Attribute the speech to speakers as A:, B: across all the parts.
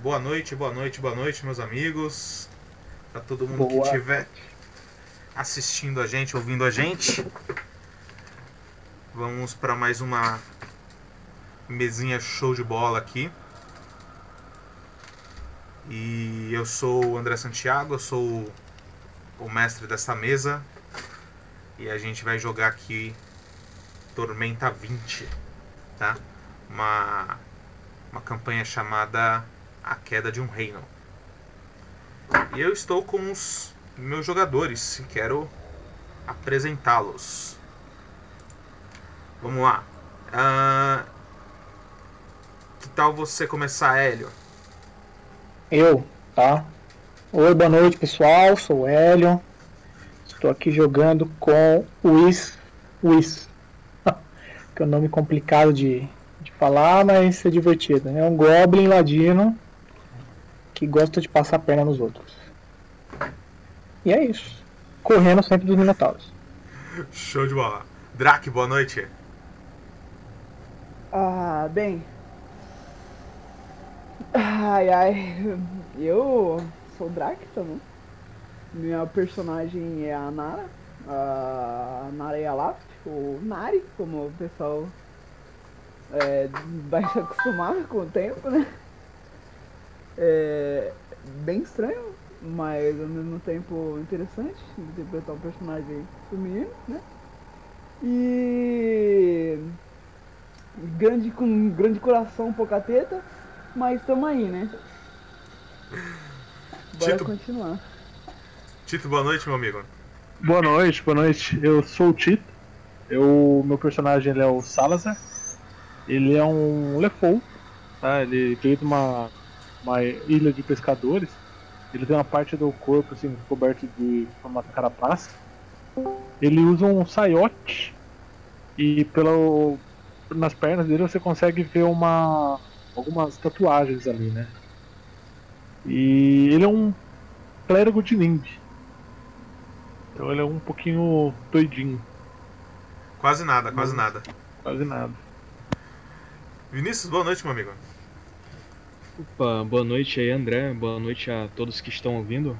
A: Boa noite, boa noite, boa noite, meus amigos. Pra todo mundo
B: Boa.
A: que estiver assistindo a gente, ouvindo a gente. Vamos para mais uma mesinha show de bola aqui. E eu sou o André Santiago, eu sou o mestre dessa mesa. E a gente vai jogar aqui Tormenta 20, tá? Uma, uma campanha chamada A Queda de um Reino. E eu estou com os meus jogadores e quero apresentá-los. Vamos lá. Ah, que tal você começar, Hélio?
B: Eu, tá? Oi, boa noite pessoal, sou o Hélio. Estou aqui jogando com o Is. Whis. que é um nome complicado de, de falar, mas é divertido. né? É um Goblin ladino que gosta de passar a perna nos outros. E é isso. Correndo sempre dos Minotauros.
A: Show de bola. Drac, boa noite.
C: Ah, bem. Ai, ai. Eu sou Dracta, né? Minha personagem é a Nara. A Nara Yalap, ou Nari, como o pessoal é, vai se acostumar com o tempo, né? É bem estranho, mas ao mesmo tempo interessante interpretar um personagem feminino, né? E grande com um grande coração, pouca teta, mas tamo aí, né? Bora
A: Tito.
C: continuar.
A: Tito, boa noite, meu amigo.
D: Boa noite, boa noite. Eu sou o Tito. Eu, meu personagem ele é o Salazar. Ele é um lefou, tá? Ele veio de uma, uma ilha de pescadores. Ele tem uma parte do corpo assim coberto de uma carapaça. Ele usa um saiote e pelo nas pernas dele você consegue ver uma algumas tatuagens ali, né? E ele é um clérigo de nimbe. Então ele é um pouquinho doidinho,
A: Quase nada, quase
D: Hum.
A: nada.
D: quase nada.
A: Vinícius, boa noite, meu amigo.
E: Opa, boa noite aí, André. Boa noite a todos que estão ouvindo.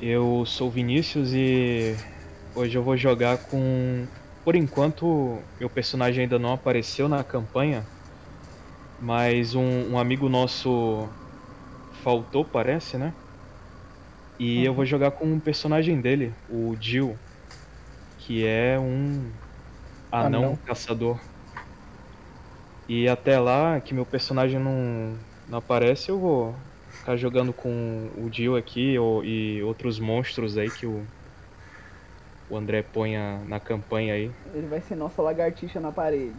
E: Eu sou o Vinícius e hoje eu vou jogar com. Por enquanto, meu personagem ainda não apareceu na campanha, mas um, um amigo nosso faltou, parece, né? E eu vou jogar com um personagem dele, o Jill, que é um anão,
B: Anão.
E: caçador. E até lá, que meu personagem não, não aparece, eu vou ficar jogando com o Jill aqui ou- e outros monstros aí que o, o André põe a- na campanha aí.
C: Ele vai ser nossa lagartixa na parede.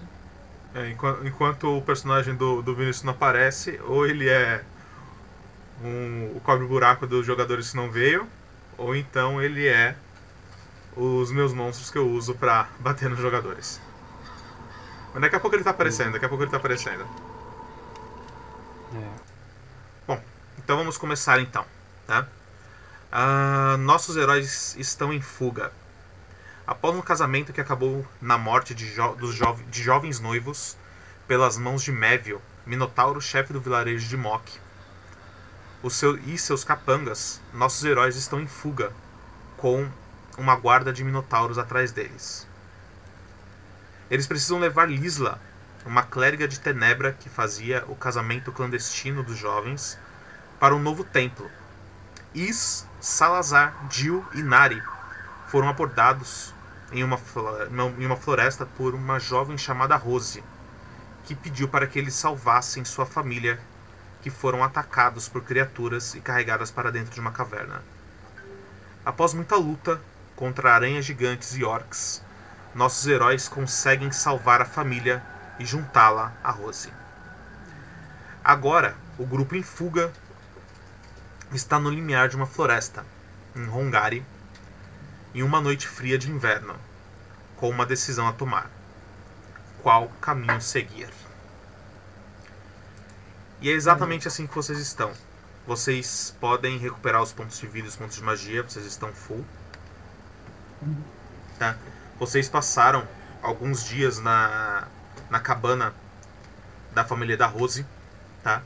A: É, enqua- enquanto, o personagem do, do Vinícius não aparece, ou ele é um, o cobre-buraco dos jogadores que não veio, ou então ele é os meus monstros que eu uso pra bater nos jogadores. Mas daqui a pouco ele tá aparecendo, daqui a pouco ele tá aparecendo. Então vamos começar então, tá? Ah, nossos heróis estão em fuga. Após um casamento que acabou na morte de, jo- dos jove- de jovens noivos pelas mãos de Mévio, Minotauro, chefe do vilarejo de Mok, o seu, e seus capangas, nossos heróis estão em fuga, com uma guarda de Minotauros atrás deles. Eles precisam levar Lisla, uma clériga de Tenebra que fazia o casamento clandestino dos jovens, para um novo templo. Is, Salazar, Dil e Nari foram abordados em uma, fla- em uma floresta por uma jovem chamada Rose, que pediu para que eles salvassem sua família, que foram atacados por criaturas e carregadas para dentro de uma caverna. Após muita luta contra aranhas gigantes e orcs, nossos heróis conseguem salvar a família e juntá-la a Rose. Agora, o grupo em fuga está no limiar de uma floresta, em Hongari, em uma noite fria de inverno, com uma decisão a tomar. Qual caminho seguir? E é exatamente assim que vocês estão. Vocês podem recuperar os pontos de vida e os pontos de magia, vocês estão full. Tá? Vocês passaram alguns dias na, na cabana da família da Rose, tá?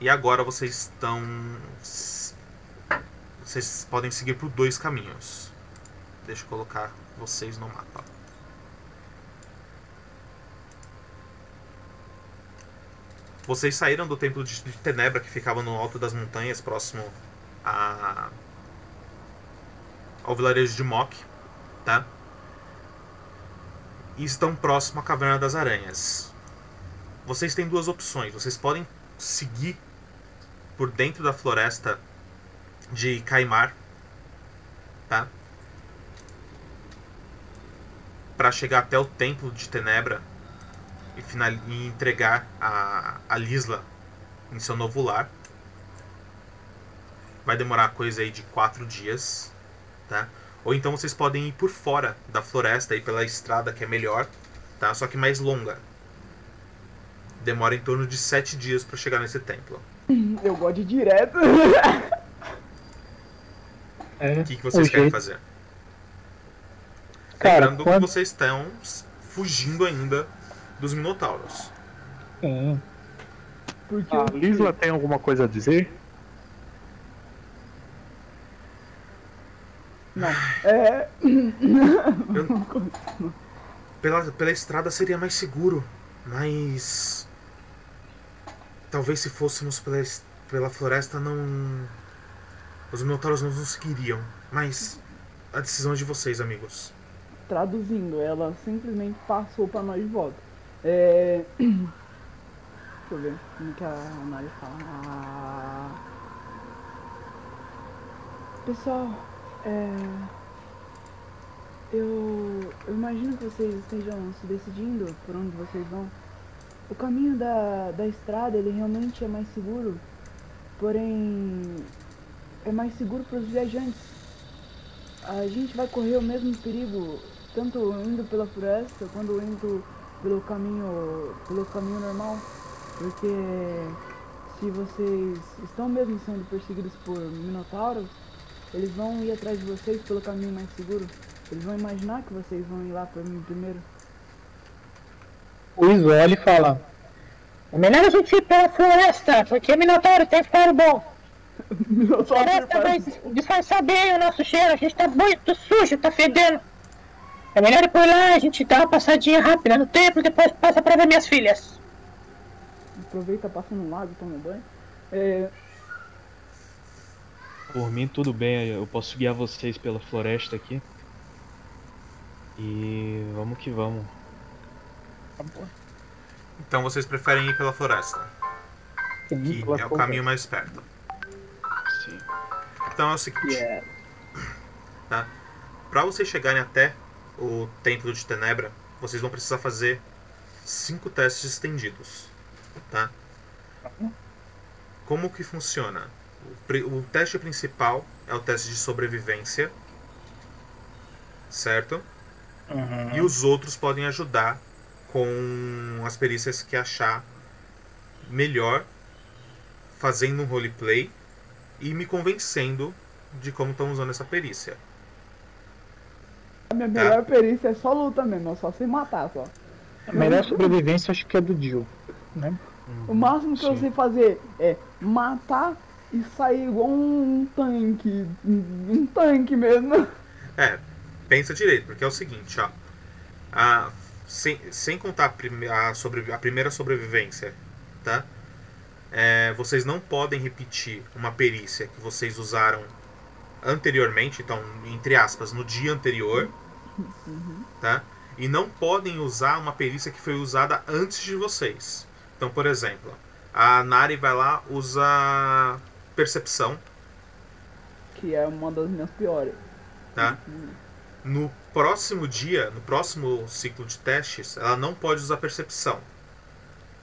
A: E agora vocês estão. Vocês podem seguir por dois caminhos. Deixa eu colocar vocês no mapa. Vocês saíram do templo de de Tenebra que ficava no alto das montanhas, próximo a... ao vilarejo de Mok, tá? E estão próximo à Caverna das Aranhas. Vocês têm duas opções. Vocês podem seguir por dentro da floresta de Caimar, tá? Para chegar até o templo de Tenebra e, final... e entregar a... a Lisla em seu novo lar. Vai demorar coisa aí de quatro dias, tá? Ou então vocês podem ir por fora da floresta e pela estrada que é melhor, tá? Só que mais longa. Demora em torno de sete dias para chegar nesse templo.
C: Eu gosto de ir direto.
B: É.
A: O que, que vocês
B: O
A: querem
B: jeito.
A: fazer?
B: Cara,
A: Lembrando
B: quando-
A: que vocês estão s- fugindo ainda dos Minotauros.
B: Sim.
A: Ah,
C: Porque
D: A
C: eu-
D: Lisla tem alguma coisa a dizer?
C: É,
A: Pela, pela estrada seria mais seguro, mas. Talvez se fôssemos pela, es- pela floresta não. Os Minotauros não nos seguiriam. Mas a decisão é de vocês, amigos.
C: traduzindo, ela simplesmente passou pra nós de volta. É... Deixa eu ver como que a Nari fala. Ah... Pessoal, é... eu... eu imagino que vocês estejam se decidindo por onde vocês vão. O caminho da, da estrada, ele realmente é mais seguro, porém é mais seguro para os viajantes. A gente vai correr o mesmo perigo, tanto indo pela floresta quanto indo pelo caminho, pelo caminho normal, porque se vocês estão mesmo sendo perseguidos por minotauros, eles vão ir atrás de vocês pelo caminho mais seguro. Eles vão imaginar que vocês vão ir lá por mim primeiro.
B: O Iso olha e fala: É melhor a gente ir pela floresta, porque Minotauro tem faro bom. Floresta vai disfarçar bem o nosso cheiro, a gente tá muito sujo, tá fedendo. É melhor ir por lá, a gente dá uma passadinha rápida no templo, depois passa pra ver minhas filhas.
C: Aproveita, passa no lago, toma banho. É,
E: Por mim, tudo bem, eu posso guiar vocês pela floresta aqui. E vamos que vamos.
A: Então vocês preferem ir pela floresta, que é o caminho mais perto.
E: Sim.
A: Então é o seguinte.
C: Yeah.
A: Tá? Para vocês chegarem até o Templo de Tenebra, vocês vão precisar fazer cinco testes estendidos, tá? Como que funciona? O, pri- o teste principal é o teste de sobrevivência, certo? E os outros podem ajudar com as perícias que achar melhor, fazendo um roleplay e me convencendo de como estão usando essa perícia.
C: a minha melhor perícia é só luta mesmo, é só se matar só.
B: A melhor sobrevivência acho que é do Jill.
C: O máximo que eu
E: Sim.
C: sei fazer é matar e sair igual um tanque. Um um tanque mesmo.
A: É, pensa direito, porque é o seguinte, ó. A- sem, sem contar a, prime- a sobre- a primeira sobrevivência, tá? É, vocês não podem repetir uma perícia que vocês usaram anteriormente, então, entre aspas, no dia anterior, tá? E não podem usar uma perícia que foi usada antes de vocês. Então, por exemplo, a Nari vai lá, usa percepção,
C: Que é uma das minhas piores.
A: tá? No próximo dia, no próximo ciclo de testes, ela não pode usar percepção.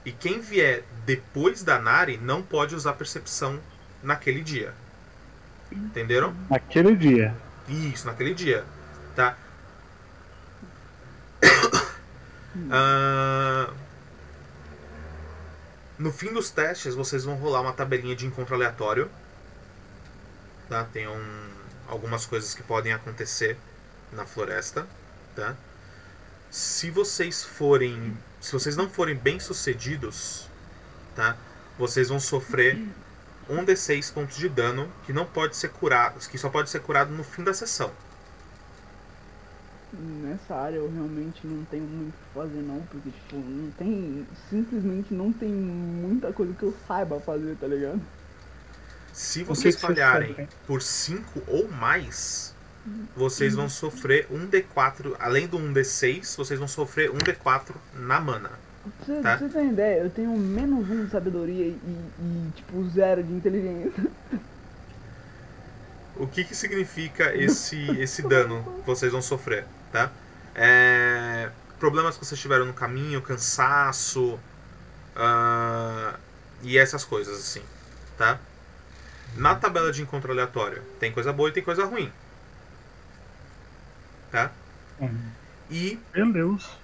A: E quem vier depois da Nari não pode usar percepção naquele dia. Entenderam?
D: Naquele dia.
A: Isso, naquele dia, tá? Ah, no fim dos testes, vocês vão rolar uma tabelinha de encontro aleatório. Tá? Tem um- algumas coisas que podem acontecer na floresta, tá? Se vocês forem, se vocês não forem bem sucedidos, tá? vocês vão sofrer um D6 pontos de dano que não pode ser curado, que só pode ser curado no fim da sessão.
C: Nessa área eu realmente não tenho muito o que fazer não, porque tipo, não tem. Simplesmente não tem muita coisa que eu saiba fazer, tá ligado?
A: Se
B: que
A: vocês
B: que você
A: falharem
B: sofre?
A: por 5 ou mais, vocês vão sofrer um D4, além do 1D6, vocês vão sofrer um D4 na mana.
C: Pra você,
A: Tá.
C: pra você ter uma ideia, eu tenho menos um de sabedoria e, e, tipo zero de inteligência.
A: O que, que significa esse, esse dano que vocês vão sofrer, tá? É, problemas que vocês tiveram no caminho, cansaço ah, e essas coisas assim, tá? Na tabela de encontro aleatório tem coisa boa e tem coisa ruim, tá?
D: Uhum.
A: E
D: Meu Deus.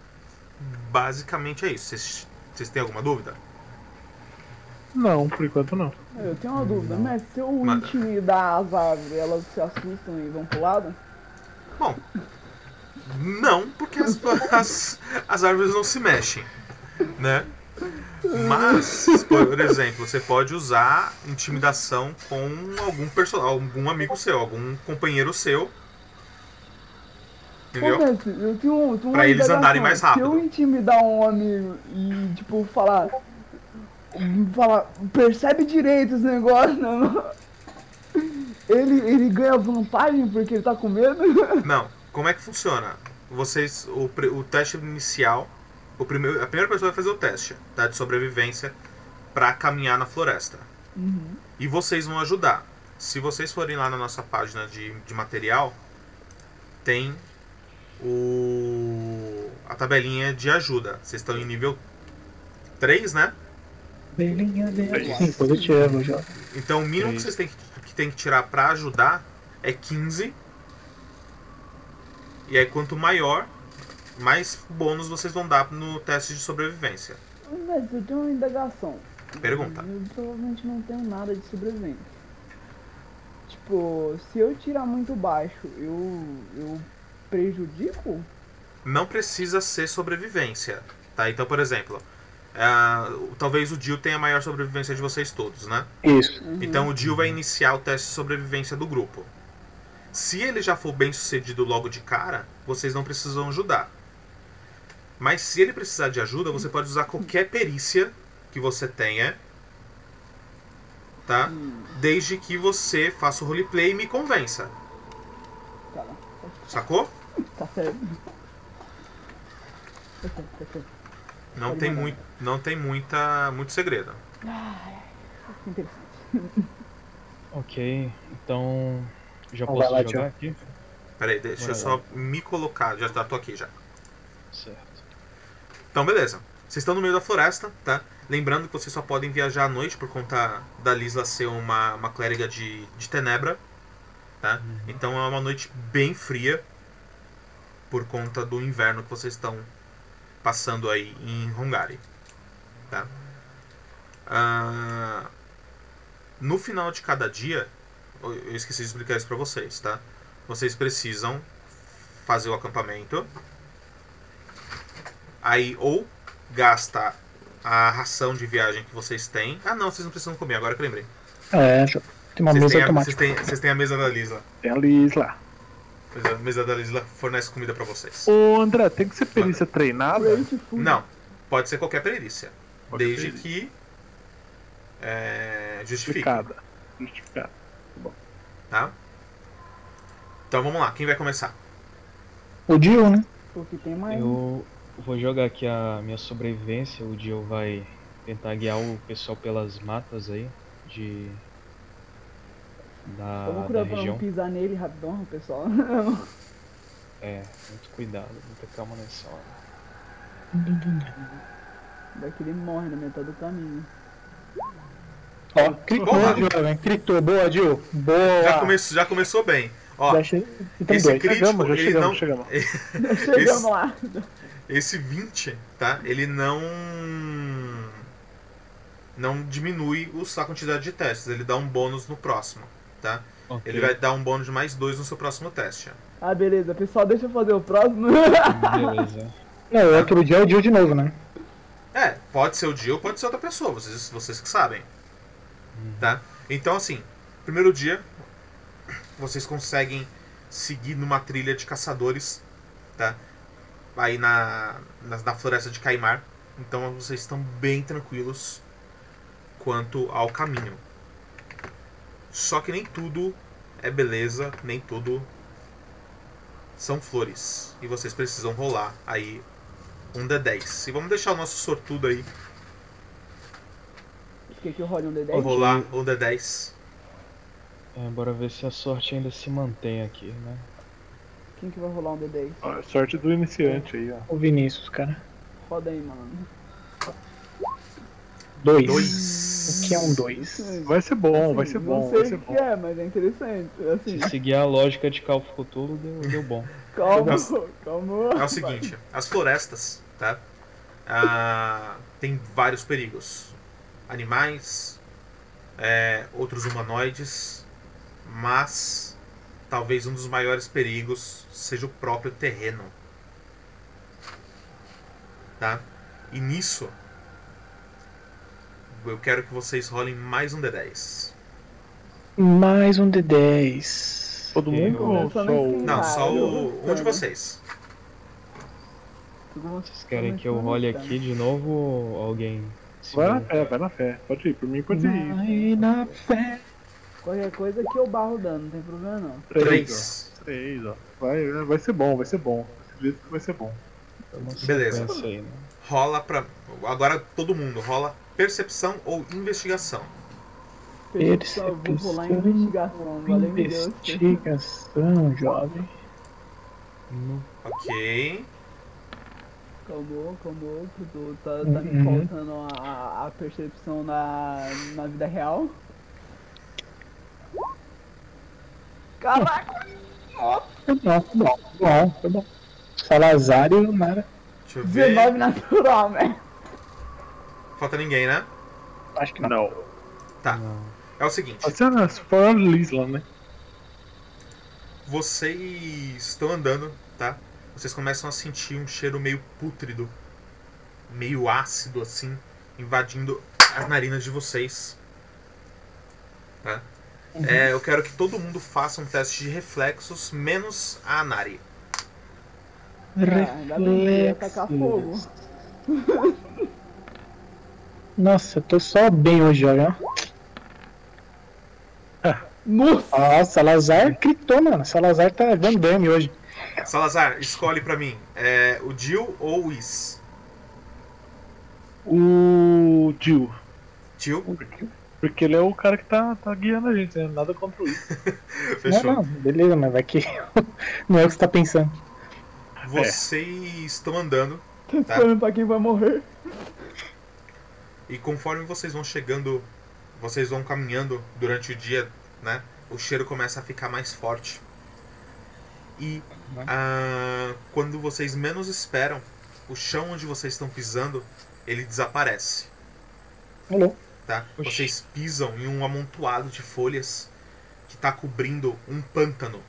A: basicamente é isso. Vocês, vocês têm alguma dúvida?
D: Não, por enquanto não.
C: Eu tenho uma dúvida, mas se eu
A: Hum, Manda.
C: intimidar as árvores, elas se assustam e vão pro lado?
A: Não, porque as, as, as árvores não se mexem, né? Mas, por exemplo, você pode usar intimidação com algum personagem, algum amigo seu, algum companheiro seu. Entendeu?
C: Acontece, eu tenho, um- eu tenho uma
A: Pra eles
C: indagação.
A: andarem mais rápido.
C: Se eu intimidar um amigo e, tipo, falar. Falar, percebe direito esse negócio, né? Ele, ele ganha vantagem porque ele tá com medo?
A: Não, como é que funciona? Vocês, o, pri- o teste inicial, o primeiro, a primeira pessoa vai fazer o teste tá, de sobrevivência pra caminhar na floresta. E vocês vão ajudar. Se vocês forem lá na nossa página de, de material, tem o a tabelinha de ajuda. Vocês estão em nível 3, né?
B: Belinha Sim, positivo já.
A: Então o mínimo que
E: Sim.
A: vocês têm que, que tem que tirar pra ajudar é 15. E aí quanto maior, mais bônus vocês vão dar no teste de sobrevivência.
C: Mas eu tenho uma indagação.
A: Pergunta.
C: Eu provavelmente não tenho nada de sobrevivência. Tipo, se eu tirar muito baixo, eu, eu prejudico?
A: Não precisa ser sobrevivência, tá? Então, por exemplo, ah, o- talvez o Dio tenha a maior sobrevivência de vocês todos, né?
B: Isso.
A: Então o Dio vai iniciar o teste de sobrevivência do grupo. Se ele já for bem sucedido logo de cara, vocês não precisam ajudar. Mas se ele precisar de ajuda, você pode usar qualquer perícia que você tenha. Tá? Desde que você faça o roleplay e me convença.
C: Tá, lá.
A: Sacou?
C: tá certo. Tá certo, tá certo.
A: Não
C: Pode
A: tem,
C: mandar.
A: muito, não tem muita, muito segredo.
C: Interessante.
E: Ok, então. Já
B: Então
E: posso
B: vai lá,
E: jogar
B: Tio.
E: aqui?
A: Peraí, deixa eu
E: Vai
A: só me colocar. Já tá- tô aqui já.
E: Certo.
A: Então, beleza. Vocês estão no meio da floresta, tá? Lembrando que vocês só podem viajar à noite por conta da Lisla ser uma, uma clériga de, de Tenebra, tá? Então é uma noite bem fria por conta do inverno que vocês estão passando aí em Hungary, tá? Ah, no final de cada dia, eu eu esqueci de explicar isso pra vocês, tá? Vocês precisam fazer o acampamento aí ou gasta a ração de viagem que vocês têm. Ah não, vocês não precisam comer, agora que eu lembrei.
B: É, já. Tem uma
A: Vocês
B: mesa
A: têm, a, vocês,
B: automática.
A: têm, vocês têm a mesa da Lisla.
D: Tem a Liz lá.
A: Mas A mesa da Lisla fornece comida pra vocês.
D: Ô André, tem que ser perícia treinada?
C: Grateful.
A: Não, pode ser qualquer perícia.
D: Qualquer
A: desde
D: perícia.
A: que é, justifique,
D: Justificada. Justificada.
A: tá? Então vamos lá, quem vai começar?
B: O Dio, né?
C: Porque tem mais.
E: Eu vou jogar aqui a minha sobrevivência. O Dio vai tentar guiar o pessoal pelas matas aí. De. Da,
C: Eu vou
E: ah, da
C: curar é pra
E: região.
C: não pisar nele rapidão, pessoal.
E: É, muito cuidado, muita calma nessa hora.
C: Daqui ele morre na metade do caminho.
B: Ó, critou,
A: Boa.
B: jovem. Critou. Boa, Dio. Boa.
A: Já, começou, já começou bem. Ó,
B: Já che- Então,
A: esse
B: dois.
A: cri-
D: Chegamos, já
A: ele
D: chegamos,
A: não-
D: chegamos.
C: Chegamos lá.
A: Esse 20, tá? Ele não. Não diminui os- a quantidade de testes. Ele dá um bônus no próximo, tá?
E: Ok.
A: Ele vai dar um bônus de mais dois no seu próximo teste.
C: Ah, beleza. Pessoal, deixa eu fazer o próximo.
E: Beleza.
B: Não, outro dia é o Dio de novo, né?
A: É, pode ser o dia ou pode ser outra pessoa, vocês, vocês que sabem. Tá? Então, assim, primeiro dia, vocês conseguem seguir numa trilha de caçadores, tá? Aí na, na, na floresta de Caimar. Então vocês estão bem tranquilos quanto ao caminho. Só que nem tudo é beleza, nem tudo são flores. E vocês precisam rolar aí um D10. E vamos deixar o nosso sortudo aí
C: O que que rola um D10?
A: rolar um D10.
E: É, bora ver se a sorte ainda se mantém aqui, né?
C: Quem que vai rolar um D10?
D: Ó, é sorte do iniciante aí, ó.
B: O Vinícius, cara.
C: Roda aí, mano.
B: Dois.
A: Dois.
B: O que é um dois?
D: Vai ser bom, vai
C: Assim,
D: ser bom,
C: Não sei
D: vai ser
C: o que
D: bom.
C: é, mas é interessante. Assim,
E: Se seguir a lógica de Call of Cthulhu, deu, deu bom.
C: calma,
A: Nossa.
C: calma.
A: É o seguinte, as florestas, tá? Ah, tem vários perigos. Animais, é, outros humanoides, mas talvez um dos maiores perigos seja o próprio terreno. Tá? E nisso, eu quero que vocês rolem mais um D10.
B: Mais um D10.
D: Todo mundo
E: Eu-
C: Só
D: ou só
C: não
D: o...
C: sei.
A: Não, só
C: Caralho.
A: o, um de vocês.
E: Vocês querem
C: é
E: que eu role
B: tá.
E: aqui de novo ou alguém?
D: Vai
E: segura?
D: na fé, vai na fé. Pode ir, por mim pode ir.
B: Vai na fé.
C: Qualquer coisa que eu barro dano, não tem problema não.
A: Três.
D: ó. Três, ó. Vai, vai ser bom, vai ser bom. Acredito que vai ser bom.
E: Uma
A: Beleza.
E: sequência Aí, né?
A: Rola pra. Agora todo mundo, rola percepção ou investigação.
C: Percepção, eu vou rolar em investigação, valeu meu Deus.
B: Investigação, jovem.
E: No-
A: Ok.
C: Calmou, calmou, que tu tá, tá me
B: Uhum.
C: faltando a, a percepção na, na vida real. Caraca!
B: Foi bom, foi bom, foi bom, foi bom. Salazar e o Nara.
A: Deixa eu ver.
C: 19 natural, né?
A: Falta ninguém, né?
B: Acho que não.
D: Não.
E: não.
A: É o seguinte,
D: Pode ser na- ah, se for a Lisla, né?
A: vocês estão andando, tá? Vocês começam a sentir um cheiro meio pútrido, meio ácido assim, invadindo as narinas de vocês. Tá? É, eu quero que todo mundo faça um teste de reflexos, menos a Anari.
C: Ah, ainda bem que eu ia tacar fogo.
B: Reflexos. Nossa, eu tô só bem hoje, olha.
C: Nossa!
B: Ah, Salazar gritou, mano. Salazar tá Van Damme hoje.
A: Salazar, escolhe pra mim é, o Jill ou o Is.
D: O Jill.
A: Jill?
D: Porque ele é o cara que tá, tá guiando a gente, né? Nada contra o Will.
A: Fechou.
F: né?
B: é Não, não, beleza, mas vai que. não é o que você tá pensando.
A: Vocês estão andando
C: Tô esperando pra quem vai morrer.
A: e conforme vocês vão chegando, vocês vão caminhando durante o dia, né? O cheiro começa a ficar mais forte. E ah, quando vocês menos esperam, o chão onde vocês estão pisando, ele desaparece,
B: Alô.
A: tá?
E: Oxi.
A: Vocês pisam em um amontoado de folhas que tá cobrindo um pântano.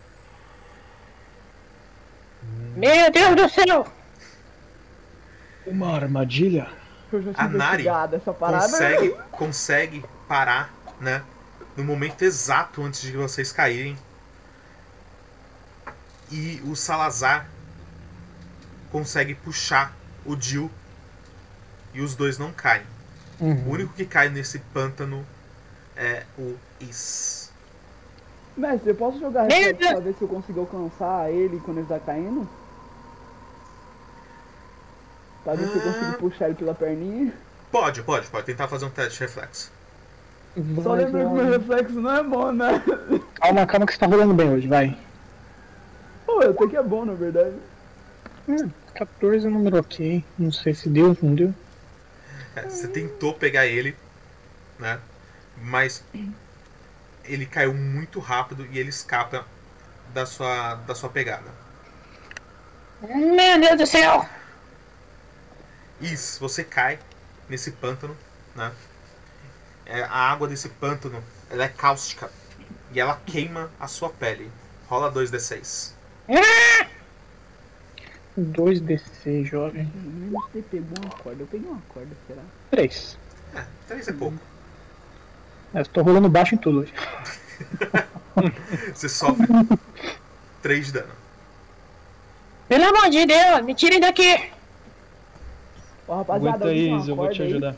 B: Meu Deus do céu!
E: Uma armadilha?
C: Eu já
A: A
C: tinha
A: Nari
C: investigado essa parada.
A: consegue, consegue parar, né? No momento exato antes de vocês caírem. E o Salazar consegue puxar o Jill e os dois não caem. O único que cai nesse pântano é o Is.
C: Mestre, eu posso jogar
B: Meu
C: reflexo
B: Deus!
C: pra ver se eu consigo alcançar ele quando ele tá caindo? Pra ver se eu consigo puxar ele pela perninha.
A: Pode, pode, pode tentar fazer um teste de reflexo.
C: Só lembra que meu reflexo não é bom, né?
B: Calma, calma que você tá rolando bem hoje, vai.
C: Pô, eu até que é bom, na verdade.
B: Hum, 14 é um número ok. Não sei se deu, não deu.
A: É, você tentou pegar ele, né? Mas ele caiu muito rápido e ele escapa da sua, da sua pegada.
B: Meu Deus do céu!
A: Isso, você cai nesse pântano, né? É, a água desse pântano, ela é cáustica e ela queima a sua pele. Rola 2d6.
B: 2D6, jovem.
C: Pelo menos você pegou uma corda. Eu peguei uma corda, será?
B: 3.
A: É, três é pouco.
B: Eu É, tô rolando baixo em tudo hoje.
A: Você sofre 3 de dano.
F: Pelo amor de Deus, me tirem daqui!
C: Ó, rapaziada,
E: Aguenta
C: alguém
E: aí,
C: tem uma
E: Isa, eu vou
C: corda
E: te
C: aí?
E: ajudar.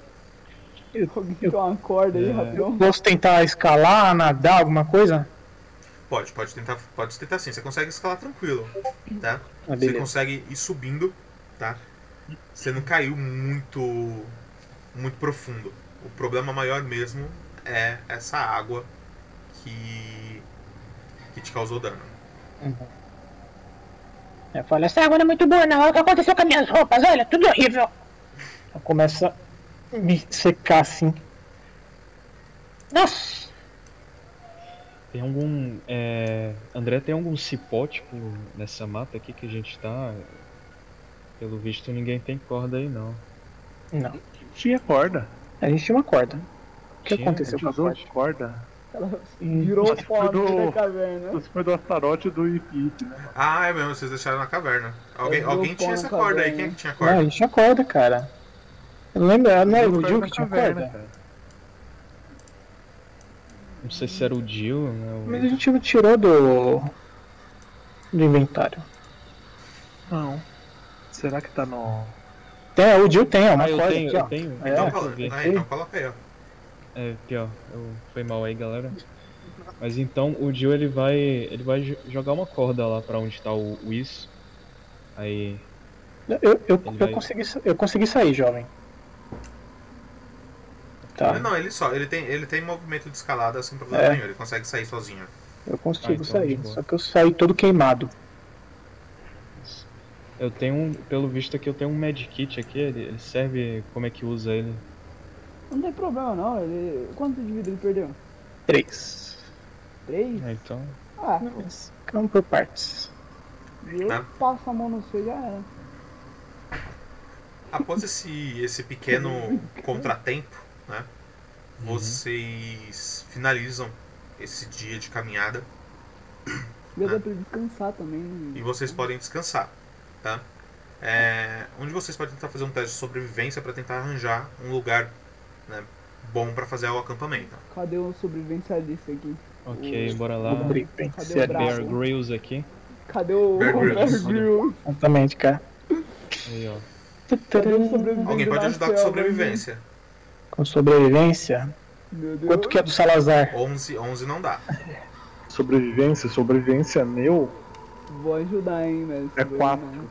C: Alguém tem uma corda aí,
E: É.
C: rapidão?
B: Posso tentar escalar, nadar, alguma coisa?
A: Pode, pode tentar, pode tentar sim. Você consegue escalar tranquilo, tá?
B: Ah,
A: Você
B: beleza.
A: consegue ir subindo, tá? Você não caiu muito muito profundo. O problema maior mesmo é essa água que que te causou dano.
B: É, falha
F: Essa água não é muito boa, não. Olha o que aconteceu com as minhas roupas, olha, tudo horrível.
B: Ela Então começa a me secar assim.
F: Nossa!
E: Tem algum. é, André, tem algum cipó, tipo, nessa mata aqui que a gente tá? Pelo visto, ninguém tem corda aí, não.
B: Não.
D: Tinha corda.
B: A gente tinha uma corda. O que
E: Tinha,
B: aconteceu com
F: é
D: Tinha
B: a corda?
D: corda.
C: Ela
B: Hum,
C: virou
D: acho que foi
C: pobre
D: do-
C: da caverna.
D: Isso É. foi do Astarote e do Ipit, né?
A: Ah, é mesmo, vocês deixaram na caverna. Alguém,
C: Eu vi
A: alguém
C: o
A: tinha
C: pó
A: essa
C: na
A: corda aí?
C: caverna.
A: Quem é que tinha
B: Não, a
A: corda?
B: gente tinha corda, cara. Eu não lembro, não era o
D: Corda né,
B: Gil
D: na
B: que tinha
D: caverna,
B: corda?
D: cara.
E: Não sei se era o Jill, né? o-
B: Mas a gente não tirou do. do inventário.
D: Não. Será que tá no.
B: Tem, o Gil tem, ó, uma
E: Ah, eu
B: corda
E: tenho,
B: aqui,
E: eu
B: ó.
E: tenho.
B: É,
A: Então,
E: eu
A: colo-
E: vi.
A: ah, então coloca aí, ó.
E: É, pior, eu... foi mal aí, galera. Mas então o Jill ele vai. ele vai jo- jogar uma corda lá pra onde tá o Whis. Aí.
B: Eu, eu,
E: Ele
B: eu,
E: vai-
B: consegui, sa- eu consegui sair, jovem.
E: Ah,
B: Tá,
A: Não, ele só, ele tem, ele tem movimento de escalada sem problema
B: É.
A: nenhum, ele consegue sair sozinho.
B: eu consigo
E: Ah, então, de
B: sair.
E: boa.
B: Só que eu saí todo queimado.
E: Eu tenho um. Pelo visto aqui eu tenho um medkit aqui, ele, ele serve. Como é que usa ele?
C: Não tem problema, não. Ele... Quanto de vida ele perdeu?
B: Três.
C: Três?
E: Ah, Então.
C: Ah,
B: Vamos por partes.
C: eu
A: Tá.
C: passo a mão no seu e já era.
A: Após esse, esse pequeno contratempo, né? Vocês finalizam esse dia de caminhada
C: Deu
A: Ah.
C: pra ele descansar também. né?
A: e vocês podem descansar, tá? É, onde vocês podem tentar fazer um teste de sobrevivência para tentar arranjar um lugar né, bom para fazer o acampamento.
C: Cadê o sobrevivencialista aqui?
E: Ok, bora lá.
B: Sobre-
C: cadê o braço?
E: Bear Grylls aqui.
C: Cadê o
A: Bear Grylls.
C: Bear Grylls?
B: Exatamente, cara.
E: Aí, ó.
C: Cadê
B: um-
C: o sobrevivente
A: Alguém pode
C: da
A: ajudar com
C: selva,
A: sobrevivência.
B: Com sobrevivência.
C: hein? Meu Deus.
B: Quanto que é do Salazar?
A: 11, 11 não dá.
D: Sobrevivência, sobrevivência meu.
C: Vou ajudar, hein, velho.
D: É quatro.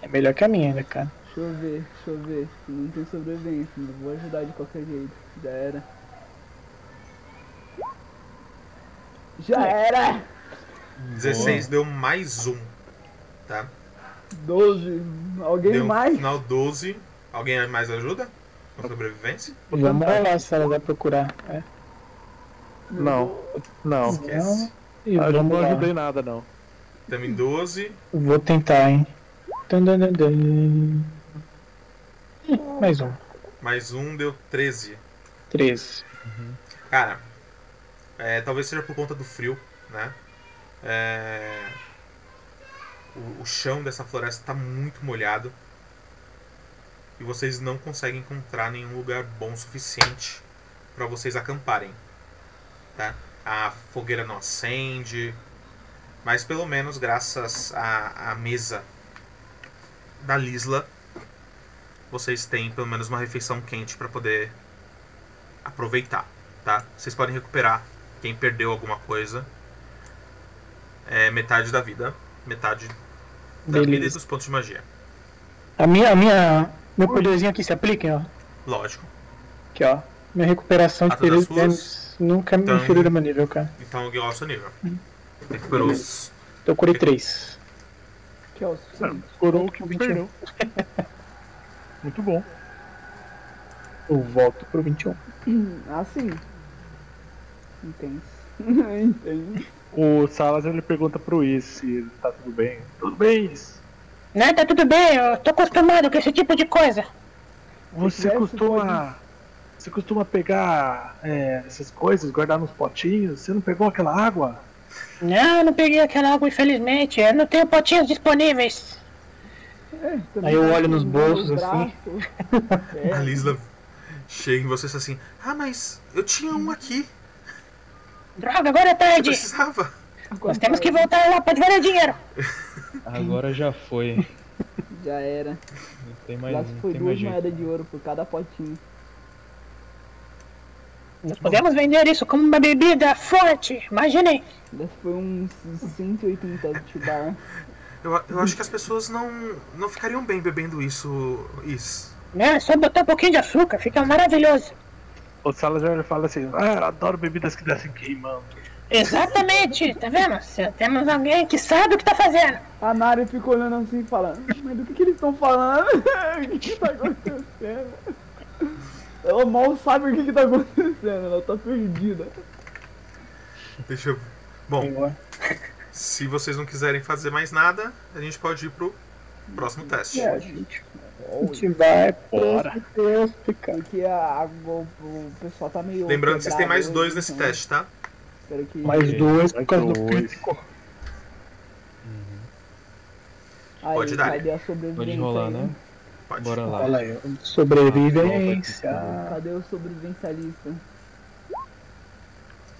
B: É melhor que a minha ainda, cara.
C: Deixa eu ver, deixa eu ver. Não tem sobrevivência, mas vou ajudar de qualquer jeito. Já era. Já era!
A: 16 deu mais um, tá?
C: 12. Alguém
A: Deu
C: mais?
A: final 12. Alguém mais ajuda? Com sobrevivência?
B: Vamos lá, Salazar, procurar. É.
D: Não. Não.
A: Esquece.
B: E
D: Ah, eu
B: vamos
D: não
B: lá.
D: ajudei nada, não.
A: Também 12.
B: Vou tentar, hein. Dun, dun, dun, dun. Ih, Mais um.
A: Mais um deu 13.
B: 13.
A: Cara, é, talvez seja por conta do frio, né? É, o, o chão dessa floresta tá muito molhado. E vocês não conseguem encontrar nenhum lugar bom o suficiente para vocês acamparem. Tá? A fogueira não acende. Mas pelo menos graças à, à mesa da Lisla, vocês têm pelo menos uma refeição quente para poder aproveitar tá? Vocês podem recuperar quem perdeu alguma coisa. É metade da vida, metade da vida e
B: Beleza.
A: dos pontos de magia.
B: A minha, a minha, meu poderzinho aqui se aplica, ó.
A: Lógico.
B: Aqui, ó. Minha recuperação de
A: Ah, todas
B: poderes
A: as suas?
B: nunca me
A: Então-
B: inferior a meu nível, cara.
A: Então alguém ao seu nível. Recuperou os.
B: Então eu curei 3.
C: Que é o suficiente.
D: Corou o que perdeu.
B: 21.
D: Muito bom.
B: Eu volto pro 21.
C: Assim. Intenso. Intenso.
D: O Salas ele pergunta pro Is se ele tá tudo bem. Tudo bem, Is.
F: Né, tá tudo bem, eu tô acostumado com esse tipo de coisa.
D: Você
C: tivesse,
D: costuma. Você costuma pegar é, essas coisas, guardar nos potinhos? Você não pegou aquela água?
F: Não, eu não peguei aquela água, infelizmente. Eu não tenho potinhos disponíveis.
C: É, também
B: Aí eu
C: tá
B: olho
C: com
B: nos
C: um
B: bolsos, assim.
C: braço. É,
A: A Lisla chega em você e diz assim: Ah, mas eu tinha um aqui,
F: Droga, agora é
A: eu
F: tarde.
A: precisava.
C: agora
F: Nós temos que voltar lá pra devolver o dinheiro.
E: Agora já foi.
C: Já era.
E: Não tem mais,
B: é,
C: Lá se
E: não
C: foi
E: tem
C: duas
E: mais jeito.
C: moedas de ouro por cada potinho.
F: Nós podemos vender isso como uma bebida forte. Imaginem.
C: Lá se foi uns 180 de bar.
A: Eu, eu acho que as pessoas não, não ficariam bem bebendo isso. Isso.
F: Né? Só botar um pouquinho de açúcar, fica maravilhoso.
D: O Salazar ele fala assim: Ah, eu adoro bebidas que descem queimando.
F: Exatamente, tá vendo? Se temos alguém que sabe o que tá fazendo.
C: A Nari ficou olhando assim e falando, mas do que, que eles estão falando? o que, que tá acontecendo? Ela mal sabe o que, que tá acontecendo, ela tá perdida.
A: Deixa eu. Bom,
C: É.
A: se vocês não quiserem fazer mais nada, a gente pode ir pro próximo teste.
B: É, gente. A gente vai
D: Bora.
B: por Deus, cara.
C: Porque a, a- o, o pessoal tá meio.
A: Lembrando que vocês têm mais
C: quebrado
A: dois
C: hoje,
A: nesse
C: então,
A: teste, tá?
C: espero que-
B: Mais
E: Ok,
B: dois por
D: mais
B: causa do
E: dois.
B: crítico.
C: Aí,
A: Pode dar.
C: Cadê a sobrevivência?
E: Pode rolar,
C: aí,
E: né?
A: Pode.
E: Bora lá.
B: Olha aí, sobrevivência.
C: Cadê o sobrevivencialista?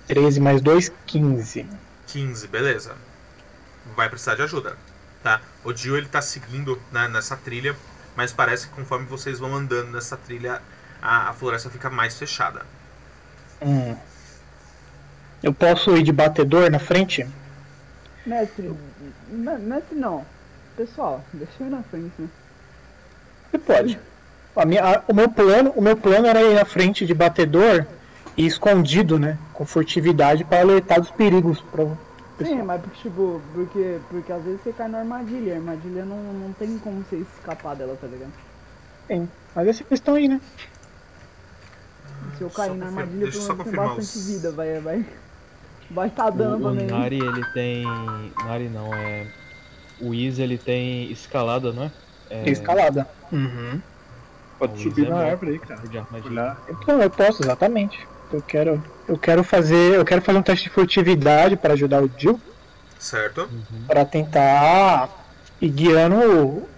B: 13 mais 2, 15.
A: 15, beleza. Vai precisar de ajuda, tá? O Dio ele tá seguindo né, nessa trilha, mas parece que conforme vocês vão andando nessa trilha, a, a floresta fica mais fechada.
B: Hum. Eu posso ir de batedor na frente?
C: Mestre, me- mestre não. Pessoal, deixa eu ir na frente, né?
B: Você pode. A minha, a- o, meu plano, o meu plano era ir na frente de batedor e escondido, né? Com furtividade para alertar dos perigos. Pra...
C: Sim, mas tipo, porque, porque às vezes você cai na armadilha. A armadilha não, não tem como você escapar dela, tá ligado?
B: Sim. Mas essa questão aí, né?
C: Se eu
A: Só
C: cair na
A: confirma-
C: armadilha,
A: deixa eu
C: pelo
A: só
C: menos tem
A: confirmar
C: bastante
A: os-
C: vida, vai, vai. Vai tá dando
E: O, o
C: também.
E: Nari, ele tem. Nari não, é. O Iz, ele tem escalada, não é? É,
B: Escalada. Uhum.
D: Pode
E: Luiz
D: subir
E: é
D: na
E: bom.
D: árvore aí, cara.
E: de armadilha.
D: Olhar.
B: Então eu posso, exatamente. Eu quero, eu quero fazer, eu quero fazer um teste de furtividade para ajudar o Jill,
A: Certo?
B: para tentar ir guiando o,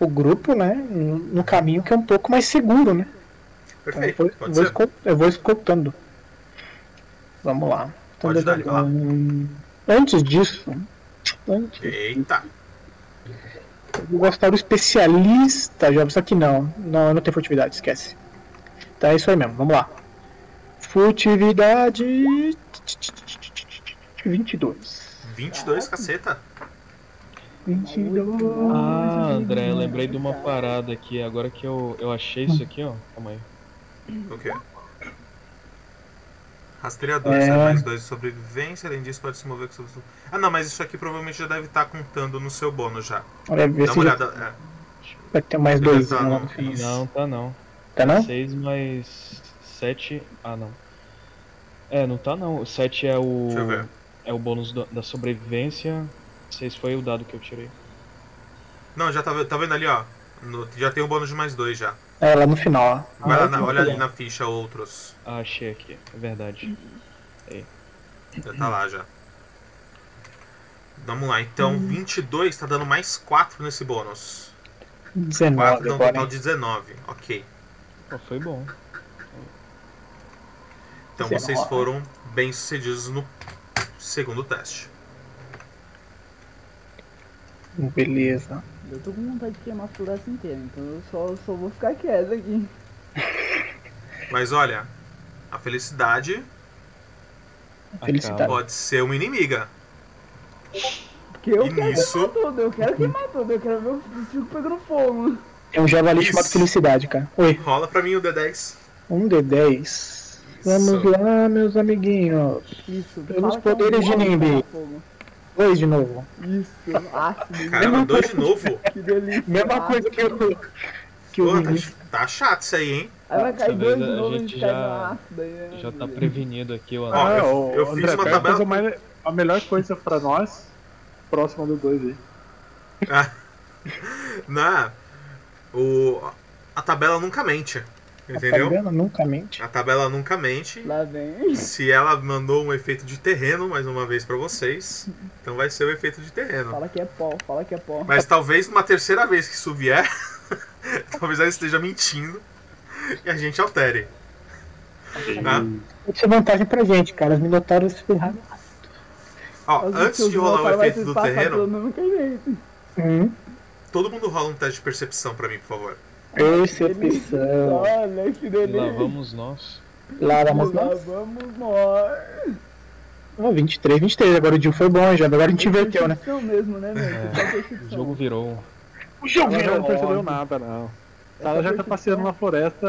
B: o grupo, né, no no caminho que é um pouco mais seguro, né? Então, eu
A: Perfeito.
B: vou, eu
A: Pode
B: vou
A: ser.
B: escol- eu vou escoltando. Vamos lá. Então,
A: Pode dar,
B: deve-
A: vai lá.
B: hum, Antes disso, antes,
A: Eita.
B: eu vou gastar o especialista. Já só que não. Não, eu não tenho furtividade, esquece. Tá, é isso aí mesmo. Vamos lá. Furtividade. 22.
A: 22, caceta.
B: 22.
E: Ah, André, eu lembrei de uma parada aqui. Agora que eu, eu achei isso aqui, ó. Calma aí.
A: O quê? Rastreador,
B: É.
A: é... mais dois de sobrevivência, além disso pode se mover com sobre... Ah não, mas isso aqui provavelmente já deve estar contando no seu bônus já.
B: Olha, vê
A: Dá
B: se
A: uma
B: já
A: olhada. é,
B: vai ter mais
A: deve
B: dois. né?
A: estar
B: lá
A: no-
B: no final.
A: Isso.
E: Não, tá não.
B: Tá não?
E: 6 mais 7. Ah, não. É, não tá não. O 7 é o.
A: Deixa eu ver.
E: É o bônus do- da sobrevivência. 6 foi o dado que eu tirei.
A: Não, já tá, ve- tá vendo ali, ó. No- já tem um bônus de mais dois já.
B: É, lá no final. ó.
A: Vai lá,
B: Ah,
A: na- olha ali né? na ficha outros.
E: Ah, achei aqui. É verdade.
A: Já tá lá já. Vamos lá, então
B: Hum.
A: 22 tá dando mais 4 nesse bônus. 4
B: 19
A: dá um
B: agora.
A: total
B: hein?
A: de 19. Ok.
E: Pô, foi bom.
A: Então
B: 19.
A: vocês foram bem sucedidos no segundo teste.
B: Beleza.
C: Eu tô com vontade de queimar a floresta inteira, então eu só, só vou ficar quieto aqui.
A: Mas olha, a felicidade
B: Felicidade.
A: pode ser uma inimiga.
C: Porque eu
A: E
C: quero
A: nisso-
C: queimar tudo, eu quero queimar tudo, eu quero ver o circo pegando fogo.
B: Tem um javali
A: Isso.
B: chamado Felicidade, cara. Oi,
A: Rola pra mim o D10.
B: um D10. Vamos
A: Isso.
B: lá, meus amiguinhos.
C: Isso,
B: Pelos
C: fala que é um
B: poderes de
C: bom
B: Nimbi.
C: pegar fogo.
B: Dois de novo.
C: Isso, ácido,
A: Caramba, dois de novo?
C: que delícia.
B: Mesma coisa que eu. É Que
A: Pô,
B: o
A: tá,
B: Vinícius.
A: tá chato isso aí, hein?
C: Aí vai cair
E: Dessa
C: dois
E: vez
C: de
E: a
C: novo e a
E: gente
C: gente cai
E: já-
C: no ácido. aí, é
E: Já tá
C: meu Deus.
E: prevenido aqui o
A: Ó,
E: anel.
D: Ah,
A: eu-
D: o
A: eu fiz
D: André,
A: uma
D: pega a
A: tabela-
D: coisa mais- A melhor coisa pra nós, próxima do 2 aí.
A: Na, o, a tabela nunca mente. Entendeu?
B: A tabela nunca mente.
A: A tabela nunca mente.
C: Lá vem.
A: Se ela mandou um efeito de terreno mais uma vez pra vocês, então vai ser o efeito de terreno.
C: Fala que é pó, fala que é pó.
A: Mas talvez uma terceira vez que isso vier, talvez ela esteja mentindo e a gente altere. Tá?
B: Isso é vantagem pra gente, cara. Os minotauros se ferraram.
A: Ó,
C: Mas o
A: antes
C: tio
A: de rolar
C: Zoltar
A: o
C: vai
A: efeito
C: se
A: do
C: passar
A: terreno,
C: Pelo mesmo que a gente.
B: Hum,
A: todo mundo rola um teste de percepção pra mim, por favor.
B: percepção.
C: Olha que
E: E lá
C: delícia.
E: vamos nós.
B: Lá, vamos
C: Lá
B: nós.
C: vamos nós.
B: Ó, 23, 23. Agora o dia foi bom, já. Agora a gente inverteu, né?
C: Percepção mesmo, né, velho?
E: É.
C: Só
E: O
C: percepção.
E: jogo virou. um-
B: O
D: Ela já não percebeu nada, não. Ela já tá passeando na floresta.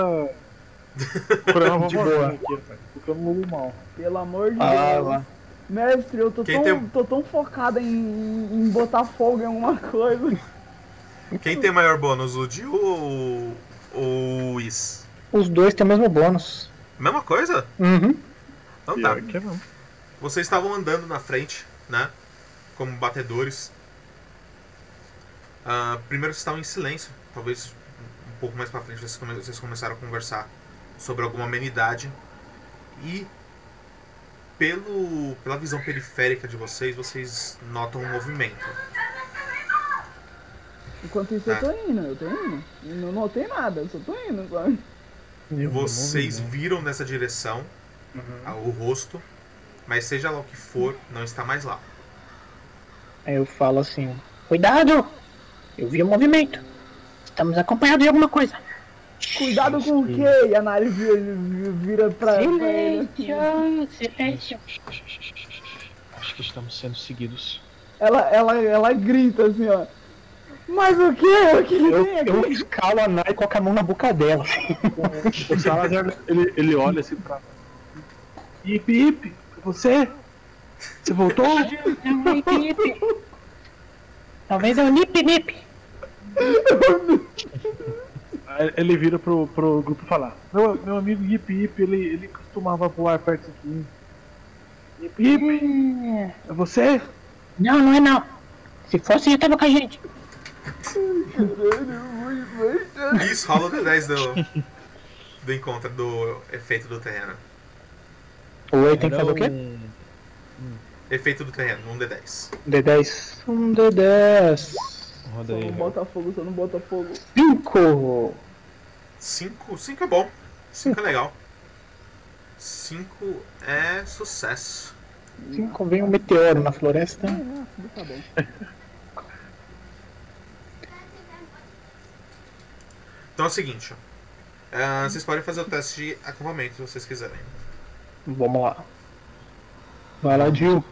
D: Procurando uma
B: De
D: vovó
B: boa.
D: aqui, rapaz. Procurando um lobo mau.
C: Pelo amor de
B: Ah,
C: Deus.
B: lá.
C: Mestre, eu tô
A: Quem
C: tão,
A: tem-
C: tô tão focada em, em botar fogo em alguma coisa. Então-
A: Quem tem maior bônus, o Dio ou ou o Is?
B: Os dois têm o mesmo bônus.
A: Mesma coisa?
B: Uhum.
A: Então tá.
D: Pior que é mesmo.
A: Vocês estavam andando na frente, né? Como batedores. Ah, primeiro vocês estavam em silêncio. Talvez um pouco mais pra frente vocês, come- vocês começaram a conversar sobre alguma amenidade. E pelo, pela visão periférica de vocês, vocês notam um movimento.
C: Enquanto isso, eu tô
A: Ah.
C: indo, eu tô indo. Eu não notei nada, eu só tô indo, sabe?
A: Vocês viram nessa direção ah, o rosto, mas seja lá o que for, não está mais lá.
B: Aí eu falo assim: Cuidado! Eu vi o movimento. Estamos acompanhados de alguma coisa.
C: Cuidado com o quê? E a Nari vira, vira pra, pra ele. assim.
F: Silêncio, silêncio.
E: Acho que estamos sendo seguidos.
C: Ela, ela, ela grita assim, ó. Mas o quê? O é que ele
B: Eu,
C: tem aqui?
B: eu escalo a Nai e coloco a mão na boca dela.
D: O Salazar, ele, ele olha assim pra. Ip, Ip, você? Você voltou?
F: É um nip-nip. Talvez é um nip-nip.
D: Aí ele vira pro, pro grupo falar: Meu, meu amigo Ip, Ip, ele, ele costumava voar perto de mim. Ip, Ip,
F: Hum,
D: é você?
F: Não, não é não. Se fosse, já tava com a gente.
A: Isso, rola o D10 do, do encontro do efeito do terreno.
B: Oi, tem que fazer o
E: Era
B: quê?
E: um-
A: Efeito do terreno, um D10.
B: Um D10. Um D10.
C: Só
E: Roda
C: não
E: aí. Léo.
C: bota fogo, só não bota fogo.
B: 5!
A: 5, 5 é bom. 5 é legal. 5 é sucesso.
B: 5 vem um meteoro na floresta.
C: Tá bom.
A: Então é o seguinte, ó. Ah, vocês podem fazer o teste de acampamento se vocês quiserem.
B: Vamos lá. Vai lá, Gil.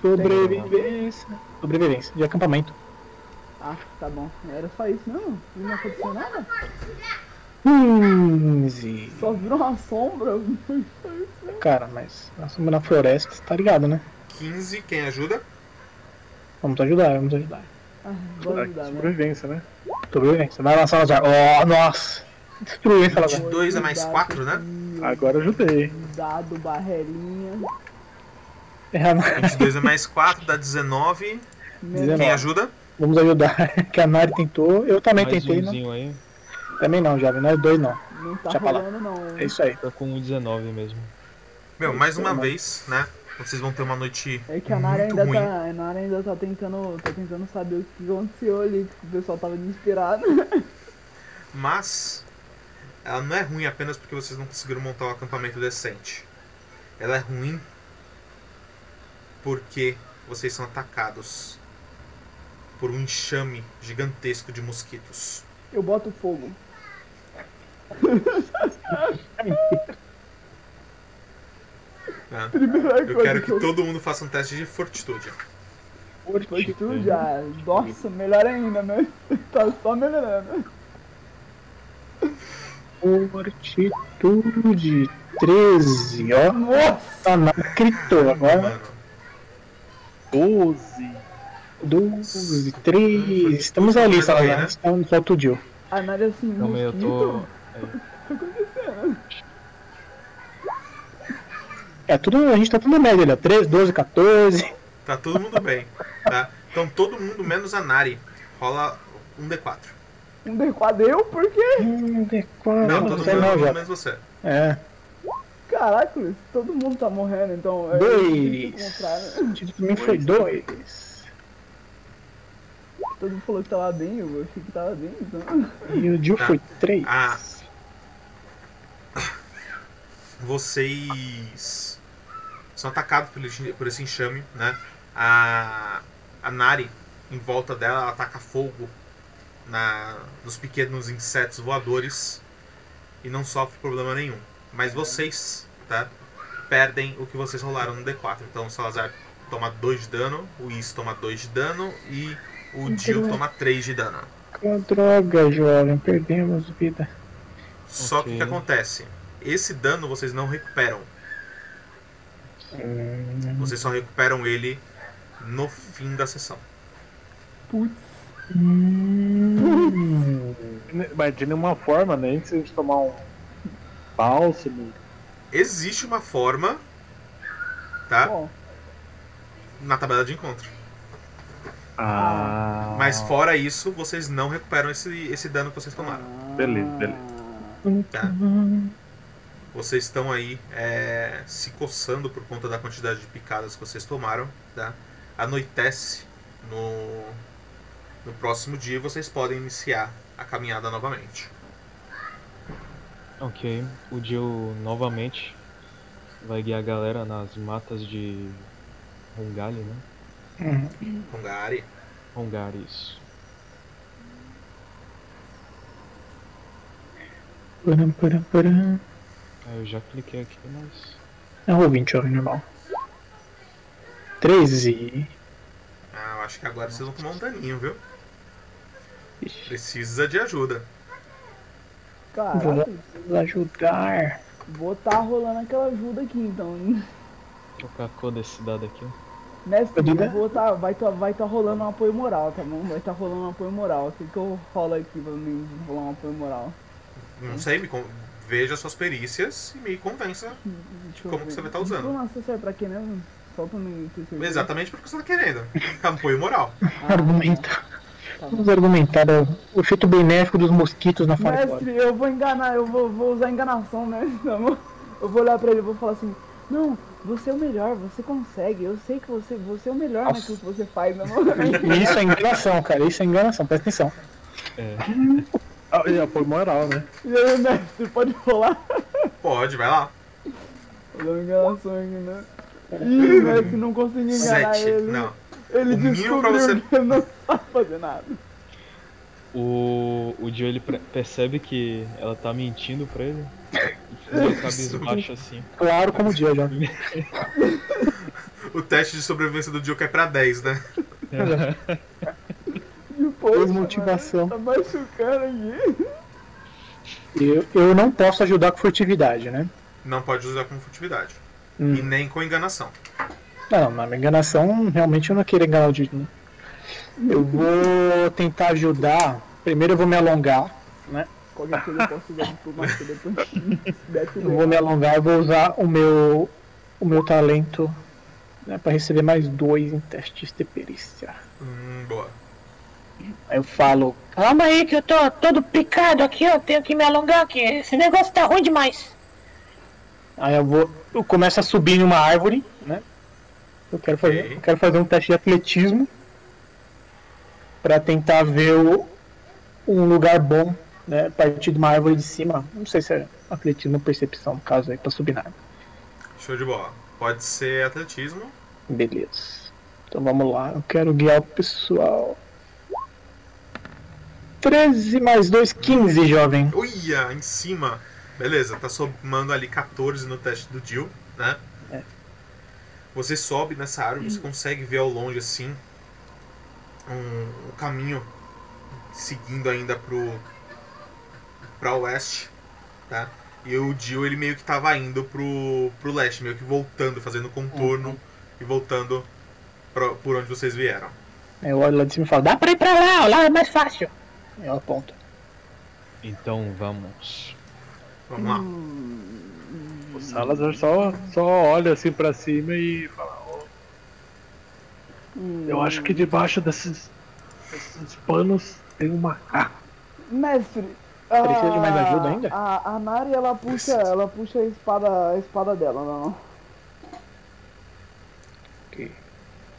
B: Sobrevivência. Sobrevivência de acampamento.
C: Ah, tá bom. Era só isso, não? Não aconteceu nada?
B: 15.
C: Só virou uma sombra.
B: Cara, mas nós estamos na floresta, você tá ligado, né?
A: 15, quem ajuda?
B: Vamos ajudar, vamos ajudar.
C: Ah, vou ajudar, né?
D: Sobrevivência, né?
B: Sobrevivência. Vai lá, Salazar. Oh, nossa. Destruiu, hein, Salazar.
A: 22 é mais 4, né?
D: Agora ajudei.
C: Dado, barrelinha.
B: É, não.
A: 22 é mais 4, dá 19.
C: Menos
A: Quem ajuda?
B: Vamos ajudar. Que a Nari tentou. Eu também
E: Mais um
B: tentei, né? não.
E: umzinho aí.
B: Também não, jovem. Nós dois não.
C: Não tá
B: Deixa pra lá.
C: rolando, não.
B: É isso aí.
E: Tá com um 19 mesmo.
A: Meu, mais uma vez, né? Vocês vão ter uma noite
C: É que a Nara
A: Muito
C: ainda
A: ruim.
C: tá. A Nara ainda tá tentando. Tá tentando saber o que aconteceu ali. que O pessoal tava desesperado.
A: mas ela não é ruim apenas porque vocês não conseguiram montar um acampamento decente. Ela é ruim porque vocês são atacados por um enxame gigantesco de mosquitos.
C: Eu boto fogo.
A: né?
C: Primeira
A: Eu
C: coisa
A: quero que
C: eu
A: todo mundo faça um teste de fortitude.
C: Foi tudo já. é.
B: Uhum.
C: Nossa, melhor ainda, né? Tá só melhorando.
B: Fortitude 13, ó. Nossa, não gritou agora.
A: Mano,
D: 12.
B: 12, 3. Estamos ali, Salazar. Estamos só o Gil.
C: A Nara assim.
E: Calma aí, eu tô.
C: mosquito?
B: É, tudo, a gente tá tudo na média ali, ó. 13, 12, 14.
A: tá todo mundo bem, tá? Então todo mundo menos a Nari rola um D4.
C: Um D4 eu? Por quê?
B: Hum, de quatro.
A: Não, todo
B: você
A: mundo,
B: não, Jota.
A: menos você.
B: É.
C: Caraca, Luiz, todo mundo tá morrendo, então. é difícil encontrar, né?
B: Dois. O título pra mim foi dois.
C: Todo mundo falou que tava bem, eu achei que tava bem, então.
B: E o Dil
A: Tá.
B: foi três.
A: Ah. Vocês são atacados por, esse- por esse enxame, né? A, a Nari, em volta dela, ela ataca fogo na, nos pequenos insetos voadores e não sofre problema nenhum. Mas vocês, tá? Perdem o que vocês rolaram no D4. Então o Salazar toma 2 de dano, o Is toma 2 de dano e o Jill toma 3 de dano.
B: Que droga, jovem. Perdemos vida.
A: Só que o que
E: Ok.
A: acontece? Esse dano vocês não recuperam. Vocês só recuperam ele no fim da sessão.
B: Hum.
D: Mas de nenhuma forma, né? Nem precisa de tomar um bálsamo.
A: Existe uma forma,
B: Ah.
A: tá?
C: Bom,
A: Na tabela de encontro.
D: Ah.
A: Mas fora isso, vocês não recuperam esse, esse dano que vocês tomaram.
D: Beleza, beleza.
A: Tá. Vocês estão aí é, se coçando por conta da quantidade de picadas que vocês tomaram, tá? Anoitece no, no próximo dia e vocês podem iniciar a caminhada novamente.
E: Ok, o Jill novamente vai guiar a galera nas matas de Hungari, né?
B: Hum.
A: Hungari.
E: Hungari, isso.
B: Param, param, param.
E: Ah, eu já cliquei aqui, mas.
B: É um 20, jovem, normal. 13.
A: Ah, eu acho que agora vocês vão tomar um daninho, viu?
B: Ixi.
A: Precisa de ajuda.
C: caraca,
B: Vamos ajudar.
C: vou tá rolando aquela ajuda aqui, então.
E: Trocar a cor desse dado aqui.
C: Mestre,
B: Ajuda?
C: eu vou tá, vai tá, vai tá rolando um apoio moral, tá bom? Vai tá rolando um apoio moral. O que que eu rolo aqui pra mim de rolar um apoio moral?
A: Não sei, me con- veja suas perícias e me convença
C: Deixa eu
A: Como que
C: ver. Tipo,
A: você vai tá usando?
C: Diplomacia serve é pra quê mesmo? Só pra mim ter certeza.
A: exatamente porque você tá querendo. Apoio moral.
C: Ah,
B: argumentar.
C: tá bom.
B: Vamos argumentar é o o efeito benéfico dos mosquitos na Fireball.
C: Mestre, eu vou enganar, eu vou, vou usar enganação, né? Tá bom? Eu vou olhar pra ele e vou falar assim, não, você é o melhor, você consegue, eu sei que você, você é o melhor
B: Nossa.
C: naquilo que você faz, né?
B: E Isso é enganação, cara. Isso é enganação. Presta atenção.
E: É,
D: Ah, e apoio moral, né?
C: E aí, mestre, pode rolar?
A: Pode, vai lá.
C: Vou dar uma um enganação aqui, né? Ih, mestre, não consegui enganar
A: Sete.
C: ele.
A: Não.
C: Ele
A: O mínimo pra
C: descobriu
A: você-
C: que eu não sabe fazer nada.
E: o, o Jill ele pre- percebe que ela tá mentindo pra ele. E fica cabisbaixo assim.
B: Claro como o dia, já.
A: O teste de sobrevivência do Joker é pra 10, né?
C: E poxa,
B: Desmotivação.
C: mano, Tá machucando aqui.
B: Eu, eu não posso ajudar com furtividade, né?
A: Não pode usar com furtividade.
B: Hum.
A: E nem com enganação.
B: Não, na enganação, realmente eu não queria enganar o Didi. né? Eu vou tentar ajudar. Primeiro eu vou me alongar.
C: Qualquer coisa eu posso usar diplomacia depois. Mete o
B: Eu vou me alongar e vou usar o meu, o meu talento né, para receber mais dois em testes de perícia.
A: Hum, boa.
B: Aí eu falo,
F: Calma aí que eu tô todo picado aqui, eu tenho que me alongar aqui. Esse negócio tá ruim demais.
B: Aí eu vou. Eu começo a subir em uma árvore, né? Eu quero fazer,
A: Ok.
B: eu quero fazer um teste de atletismo Pra tentar ver o- um lugar bom, né? A partir de uma árvore de cima. Não sei se é atletismo ou percepção, no caso aí, pra subir na árvore.
A: Show de bola. Pode ser atletismo.
B: Beleza. Então vamos lá, eu quero guiar o pessoal. 13 mais 2, 15, jovem.
A: Uia, em cima. Beleza, tá somando ali 14 no teste do Jill, né? Você sobe nessa árvore, você consegue ver ao longe assim um, um caminho seguindo ainda pro para oeste, tá? E o Jill ele meio que tava indo pro, pro leste, meio que voltando, fazendo contorno e voltando pro- por onde vocês vieram.
B: Aí eu olho lá de cima e falo, dá pra
F: Pra ir pra lá, ó, lá é mais fácil.
B: ir. Eu aponto.
E: Então vamos.
A: Vamos lá.
C: Uhum. Hum,
D: O Salazar só, só olha assim pra cima e fala: "Ó,
C: hum.
D: Eu acho que debaixo desses, desses panos tem um macaco.
C: Mestre.
B: Precisa de mais
C: a-
B: ajuda ainda?
C: A, a Nari ela puxa,
A: Precisa.
C: ela puxa a espada, a espada dela, não, não.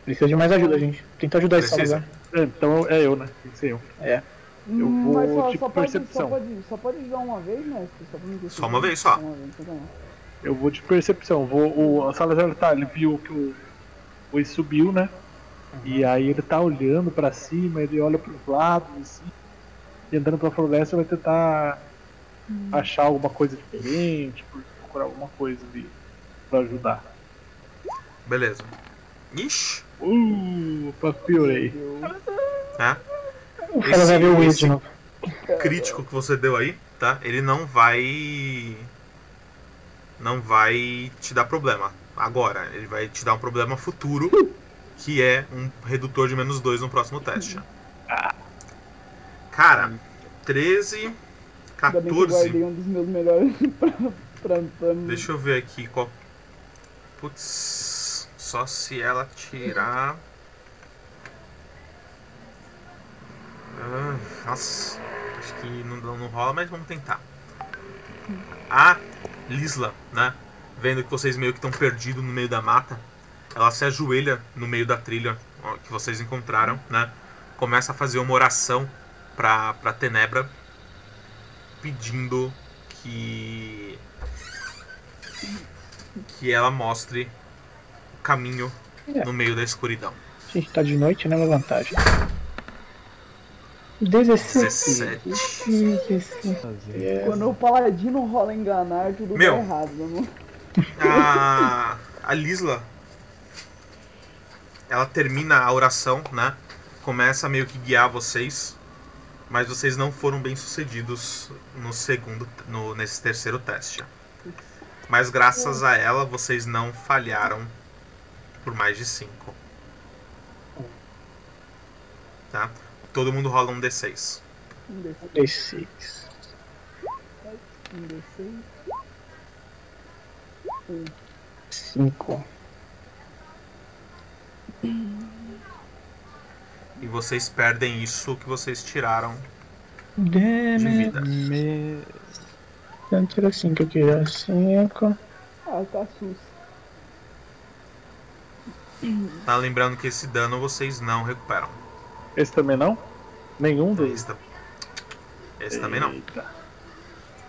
B: Precisa de mais ajuda, gente. Tenta ajudar esse né?
A: Precisa.
B: Salazar.
D: É, então é eu, né? Tem que ser eu. Eu vou
C: Hum, Mas só,
D: de
C: só
D: percepção.
C: Pode, só pode, só pode jogar uma vez, mestre? Só, pra não esquecer.
A: Só uma vez, só.
C: uma vez, tá só pra não.
D: Eu vou de percepção. Vou, o a Salazar ele tá, ele viu que o, o Is subiu, né? E aí ele tá olhando pra cima, ele olha pros lados, assim, e entrando pra floresta vai tentar achar alguma coisa diferente, procurar alguma coisa ali pra ajudar.
A: Beleza. Ixi,
D: Uh, pra piorei.
A: né?
B: O Salazar viu o né? Wiz
A: esse
B: de novo.
A: crítico que você deu aí, tá? Ele não vai. Não vai te dar problema agora. Ele vai te dar um problema futuro, que é um redutor de menos 2 no próximo teste. Cara, 13,
C: Ainda bem que eu
A: 14.
C: guardei um dos meus melhores pra, pra, pra mim.
A: Deixa eu ver aqui qual. Putz. Só se ela tirar. Ah, nossa. Acho que não, não rola, mas vamos tentar. A Lisla, né? Vendo que vocês meio que estão perdidos no meio da mata, ela se ajoelha no meio da trilha ó, que vocês encontraram, né? Começa a fazer uma oração pra, pra Tenebra, pedindo que que ela mostre o caminho
B: É.
A: no meio da escuridão.
B: A gente tá de noite, né? Uma vantagem. 17.
A: 17.
B: 17.
E: Fazer.
B: É.
C: Quando o paladino rola enganar, tudo
A: Meu.
C: tá errado, mano.
A: A, a Lisla ela termina a oração, né? Começa a meio que guiar vocês, mas vocês não foram bem sucedidos no segundo, no, nesse terceiro teste. Mas graças a ela vocês não falharam por mais de 5. Tá? Todo mundo rola um D6.
C: Um D6,
B: 16.
C: um D6.
B: 5.
A: E vocês perdem isso que vocês tiraram de
B: Damn it.
A: vida.
E: Me...
B: Tanto era 5 aqui, era 5.
C: Ah, tá sus.
A: Tá lembrando que esse dano vocês não recuperam.
D: Esse também não? Nenhum deles.
A: Esse, ta- esse também não.
D: Eita.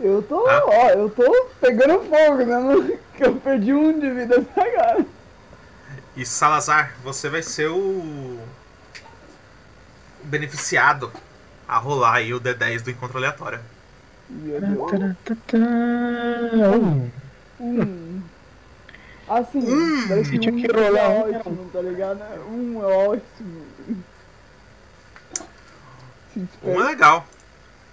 C: Eu tô,
A: Ah.
C: ó, eu tô pegando fogo, né, mano? Que eu perdi um de vida até agora.
A: E Salazar, você vai ser o. o beneficiado a rolar aí o D10 do encontro aleatório.
C: Meu Deus.
B: Um.
C: Um. Assim,
A: Hum,
C: parece que
B: tinha
C: um
B: que rolar um,
C: é ótimo, tá ligado? Um é ótimo. Se
A: Um
C: espera.
A: é legal.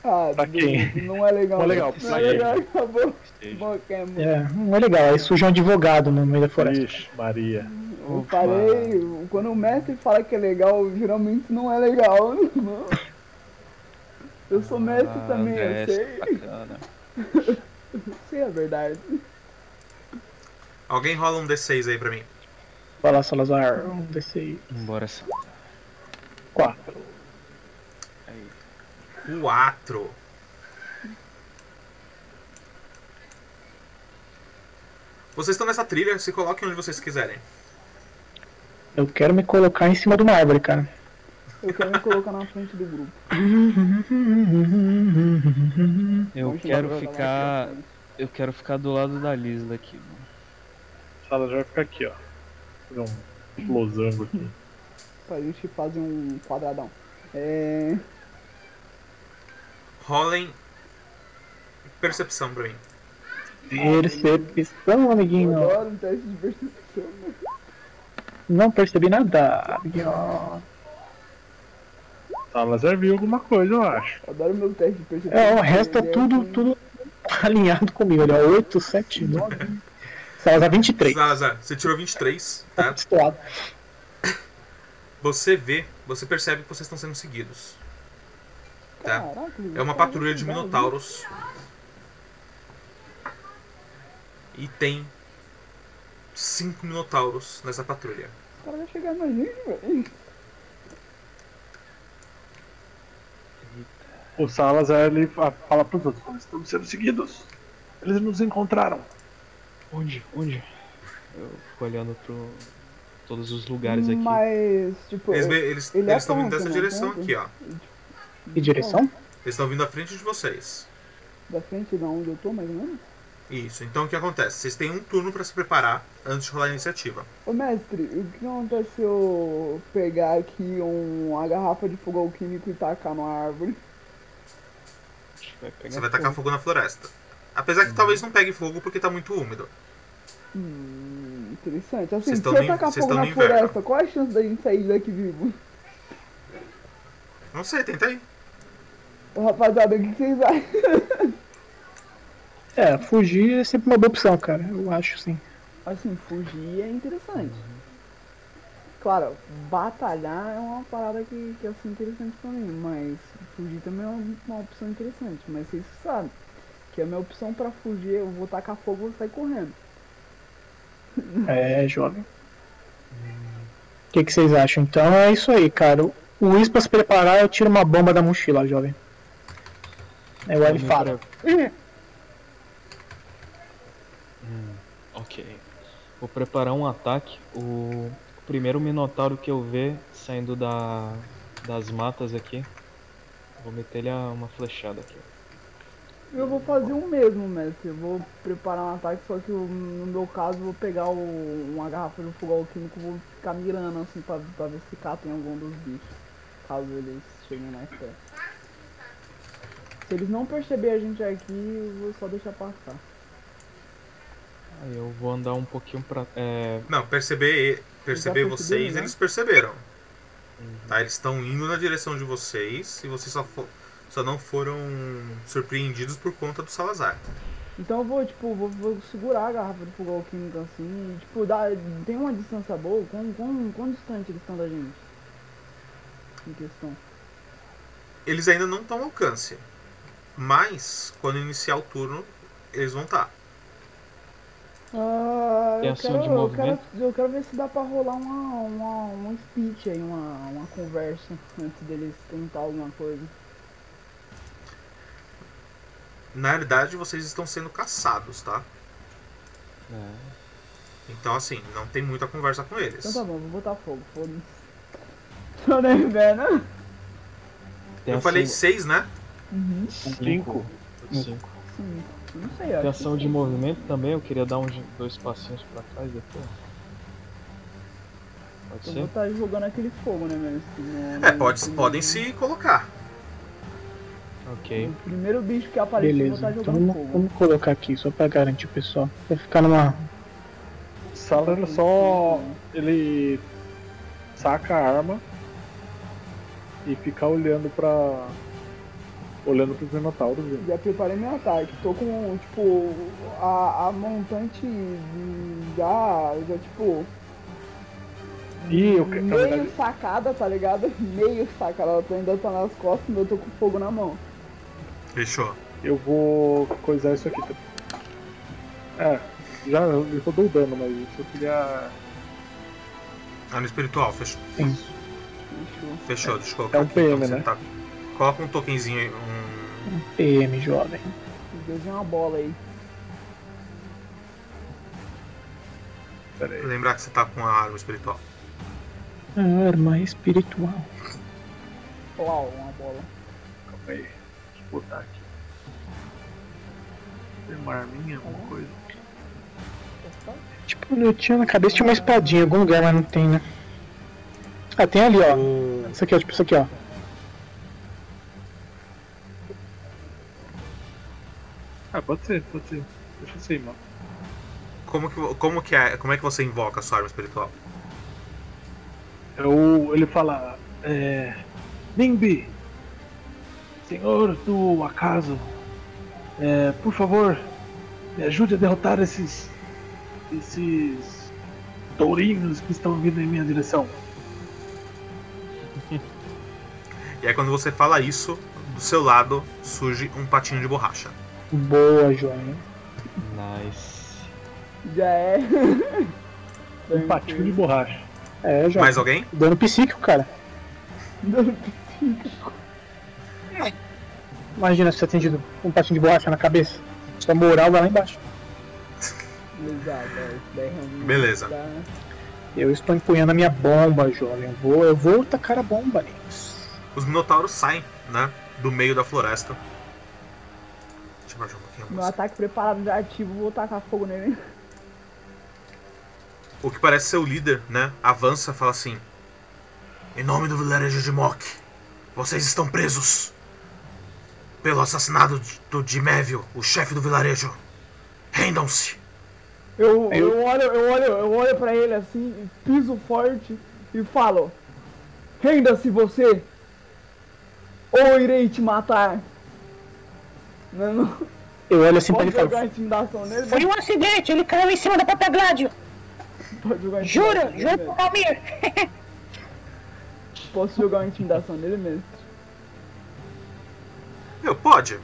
C: Ah,
D: Pra quem?
C: Deus, Não é legal.
D: Não é legal,
C: Não é
D: pra
C: legal, acabou.
E: quem?
C: Bom, que é muito.
B: É, não é legal. Aí surge um advogado no meio da floresta.
D: Ixi, Maria.
C: Eu parei, quando o mestre fala que é legal, geralmente não é legal. Eu sou mestre
E: Ah,
C: também,
E: André,
C: eu sei.
E: Bacana.
C: Sei a verdade.
A: Alguém rola um D6 aí pra mim.
B: Vai lá, Salazar. Um D6.
E: Bora essa
B: 4.
A: Um 4. Vocês estão nessa trilha, se coloquem onde vocês quiserem.
B: Eu quero me colocar em cima de uma árvore, cara.
C: Eu quero me colocar na frente do grupo.
E: Eu
C: Hoje não
E: quero
C: vai rolar
E: ficar.
C: aqui,
E: Eu quero ficar do lado da Lisla aqui, mano.
D: Salazar vai ficar aqui, ó. Vou fazer um losango aqui.
C: ó, Pra gente fazer um quadradão. É.
A: Rolem percepção pra mim.
B: Percepção,
C: Eu
B: amiguinho.
C: adoro um teste de percepção. né?
B: Não percebi nada, amiguinho. É,
D: Salazar viu alguma coisa, eu acho.
C: Eu adoro meu teste de percepção.
B: É, o resto é
C: Ele um
B: tudo,
C: com
B: tudo alinhado comigo. é Olha, 8, 7, 9. Salazar 23.
A: Zazar, você tirou 23, tá?
B: Pistola.
A: Você vê, você percebe que vocês estão sendo seguidos. Tá?
C: Caraca,
A: É uma patrulha de minotauros. E tem cinco minotauros nessa patrulha.
C: O cara vai chegar na gente, velho.
D: O Salazar ele fa- fala pros outros: "Nós estamos sendo seguidos. Eles nos encontraram.
E: Onde? Onde? Eu fico olhando pro. todos os lugares aqui.
C: Mas, tipo.
A: Eles
C: eu-
A: eles
C: ele
A: eles estão vindo
C: aponta,
A: dessa
C: né?
A: direção
C: Aponta.
A: aqui, ó.
B: Que direção?
A: Eles estão vindo à frente de vocês.
C: Da frente de onde eu tô, mais ou menos.
A: Isso. Então o que acontece? Vocês têm um turno pra se preparar antes de rolar a iniciativa.
C: Ô mestre, o que acontece se eu pegar aqui um, uma garrafa de fogão químico e tacar numa árvore?
E: Acho que vai pegar
A: Você vai tacar fogo na floresta. Apesar que talvez não pegue fogo porque tá muito úmido.
C: Hum, interessante. Assim,
A: Vocês
C: se
A: tão
C: eu
A: no-
C: tacar
A: vocês
C: fogo
A: tão
C: na
A: no inverno.
C: floresta, qual é a chance da gente sair daqui vivo?
A: Não sei, tenta aí.
C: Ô, Rapaziada, o que vocês acham?
B: É, fugir é sempre uma boa opção, cara. Eu acho sim.
C: Assim, fugir é interessante. Claro, batalhar é uma parada que, que é assim, interessante pra mim, mas fugir também é uma, uma opção interessante. Mas vocês sabem que a minha opção pra fugir, é eu vou tacar fogo e vou sair correndo. Hum.
B: É, jovem. O que, que vocês acham? Então é isso aí, cara. O Luiz, pra se preparar, eu tiro uma bomba da mochila, jovem. É o ele fala.
E: Ok. Vou preparar um ataque. O o primeiro minotauro que eu ver saindo da... das matas aqui. Vou meter ele a- uma flechada aqui.
C: Eu vou fazer o mesmo, mestre. Eu vou preparar um ataque, só que eu, no meu caso eu vou pegar o- uma garrafa de fogão químico e vou ficar mirando assim pra, pra ver se cata em algum dos bichos. Caso eles cheguem mais perto. Se eles não perceberem a gente aqui, eu vou só deixar passar.
E: Aí eu vou andar um pouquinho pra. É.
A: Não, perceber, perceber
C: perceberam,
A: vocês,
C: né?
A: eles perceberam.
E: Uhum.
A: Tá, eles estão indo na direção de vocês e vocês só, fo- só não foram surpreendidos por conta do Salazar.
C: Então eu vou, tipo, vou, vou segurar a garrafa de fogão químico assim, e, tipo, dá, tem uma distância boa, quão, quão, quão distante eles estão da gente? Em questão.
A: Eles ainda não estão ao alcance, mas quando iniciar o turno, eles vão tá. estar.
C: Ah,
E: Tem
C: eu
E: ação
C: quero,
E: de
C: eu, quero,
E: movimento?
C: eu quero ver se dá pra rolar uma, uma, um speech aí, uma, uma conversa antes deles tentar alguma coisa.
A: Na realidade, vocês estão sendo caçados, tá?
E: é,
A: Então, assim, não tem muita conversa com eles.
C: Então tá bom, vou botar fogo, foda-se. Tô na inverno. tá.
E: tem assim-
A: Eu
E: ação-
A: falei seis, né?
E: cinco. Cinco.
C: Sim, não sei,
E: Tem
C: acho.
E: ação de movimento também, eu queria dar uns dois passinhos pra trás depois. Pode
C: Eu vou
E: ser?
C: estar jogando aquele fogo, né, mestre? No-
A: É,
C: no-
A: pode,
C: no-
A: podem se colocar.
E: Ok.
C: No primeiro bicho que aparecer, eu vou
B: Beleza,
C: estar
B: então
C: jogando
B: vamos,
C: fogo.
B: vamos colocar aqui, só pra garantir o pessoal. Vai ficar numa.
D: O Salazar ele só. Ele saca a arma e fica olhando pra. olhando pros né? minotauros. viu?
C: Já preparei meu ataque. Tô com, tipo, a, a montante de- já, já, tipo,
D: E eu, que- na
C: Meio
D: verdade,
C: sacada, tá ligado? Meio sacada. Ela tá- ainda tá nas costas, mas eu tô com fogo na mão.
A: Fechou.
D: eu vou coisar isso aqui. também. É, já eu rodou o dano, mas isso eu queria.
A: Ah, no espiritual, fechou.
C: Fechou.
A: Fechou, deixa eu colocar.
D: É um
A: aqui, então,
D: PM,
A: você
D: né?
A: tá- Coloca um tokenzinho, aí, um
B: PM, jovem.
C: Os dois é uma bola aí.
D: Pera aí.
A: Lembrar que você tá com a arma espiritual.
B: Arma espiritual.
C: Uau, uma bola.
D: Calma aí. Deixa eu botar aqui. Tem uma arminha, alguma coisa?
B: Tipo, eu tinha na cabeça tinha uma espadinha em algum lugar, mas não tem, né? Ah, tem ali, ó.
A: O...
B: Isso aqui, ó. Tipo, isso aqui, ó.
D: Ah, pode ser, pode ser. Deixa eu sei, mano.
A: Como, que, como, que é, como é que você invoca a sua arma espiritual?
D: Eu, É ele fala. É, Nimbi, senhor do acaso, é, por favor, me ajude a derrotar esses. esses. tourinhos que estão vindo em minha direção.
A: E aí quando você fala isso, do seu lado surge um patinho de borracha.
B: Boa, jovem.
E: Nice.
C: Já é.
D: Um patinho de borracha.
B: É, jovem.
A: Mais alguém?
B: Dano psíquico, cara.
C: borracha.
B: Imagina se atendido um patinho de borracha na cabeça. Sua moral vai lá embaixo.
C: Exato, é, isso daí realmente
A: Beleza.
C: dá- né?
B: Eu estou empunhando a minha bomba, jovem. Eu vou, eu vou tacar a bomba neles.
A: Os minotauros saem, né? Do meio da floresta. Deixa eu baixar um pouquinho a
C: Meu
A: música.
C: ataque preparado já é ativo, vou tacar fogo nele.
A: O que parece ser o líder, né? Avança e fala assim: Em nome do vilarejo de Mok, vocês estão presos pelo assassinato de- do Dimevio, o chefe do vilarejo. Rendam-se!
C: Eu,
B: Eu-
C: eu olho, eu olho, eu olho pra ele assim, piso forte e falo: Renda-se você! Ou irei te matar! Não, não.
B: Eu olho assim pra ele
C: Pode
B: e falo.
C: jogar a intimidação nele,
F: Foi um acidente, ele caiu em cima da própria grade.
C: mas pode jogar a
F: Jura,
C: intimidação nele
F: jura
C: mesmo.
F: por Calmir.
C: Posso jogar uma intimidação nele mesmo?
A: Meu, pode?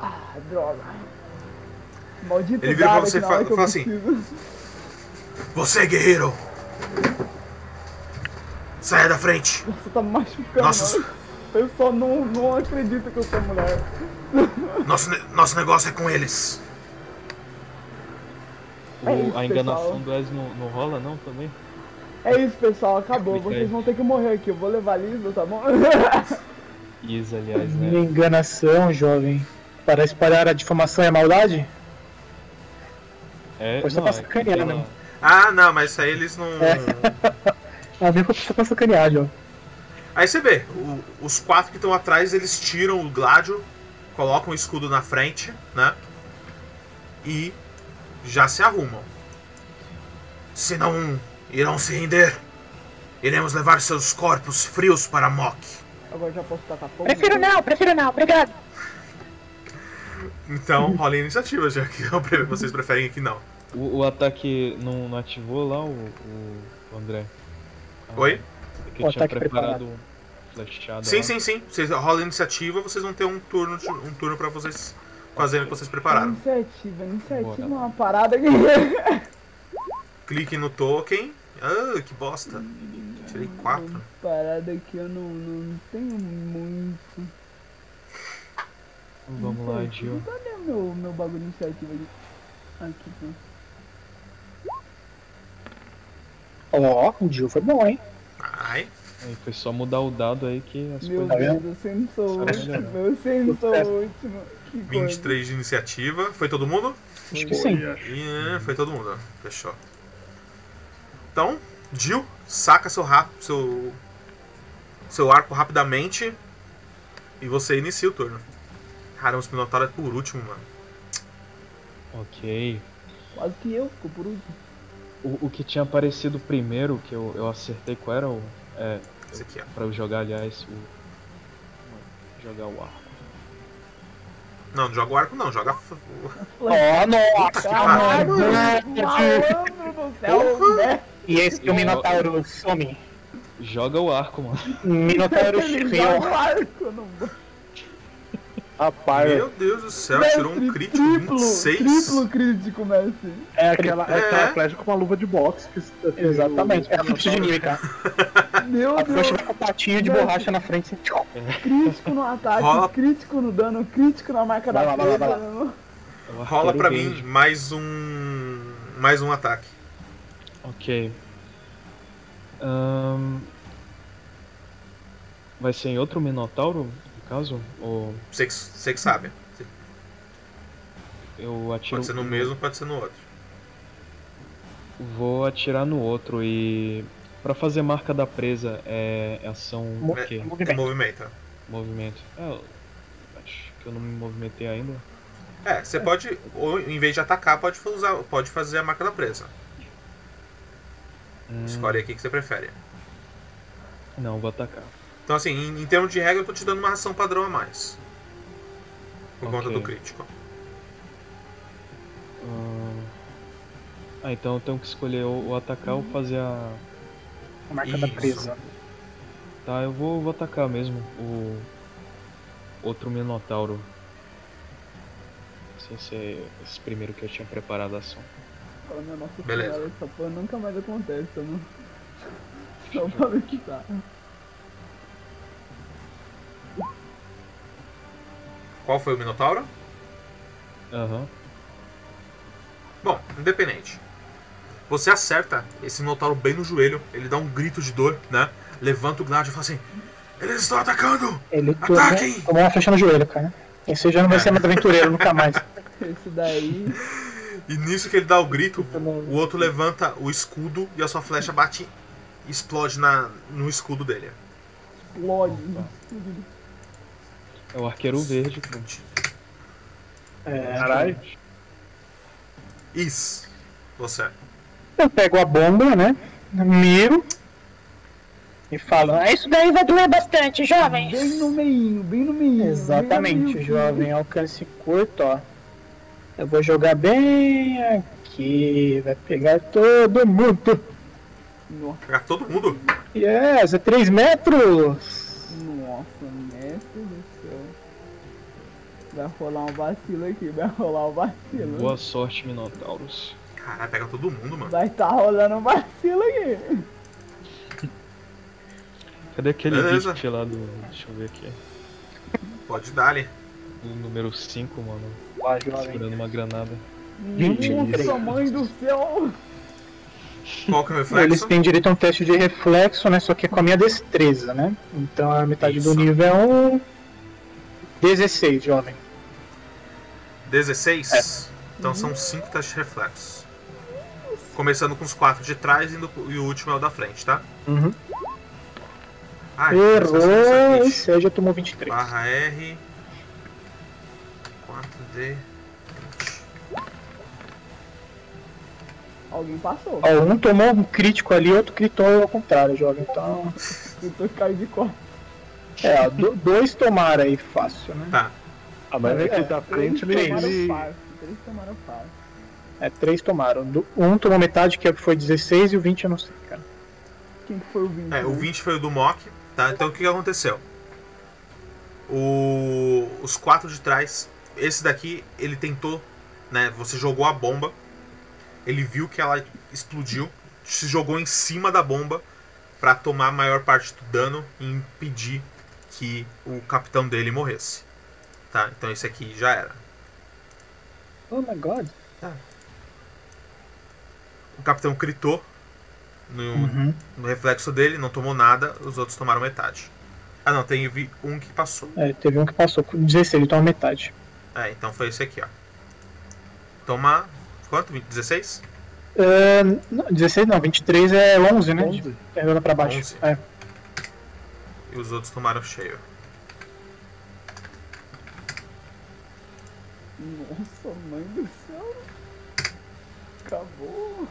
C: Ah, droga. Maldito
A: Ele vira pra
C: dado
A: você
C: que na
A: e fa-
C: hora que eu
A: fala assim,
C: preciso.
A: Você, guerreiro! Saia da frente!
C: Você tá me machucando.
A: Nossa.
C: Eu só não, não acredito que eu sou mulher.
A: Nosso, ne- nosso negócio é com eles!
E: O-
C: É isso,
E: a enganação
C: pessoal.
E: do Ez não, não rola não também?
C: É isso, pessoal. Acabou.
E: Muito
C: Vocês
E: bem.
C: vão ter que morrer aqui. Eu vou levar Lisa, tá bom?
E: Isa, aliás, né?
B: Minha enganação, jovem. Para espalhar a difamação e a maldade?
E: É,
B: Pois tá
E: não,
B: pra
E: é que
B: sacanear,
E: pela-
B: né?
A: Ah, não, mas isso aí eles não.
B: A minha só pra sacanear, jovem.
A: Aí você vê, o- os quatro que estão atrás, eles tiram o gládio, colocam o escudo na frente, né? E já se arrumam. Se não irão se render, iremos levar seus corpos frios para Mok.
C: Agora já posso tacar fogo?
F: Prefiro
C: né?
F: não, prefiro não, obrigado.
A: Então, rola a iniciativa, já que eu pre- vocês preferem que não.
E: O, o ataque não, não ativou lá o, o- o André? Ah,
A: Oi?
E: é que
B: O
E: eu tinha
B: ataque
E: preparado um flechado
A: Sim,
E: lá.
A: sim, sim. Vocês rolam a iniciativa, vocês vão ter um turno, de- um turno para vocês fazerem o que vocês prepararam.
C: Iniciativa, iniciativa é
E: Bora.
C: uma parada que.
A: Cliquem no token. Ah, que bosta. Tirei quatro.
C: parada que eu não, não tenho muito.
E: Então, Vamos
C: Uhum.
E: lá, Gil.
C: Cadê tá o meu, meu bagulho de iniciativa aqui? Aqui, tá.
B: Ó, o Gil foi bom, hein?
A: Ai.
E: Aí foi só mudar o dado aí que as
C: Meu
E: coisas...
C: Deus, eu sempre sou o
E: Tá vendo?
C: último. Eu sempre sou o último. Que coisa.
A: 23 de iniciativa. Foi todo mundo?
B: Acho que sim.
D: Olha,
A: Ih, foi todo mundo. Fechou. Então, Jill, saca seu, ra- seu, seu arco rapidamente e você inicia o turno. Caramba, os Minotauros é por último, mano.
E: Ok.
C: Quase que eu fico por último.
E: O, o que tinha aparecido primeiro, que eu, eu acertei qual era o... É,
A: Esse aqui, ó.
E: pra eu jogar, aliás, o... Jogar o arco.
A: Não, não joga o arco, não. Joga. f- Tá o-
B: Ó, nossa!
A: Caralho,
B: mano.
C: Malandro do céu, né?
B: E esse que o Minotauro some.
E: Joga o arco, mano.
B: Minotauro
C: Ele
B: Shion.
C: joga o arco, eu não vou.
B: Rapaz,
A: Meu Deus do céu, tirou um
C: Mestre,
A: crítico
C: triplo,
A: 26.
C: triplo crítico, mestre.
D: É aquela, é aquela
A: É.
D: flecha com uma luva de boxe. Que, que
B: exatamente.
D: o-
B: É a flecha de anime, cara.
C: Meu
B: A
C: Deus,
B: flecha vai com a patinha de borracha na frente.
C: crítico no ataque,
A: Rola.
C: crítico no dano, crítico na marca
B: Vai
C: da né,
B: lá, vai lá,
C: presa,
B: vai lá.
C: meu irmão.
E: É o arco
A: Rola pra mim
E: verde.
A: mais um. Mais um ataque.
E: Ok. Ahn, Vai ser em outro Minotauro, no caso? Ou
A: Você que, você que sabe.
E: eu atiro.
A: Pode ser no mesmo, pode ser no outro.
E: Vou atirar no outro e. Pra fazer marca da presa é é ação.
B: Mo-
E: o quê?
A: É
B: Movimento.
A: movimento.
E: Movimento. É, eu acho que eu não me movimentei ainda.
A: É, você pode, ou em vez de atacar, pode, fa- usar, pode fazer a marca da presa.
E: Hum,
A: Escolhe aqui que você prefere.
E: Não, vou atacar.
A: Então, assim, em, em termos de regra, eu tô te dando uma ração padrão a mais. Por conta
E: Ok.
A: do crítico.
E: Ahn, Ah, então eu tenho que escolher ou, ou atacar ou fazer a.
B: A marca da presa.
E: Tá, eu vou, vou atacar mesmo o outro Minotauro. Sem ser esse primeiro que eu tinha preparado a ação.
C: Fala, meu, nossa
A: Beleza.
C: senhora, essa Então, porra nunca mais acontece, mano. Só pra avisar.
A: Qual foi o Minotauro?
E: Aham.
A: Bom, independente. Você acerta esse Minotauro bem no joelho, ele dá um grito de dor, né? Levanta o Gnad e fala assim: Eles estão atacando!
B: Ele tomou,
A: Ataquem!
B: tomou uma flecha no joelho, cara. Esse já não vai ser mais aventureiro nunca mais.
C: Esse daí.
A: E nisso que ele dá o grito, o outro levanta o escudo e a sua flecha bate e explode na, no escudo dele.
C: Explode.
E: É o arqueiro verde, pô.
B: É,
D: Caralho.
A: Isso, você.
B: Eu pego a bomba, né? Miro. E falo, é isso
F: Isso daí vai doer bastante, jovens.
C: Bem no meinho, bem no meinho. bem no
B: Exatamente,
C: meio.
B: jovem. Alcance curto, ó. Eu vou jogar bem aqui. Vai pegar todo mundo.
C: Nossa,
A: Pegar todo mundo.
B: Yes, é 3 metros.
C: nossa, mestre do céu. Vai rolar um vacilo aqui, vai rolar um vacilo.
E: Boa sorte, Minotauros.
A: Caralho, pega todo mundo, mano.
C: Vai tá rolando um vacilo aqui.
E: Cadê aquele
A: Beleza.
E: beat lá do. Deixa eu ver aqui.
A: Pode dar ali.
E: Do número 5, mano.
B: Ó, jovem.
E: Segurando uma granada.
B: Gente,
C: Nossa,
B: três.
C: Hum, mãe do céu.
A: Qual que é o
B: Eles
A: reflexo?
B: têm direito a um teste de reflexo, né? Só que é com a minha destreza, né? Então a metade
A: Isso.
B: do nível é um 16, jovem. É.
A: 16. Então são 5 testes de reflexo. Começando com os 4 de trás e, indo- e o último é o da frente, tá?
B: Uhum.
A: Ah,
B: Errou.
A: isso
B: Você já tomou 23.
A: Barra R. 4D.
C: Alguém passou.
B: Ó, um tomou um crítico ali, outro gritou ao contrário, jovem. Então.
C: Eu tô caindo de costas.
B: É, ó, do- dois tomaram aí fácil, né?
A: Tá.
D: Ah, mas é
B: É,
D: que da frente ele.
B: três.
D: ele-
C: Tomaram fácil. Três tomaram fácil.
B: É, três tomaram. Do- um tomou metade, que foi 16, e o 20 eu não sei, cara.
C: Quem que foi o 20?
A: É, o 20 foi o do Mock, tá? Então o que que aconteceu? O- os quatro de trás, esse daqui, ele tentou, né? Você jogou a bomba, ele viu que ela explodiu, se jogou em cima da bomba pra tomar a maior parte do dano e impedir que o capitão dele morresse. Tá? Então esse aqui já era.
B: Oh my god.
A: O capitão gritou no,
B: Uhum.
A: no reflexo dele, não tomou nada, os outros tomaram metade. Ah não, tem um que passou.
B: É, teve um que passou com 16, ele tomou metade.
A: É, então foi esse aqui, ó. Toma. Quanto? 20? 16?
B: É, não, 16 não, 23 é 11, né? De- Terminou pra baixo.
A: 11.
B: É.
A: E os outros tomaram cheio.
C: Nossa, mãe do céu. Acabou.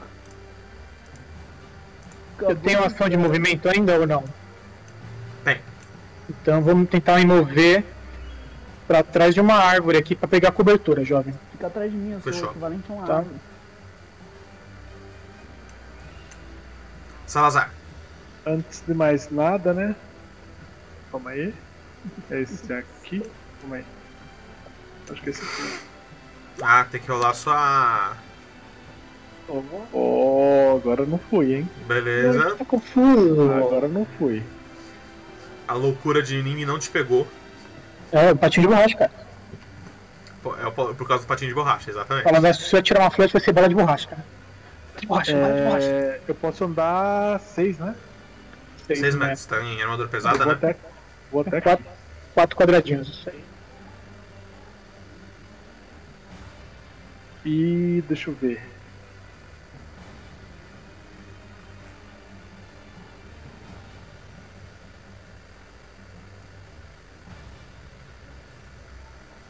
B: Eu tenho uma ação de movimento ainda ou não?
A: Tem.
B: Então vamos tentar me mover pra trás de uma árvore aqui pra pegar cobertura, jovem.
C: Fica atrás de mim, eu
A: Fechou.
C: sou equivalente a um uma
B: Tá.
C: árvore.
A: Salazar.
D: Antes de mais nada, né? Calma aí. É esse aqui. Calma aí. Acho que é esse aqui.
A: Ah, tem que rolar sua.
D: Oh, agora eu não fui, hein?
A: Beleza.
B: Tá confuso.
D: Agora eu não fui.
A: A loucura de Nimi não te pegou.
B: É, patinho de borracha, cara.
A: Pô, É por por causa do patinho de borracha, exatamente.
B: Falando essa, se você tirar uma flecha, vai ser bola de borracha, cara. De borracha, bola de borracha.
D: É, eu posso andar 6, né?
B: Seis
A: 6 metros, tá em armadura pesada,
D: Eu
A: né?
D: vou até. Vou até.
B: Quatro, quatro quadradinhos, isso aí.
D: E deixa eu ver.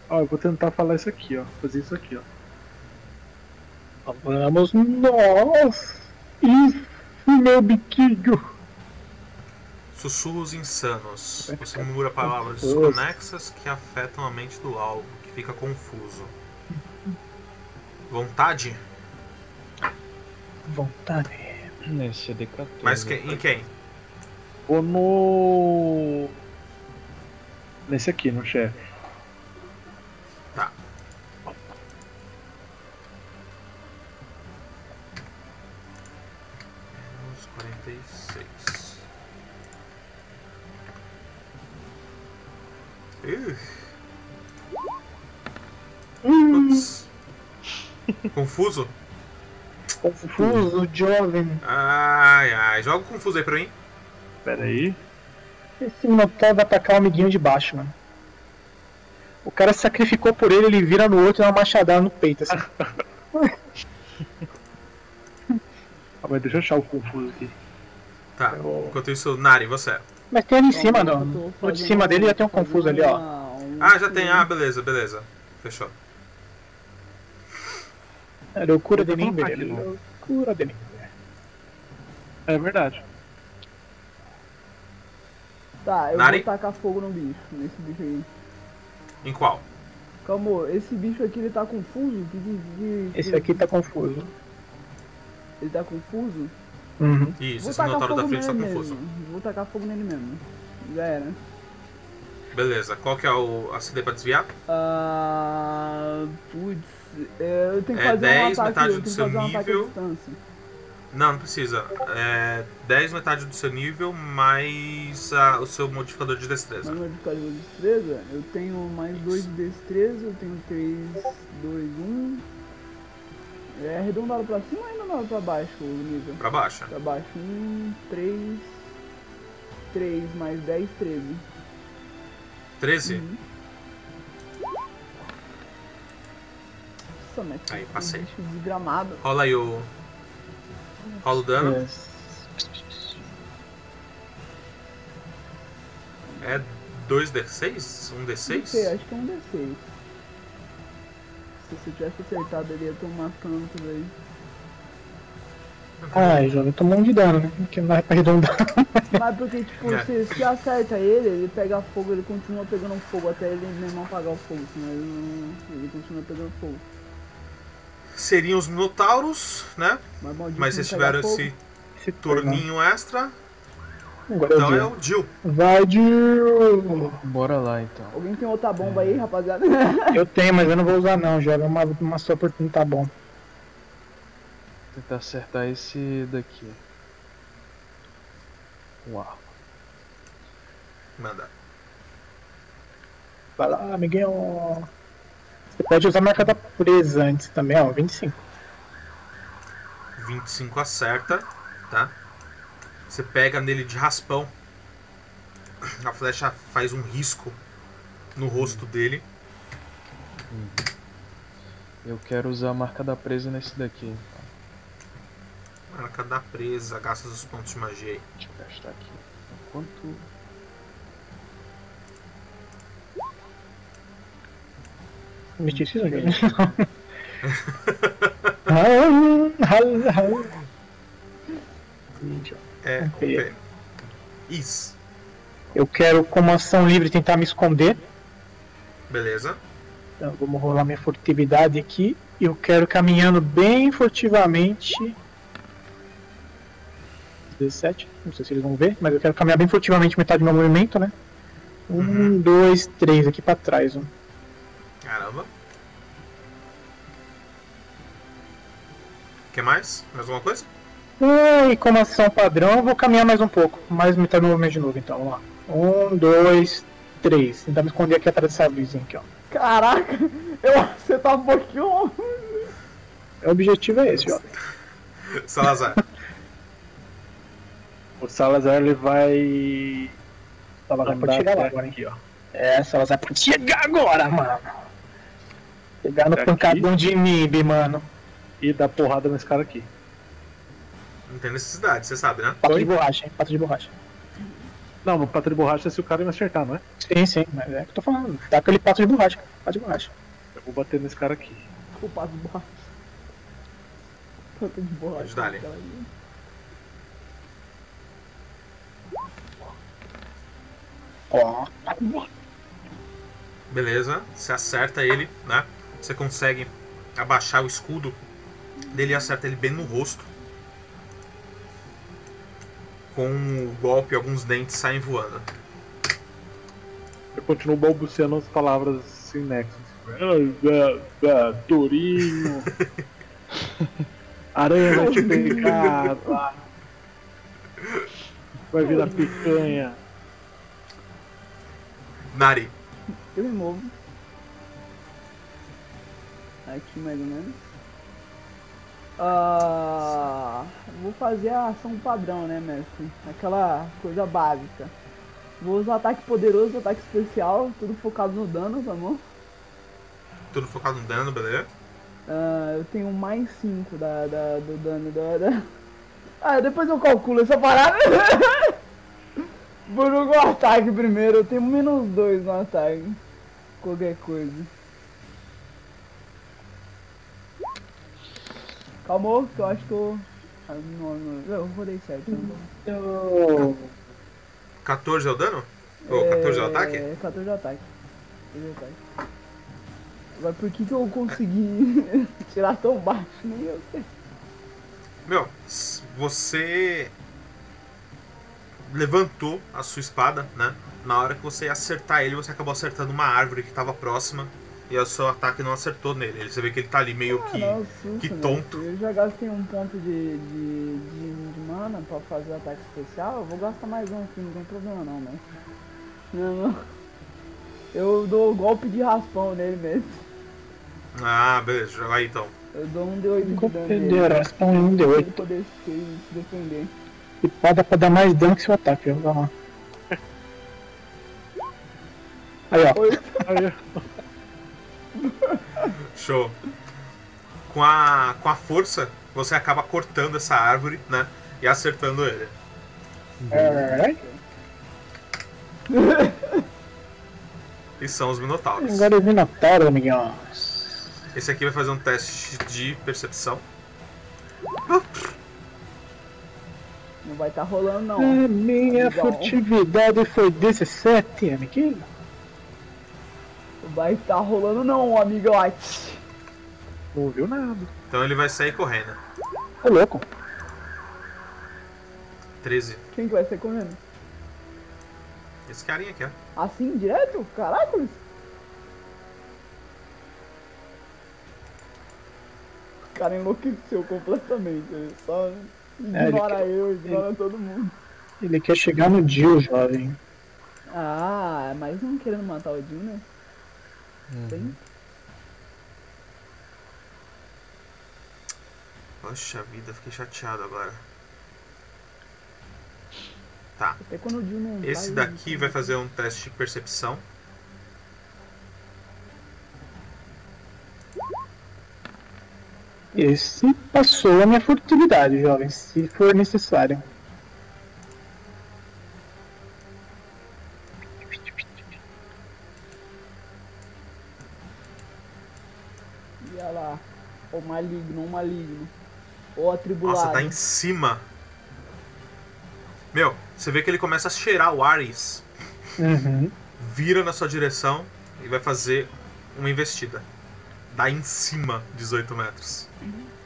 D: Ó, eu vou tentar falar isso aqui, ó. Fazer isso aqui, ó.
B: Vamos, nós! Isso, meu biquinho!
A: Sussurros insanos.
D: É.
A: Você murmura palavras
B: Nossa.
A: desconexas que afetam a mente do alvo, que fica confuso. Vontade?
B: Vontade.
E: Nesse D14.
A: Mas que- em quem?
D: Vou no. Nesse aqui, no chefe.
A: Tá. Menos 46. Ih. Putz. Confuso?
B: Confuso, jovem.
A: Ai, ai. Joga o confuso aí pra mim.
D: Pera aí.
B: Esse Minotauro vai atacar o amiguinho de baixo, mano. O cara se sacrificou por ele, ele vira no outro e dá uma machadada no peito, assim.
D: Ah, mas deixa eu achar o confuso aqui.
A: Tá.
D: Eu-
A: Enquanto isso, Nari, você.
B: Mas tem ali em cima,
C: Então,
B: não.
C: eu tô
B: No de cima dele já tem um confuso ali, ó.
C: fazendo uma- um-
A: Ah, já tem. Ah, beleza, beleza. Fechou.
B: É loucura de
D: Eu vou
B: mim,
D: colocar aqui,
B: velho.
D: não.
B: Loucura de mim.
D: É verdade.
C: Tá, eu
A: Nari?
C: vou tacar fogo no bicho, nesse bicho aí.
A: Em qual?
C: Calma, esse bicho aqui ele tá confuso? Que- que- que-
B: Esse
C: que-
B: aqui tá confuso.
C: Ele tá confuso?
B: Uhum.
A: Isso,
C: Vou
A: esse
C: tacar
A: minotauro
C: fogo
A: da frente
C: nele
A: tá confuso.
C: mesmo. Vou tacar fogo nele mesmo. Já era.
A: Beleza, qual que é o a CD pra desviar?
C: Ah. Putz, é, eu tenho que
A: É
C: fazer
A: 10,
C: um ataque.
A: metade
C: eu
A: do
C: tenho que
A: seu
C: fazer um ataque à
A: nível.
C: distância.
A: Não, não precisa. É 10 metade do seu nível mais a- o seu modificador de
C: Mas é
A: destreza.
C: no modificador de destreza, eu tenho mais 2 de destreza, eu tenho 3, 2, 1. É arredondado pra cima ou arredondado pra baixo o nível?
A: Pra baixo.
C: Pra baixo, 1, 3, 3 mais 10, 13.
A: 13?
C: Nossa, mas
A: Aí,
C: que
A: passei.
C: bicho desgramado.
A: Rola aí o. Rola o dano. É 2d6?
C: Não sei,
A: 1d6?
C: acho que é um D6. Se você tivesse acertado, ele ia tomar tanto, velho.
B: Ai, jovem, tomou um de dano, né? Que não dá pra arredondar.
C: Mas porque, tipo,
A: É.
C: se, se acerta ele, ele pega fogo, ele continua pegando fogo até ele mesmo apagar o fogo, senão ele, não, ele continua pegando fogo.
A: Seriam os Minotauros, né?
C: Mas, maldito,
A: Mas
C: não
A: vocês
C: pegar
A: tiveram
C: fogo,
A: esse
B: Esse turno.
A: turninho extra.
B: Agora
A: Então é
B: eu
A: o Jill.
B: Vai de.
E: Bora lá então.
C: Alguém tem outra
A: É.
C: bomba aí, rapaziada?
B: Eu tenho, mas eu não vou usar, não, jovem. Uma, uma só por turno tá bom.
E: Tentar acertar esse daqui. Uau.
A: Manda.
B: Vai lá, amiguinho. Você pode usar a marca da presa antes também, ó. 25.
A: 25 acerta, tá? Você pega nele de raspão. A flecha faz um risco no rosto dele.
E: Eu quero usar a marca da presa nesse daqui.
A: Marca da presa, gasta os pontos de magia aí.
E: Deixa eu gastar aqui. Enquanto.
B: Misticismo, jovem? Raul, Raul, Raul.
A: É, o
B: Ok.
A: pé. Isso.
B: Eu quero, como ação livre, tentar me esconder.
A: Beleza.
B: Então, vamos rolar minha furtividade aqui. Eu quero caminhando bem furtivamente. 17, não sei se eles vão ver, mas eu quero caminhar bem furtivamente metade do meu movimento, né? Um, dois, três, aqui pra trás. ó.
A: Caramba. Quer mais? Mais alguma coisa?
B: Ah, E como ação padrão, eu vou caminhar mais um pouco. Mais metade do meu movimento de novo, então, vamos lá. Um, dois, três. Tentar me esconder aqui atrás dessa luzinha aqui, ó.
C: Caraca, eu, você tá um pouquinho.
B: O objetivo é esse, ó.
A: Salazar.
D: O Salazar ele vai.
B: Salazar
D: andar
B: pode chegar lá
D: até
B: agora, hein?
D: aqui, ó.
B: É, Salazar pode chegar agora, mano. Chegar no
D: Tá Aqui.
B: pancadão de Nimbi, mano.
D: E dar porrada nesse cara aqui.
A: Não tem necessidade, você sabe, né?
B: Pato
D: Oi?
B: de borracha, hein? Pato de borracha.
D: Não, mas pata de borracha é se o cara me acertar, não é?
B: Sim, sim, mas é o que eu tô falando. Dá aquele pato de borracha, cara. Pato de borracha.
D: Eu vou bater nesse cara aqui.
C: O pato de borracha. Tanto de borracha.
A: Pode dar ali.
C: cara.
B: Ó.
A: Beleza, você acerta ele, né? Você consegue abaixar o escudo dele e acerta ele bem no rosto. Com o golpe, alguns dentes saem voando.
D: Eu continuo balbuciando as palavras sem nexo. Ah, ah, ah, Torinho. Aranha vai te pegar. pá. Vai virar picanha.
A: Nari,
C: Eu me movo. Aqui mais ou menos. Ah, vou fazer a ação padrão, né, mestre? Aquela coisa básica. Vou usar ataque poderoso, ataque especial, tudo focado no dano, tá bom?
A: Tudo focado no dano, beleza?
C: Ah, eu tenho mais 5 da, da- do dano da, da- Ah, depois eu calculo essa parada. Vou jogar o ataque primeiro, eu tenho menos 2 no ataque. Qualquer coisa. Calmou, que eu acho que eu. Ah, não, não, eu então. rodei certo. Não.
A: 14 é o dano? Ou 14 é o ataque?
C: É, 14 é o ataque. 14 é o ataque. Agora por que, que eu consegui tirar tão baixo? Nem eu sei.
A: Meu, s- você levantou a sua espada, né? Na hora que você ia acertar ele, você acabou acertando uma árvore que estava próxima e o seu ataque não acertou nele. Ele- Você vê que ele tá ali meio que.
C: Caralho, susto,
A: que
C: né?
A: tonto.
C: Eu já gastei um ponto de, de, de, de mana pra fazer ataque especial. Eu vou gastar mais um aqui, não tem problema não, né? Não, não. Eu dou o golpe de raspão nele mesmo.
A: Ah, beleza, joga aí então.
C: Eu dou um D8 de dano nele.
B: Entenderam, elas estão em um
C: Pra
B: D8.
C: ele poder se se defender.
B: E pá, dá pra dar mais dano que seu ataque, ó. Vai lá. Aí, ó.
C: Oito.
A: Show. Com a, com a força, você acaba cortando essa árvore, né? E acertando ele.
B: É,
A: E são os Minotauros.
B: agora eu vi na tela, amigão.
A: Esse aqui vai fazer um teste de percepção.
C: Não vai tá rolando não.
B: A minha
C: Amigão.
B: furtividade foi 17, amiguinho.
C: Vai tá rolando não, amigote.
D: Não viu nada.
A: Então ele vai sair correndo.
B: Ô, louco.
A: 13.
C: Quem que vai ser correndo?
A: Esse carinha aqui, ó.
C: Assim, direto? Caraca, Luiz. O cara enlouqueceu completamente. Ele só
B: É, ele
C: ignora eu, ignora todo mundo.
B: Ele quer chegar no Jill, jovem.
C: Ah, mas não querendo matar o Jill, né? Bem,
A: Poxa vida, fiquei chateado agora.
C: até quando o Jill não
A: Esse
C: vai,
A: daqui vai fazer um teste de percepção.
B: Esse passou a minha furtividade, jovem, se for necessário.
C: E olha lá. Ô maligno, ô maligno. Ô atribulado.
A: Nossa, tá em cima. Meu, você vê que ele começa a cheirar o Ares.
B: Uhum.
A: Vira na sua direção e vai fazer uma investida. Dá em cima, 18 metros.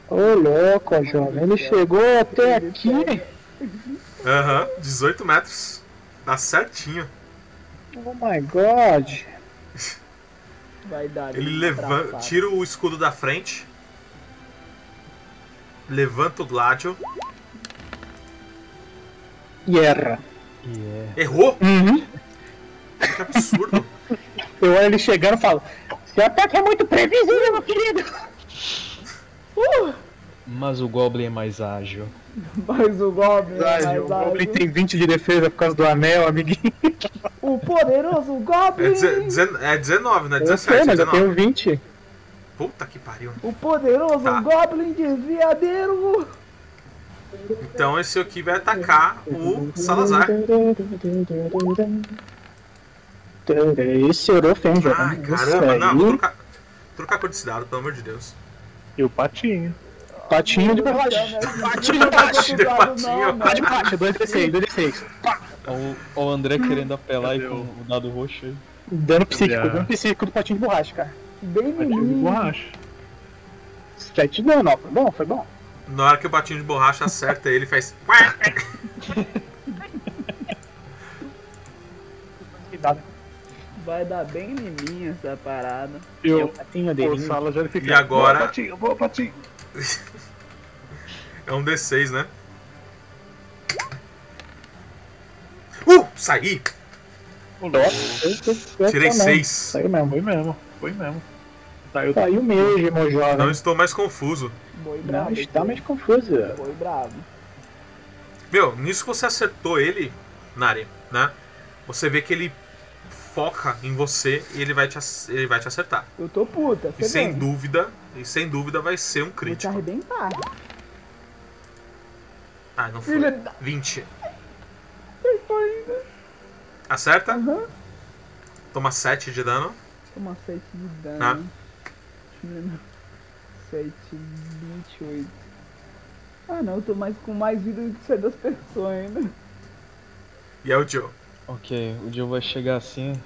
B: Ô louco, jovem. Ele chegou até aqui.
A: Aham, 18 metros. Dá certinho.
B: Oh my god.
C: Vai dar. né?
A: Ele
C: uma
A: levanta.
C: traçada.
A: Tira o escudo da frente. Levanta o Gladio.
B: E erra.
E: E é.
A: Errou!
B: Uhum.
A: Que absurdo!
B: Eu olho ele chegando e falo: Seu ataque é muito previsível, meu querido.
E: Mas o Goblin é mais ágil.
C: Mas o Goblin.
B: Verdade, o
C: mas a-
B: Goblin tem 20 de defesa por causa do anel, amiguinho.
C: O poderoso Goblin!
A: É, deze- dezen- é 19, né?
B: Eu
A: 17,
B: sei, mas eu
A: 19.
B: tenho 20.
A: Puta que pariu.
C: O poderoso
A: Tá.
C: Goblin desviadeiro!
A: Então esse aqui vai atacar o Salazar.
B: Esse Eurofem,
A: Ah,
B: jovem.
A: caramba, não, vou
B: Isso aí,
A: trocar, trocar a cor desse dado, pelo amor de Deus.
D: E o patinho.
B: patinho de
C: Meu Deus
B: baixo.
C: do céu, né?
B: Patinho
C: Não
B: de
C: tá
B: baixo.
A: deu
C: acostumado,
A: patinho.
C: não,
B: Lá de
C: velho.
B: baixo, 2d6, 2d6.
E: Olha Então, o- olha o André querendo apelar aí
D: Cadê
E: com
D: o-
E: o dado roxo aí.
B: Dano psíquico,
D: Olha.
B: dano psíquico do patinho de borracha, cara.
C: Bem
D: Patinho de
C: menino.
D: borracha.
B: 7 de dano, ó. Foi bom, foi bom.
A: Na hora que o batinho de borracha acerta ele, faz. quá.
B: Cuidado.
C: Vai dar bem liminha essa parada.
D: E
B: É
D: o,
B: o patinho
D: o
B: dele.
D: Sala já fica.
A: E agora-
D: Boa, patinho, boa, patinho.
A: É um D6, né? Uh! Saí!
D: Ô, louco.
B: Nossa,
A: Tirei
B: sensacional.
A: 6.
B: Saiu mesmo.
D: Foi mesmo, foi mesmo. Saiu do
B: Saiu Tá mesmo,
A: Não
B: jovem.
A: estou mais confuso.
C: Boi brabo.
G: Não está mais confuso.
C: Boi brabo.
A: Meu, nisso que você acertou ele, Nari, né? Você vê que ele foca em você e ele vai te, ac- ele vai te acertar.
C: Eu tô puta,
A: E sem
C: vendo?
A: dúvida, e sem dúvida vai ser um
C: Vou te
A: crítico.
C: arrebentar. tá
A: Ah, não foi.
C: Filha da...
A: 20. Acerta?
C: Aham.
A: Toma 7 de dano.
C: Toma 7 de
A: Ah.
C: dano. Menos 7, 28. Ah não, eu tô mais com mais vida do que isso é das pessoas ainda.
A: E é o Joe.
E: Ok, o Jill vai chegar assim,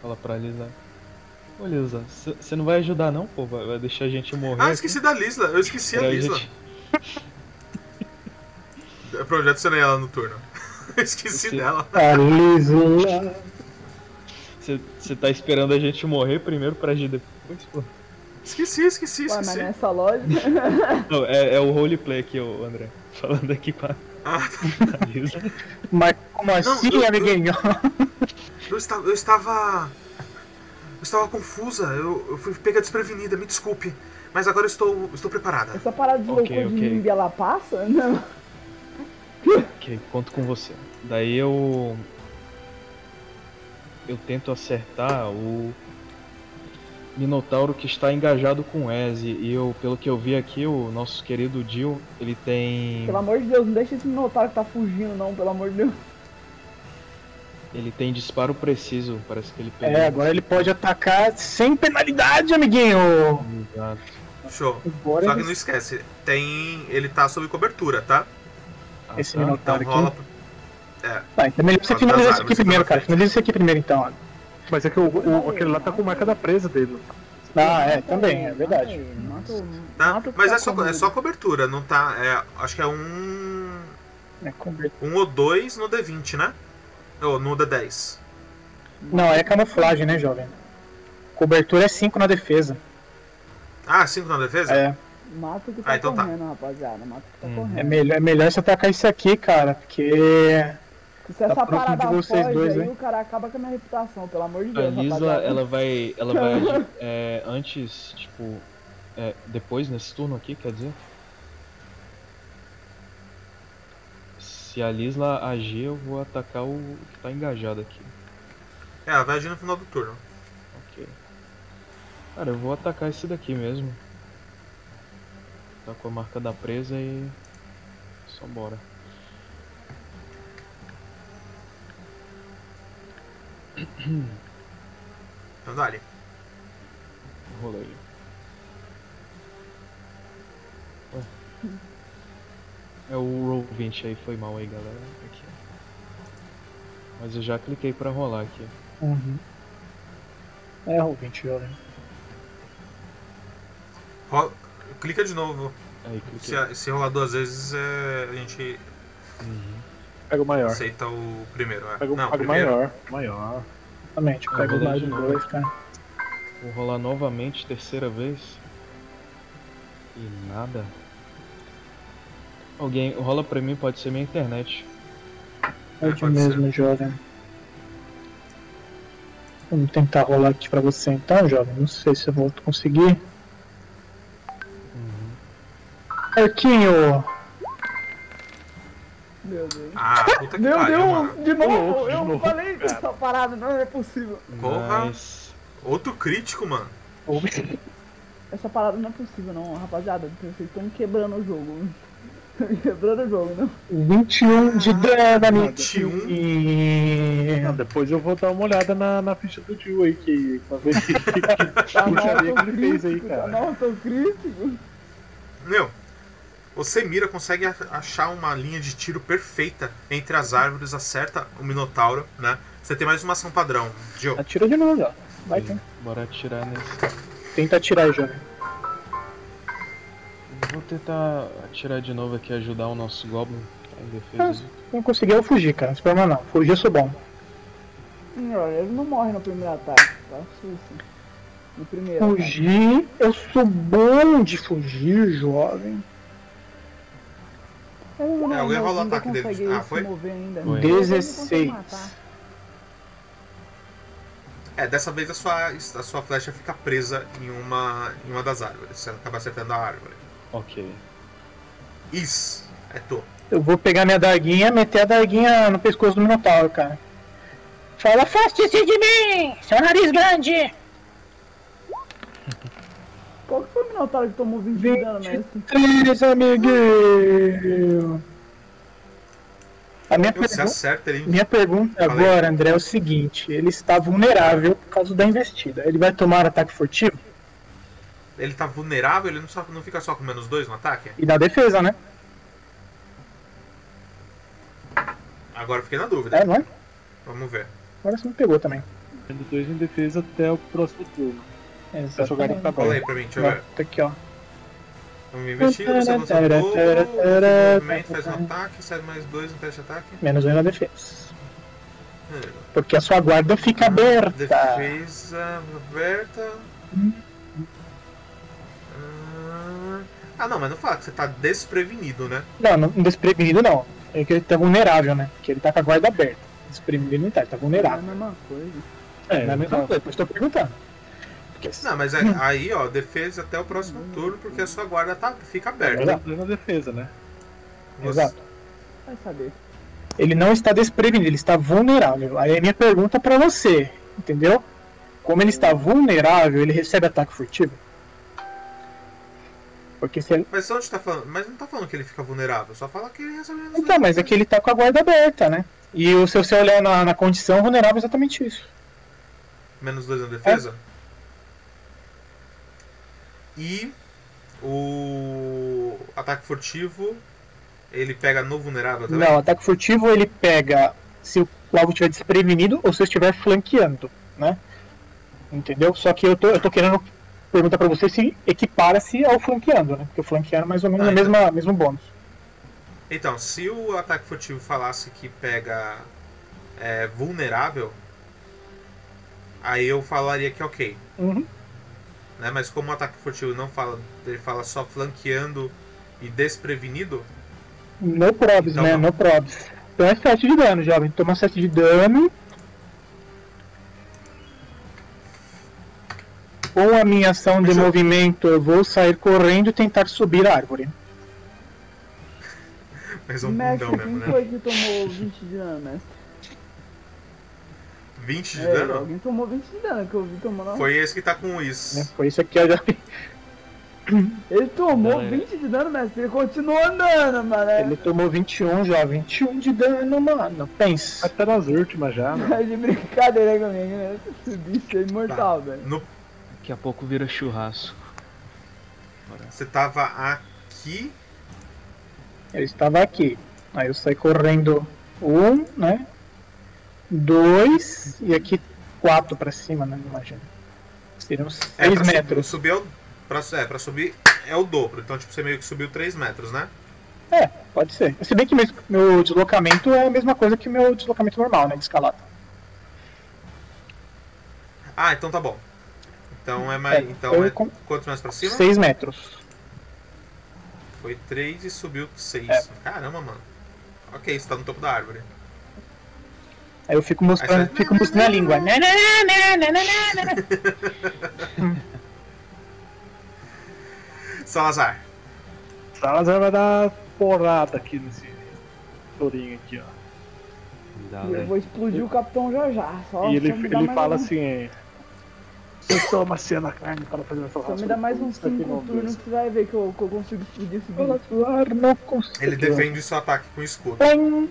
E: fala pra Lisa. Ô Lisa, você não vai ajudar não, pô? Vai, vai deixar a gente morrer.
A: Ah, eu
E: aqui?
A: esqueci da Lisla. Eu esqueci a
E: Pra
A: Lisla. É,
E: gente-
A: Eu projecionei ela no turno. Eu esqueci
E: Esqueci.
A: dela.
B: A Lisla.
E: Você tá esperando a gente morrer primeiro pra agir depois, pô?
A: Esqueci, esqueci,
C: Ué, mas né?
A: esqueci.
C: nessa loja.
E: Não, é, é o roleplay aqui, ô André. Falando aqui com a
A: Ah,
E: a Lisa.
B: Mas como assim,
A: eu- eu-
B: amiguinho?
A: eu, esta- eu estava. Eu estava confusa. Eu, eu fui pega desprevenida, me desculpe. Mas agora eu estou, estou preparada.
C: Essa parada de
E: Ok,
C: loucura de
E: ok.
C: mim ela passa? Não.
E: Ok, conto com você. Daí eu. Eu tento acertar o. Minotauro que está engajado com o Ez. E eu, pelo que eu vi aqui, o nosso querido Jill, ele tem.
C: Pelo amor de Deus, não deixa esse minotauro que tá fugindo, não, pelo amor de Deus.
E: Ele tem disparo preciso, parece que ele pegou.
B: É, agora ele pode atacar sem penalidade, amiguinho.
E: um Exato.
A: Show.
B: Agora
C: é
A: Só que
B: ele-
A: não esquece. Tem. Ele tá sob cobertura, tá?
E: Ah,
B: esse
E: tá.
A: Então
B: Minotauro
A: rola.
B: aqui. Tá, então é melhor você finalizar esse
A: Azar,
B: aqui
A: você
B: primeiro,
A: tá
B: cara. Finaliza esse aqui primeiro, então. ó.
D: Mas é que o, o- aquele lá tá com marca da presa dele.
B: Ah, é,
C: Mata
B: também,
C: ele,
B: é
C: mata
B: verdade.
C: ele, mata o-
A: Tá?
C: mata o que
A: Mas
C: tá
A: é só,
C: com
A: é
C: ele.
A: só cobertura, não tá. é, acho que é um.
B: É cobertura.
A: Um ou dois no D20, né? Ou no D10.
B: Não, é camuflagem, né, jovem? Cobertura é 5 na defesa.
A: Ah, 5 na defesa?
B: É,
C: Mata o que tá
A: Ah, então tá.
C: correndo, rapaziada. Mata o que tá
E: Uhum.
B: é,
C: correndo.
B: melhor, é melhor você atacar isso aqui, cara, porque.
C: Se essa
B: próximo tá de
C: parada
B: vocês
C: foge
B: dois,
C: aí,
B: hein?
C: o cara acaba com a minha reputação, pelo amor de
E: A
C: Deus,
E: Lisa,
C: rapaziada.
E: ela vai. Ela vai agir é, antes, tipo. é, depois, nesse turno aqui, quer dizer? Se a Lisla agir, eu vou atacar o que tá engajado aqui.
A: É, ela vai agir no final do turno.
E: Ok. Cara, eu vou atacar esse daqui mesmo. Tá com a marca da presa e. Só bora.
A: Então dá-lhe.
E: Rolei. Ué. É o roll 20 aí, foi mal aí, galera. Aqui. Mas eu já cliquei pra rolar aqui.
B: Uhum. É, roll 20, jovem.
A: Ro- Clica de novo.
E: Aí cliquei.
A: Se, a- se rolar duas vezes, é, a gente
E: Uhum.
D: Pega o maior.
A: aceita o primeiro. É.
D: Tá. Pega o,
A: Não, o
D: pega o
A: primeiro.
D: maior. Maior.
B: Exatamente,
E: Ah,
B: pega
E: vou
B: o
E: dar
B: mais um
E: de novo.
B: dois, tá? cara.
E: Vou rolar novamente, terceira vez. E nada. Alguém rola pra mim, pode ser minha internet.
B: É
A: É,
B: de
A: pode
B: mesmo, jovem. Vamos tentar rolar aqui pra você então, jovem. Não sei se eu vou conseguir.
E: Uhum.
B: Arquinho!
C: Meu Deus.
A: Ah, puta que
C: Meu
A: pariu,
C: Deus,
A: mano.
C: de novo,
D: louco, de
C: eu
D: novo,
C: falei que essa parada não é possível.
A: Porra.
E: Mas.
A: Outro crítico, mano.
C: Essa parada não é possível, não, rapaziada. Vocês estão quebrando o jogo. quebrando o jogo, né? não.
B: 21 de dano, amigo.
A: 21.
B: E...
D: Não, depois eu vou dar uma olhada na, na ficha do Jill aí, que, pra ver que, que puxaria que ele fez aí,
C: Tá
D: cara.
C: na autocrítico.
A: Meu, você mira, consegue a- achar uma linha de tiro perfeita entre as árvores, acerta o Minotauro, né? Você tem mais uma ação padrão, Joe.
B: Atira de novo, ó. Vai,
C: um
E: aí, Bora atirar nesse.
B: tenta atirar aí, jovem.
E: Vou tentar atirar de novo aqui, ajudar o nosso Goblin. Tá em
B: Ah,
E: defesa.
B: Se não conseguir, eu fugir, cara. Não se problema não. Fugir, eu sou bom.
C: Hum, olha, Ele não morre no primeiro ataque, tá? Susto. No primeiro. ataque.
B: Fugir, eu sou bom de fugir, jovem.
C: Eu não,
A: É, alguém
C: não,
A: rolou o
C: ainda
A: ataque dele.
C: consegue
A: Ah,
C: se
A: foi?
C: mover ainda.
E: Foi.
C: Ele não consegue
B: 16.
C: matar.
A: É, dessa vez a sua, a sua flecha fica presa em uma, em uma das árvores. Você acaba acertando a árvore.
E: Ok.
A: Is, é tu.
B: Eu vou pegar minha darguinha, meter a darguinha no pescoço do Minotauro, cara.
F: Fala, afaste-se de mim, seu nariz grande!
C: Qual que foi o Minotauro que tomou 20 de dano nessa?
B: Três, amiguinho! A minha,
A: Você
B: pergun-
A: acerta ele.
B: minha pergunta
A: Fala aí.
B: agora, André, é o seguinte: ele está vulnerável por causa da investida. Ele vai tomar ataque furtivo
A: Ele tá vulnerável, ele não, só, não fica só com menos dois no ataque?
B: e da defesa, né?
A: Agora eu fiquei na dúvida.
B: É, não é?
A: Vamos ver.
B: Agora você me pegou também.
D: Tendo dois em defesa até o próximo turno. Essa jogada
B: Exatamente.
D: tá
A: Fala aí
D: bem.
A: pra mim, deixa eu ver.
B: Tá aqui, ó.
A: Vamos investir, você lança um gol, movimento, faz um ataque, sai mais dois no teste de ataque.
B: Menos um na defesa.
A: É.
B: Porque a sua guarda fica
A: Ah,
B: aberta.
A: Defesa aberta. Ah, Ah, não, mas não fala que você tá desprevenido, né?
B: Não, não, desprevenido não. É que ele tá vulnerável, né? Porque ele tá com a guarda aberta. Desprevenido não tá, ele tá
C: É a
B: vulnerável.
C: mesma coisa.
B: É, não é a mesma coisa, depois tô perguntando. Porque
A: Não, mas
B: Hum.
A: é- aí, ó, defesa até o próximo turno, porque a sua guarda tá, fica aberta.
B: é Exato.
D: Dois na defesa, né?
A: Você-
B: Exato.
C: Vai saber.
B: ele não está desprevenido, ele está vulnerável. Aí a minha pergunta pra você, entendeu? Como ele está vulnerável, ele recebe ataque furtivo? Porque se ele...
A: Mas onde tá falando? Mas não tá falando que ele fica vulnerável, só fala que ele recebe menos
B: Então,
A: dois.
B: mas é que ele tá com a guarda aberta, né? E o- se você olhar na, na condição vulnerável, é exatamente isso.
A: Menos dois na defesa.
B: É.
A: E o ataque furtivo, ele pega no vulnerável também?
B: Não, ataque furtivo ele pega se o alvo estiver desprevenido ou se eu estiver flanqueando, né? Entendeu? Só que eu tô, eu tô querendo perguntar pra você se equipara-se ao flanqueando, né? Porque o flanquear é mais ou menos
A: Ah,
B: o mesmo, mesmo bônus.
A: Então, se o ataque furtivo falasse que pega é, vulnerável, aí eu falaria que é ok.
B: Uhum.
A: Né? Mas como o ataque furtivo não fala, ele fala só flanqueando e desprevenido,
B: No probs,
A: Então
B: né?
A: não.
B: No probs. Então é 7 de dano, jovem. Toma 7 de dano. Com a minha ação de
A: Mas eu-
B: movimento, eu vou sair correndo e tentar subir a árvore.
A: mas é um
C: Mestre,
A: bundão mesmo, né?
C: quem foi que tomou 20 de dano, mestre?
A: 20 de
C: É,
A: dano?
C: alguém tomou 20 de dano, que eu vi
B: então.
C: tomando.
A: Foi esse que tá com isso.
B: né? Foi isso aqui, ó, jovem.
C: Ele tomou
E: Não, é.
C: 20 de dano, mestre, ele continuou andando, mano.
B: Ele tomou 21 já, 21 de dano, mano. Pensa.
D: Até nas últimas já, né?
C: Tá de brincadeira comigo, né? Esse bicho é imortal, velho.
A: No-
E: Daqui a pouco vira churrasco.
B: É.
A: você tava aqui.
B: Eu estava aqui. Aí eu saí correndo um, né? Dois e aqui quatro pra cima, né? Imagina. Seriam
A: É,
B: 6
A: pra su-
B: metros.
A: subir é o- pra, su- é, pra subir é o dobro. Então, tipo, você meio que subiu 3 metros, né?
B: É, pode ser. Se bem que meu, meu deslocamento é a mesma coisa que meu deslocamento normal, né? De escalada.
A: Ah, então tá bom. Então é mais.
B: É,
A: então
B: eu
A: é
B: com-
A: quanto mais pra cima?
B: 6 metros.
A: Foi 3 e subiu 6.
B: É.
A: Caramba, mano. Ok, você tá no topo da árvore.
B: Aí eu fico mostrando,
A: Aí você-
B: fico mostrando a língua. Né, né, né, né, né, né.
A: Salazar,
D: Salazar vai dar porrada aqui nesse tourinho aqui, ó.
E: Dá,
C: E eu
E: né?
C: vou explodir o capitão já já. Só,
D: Tá e ele,
C: só me dá
D: ele
C: mais
D: fala
C: um-
D: assim, é, você toma cedo a carne para fazer essa
C: Só me dá mais um uns 5 turnos que você vai ver que eu, que eu consigo explodir esse bicho.
B: Falar, não consigo.
A: ele defende o seu ataque com escudo.
B: Põe.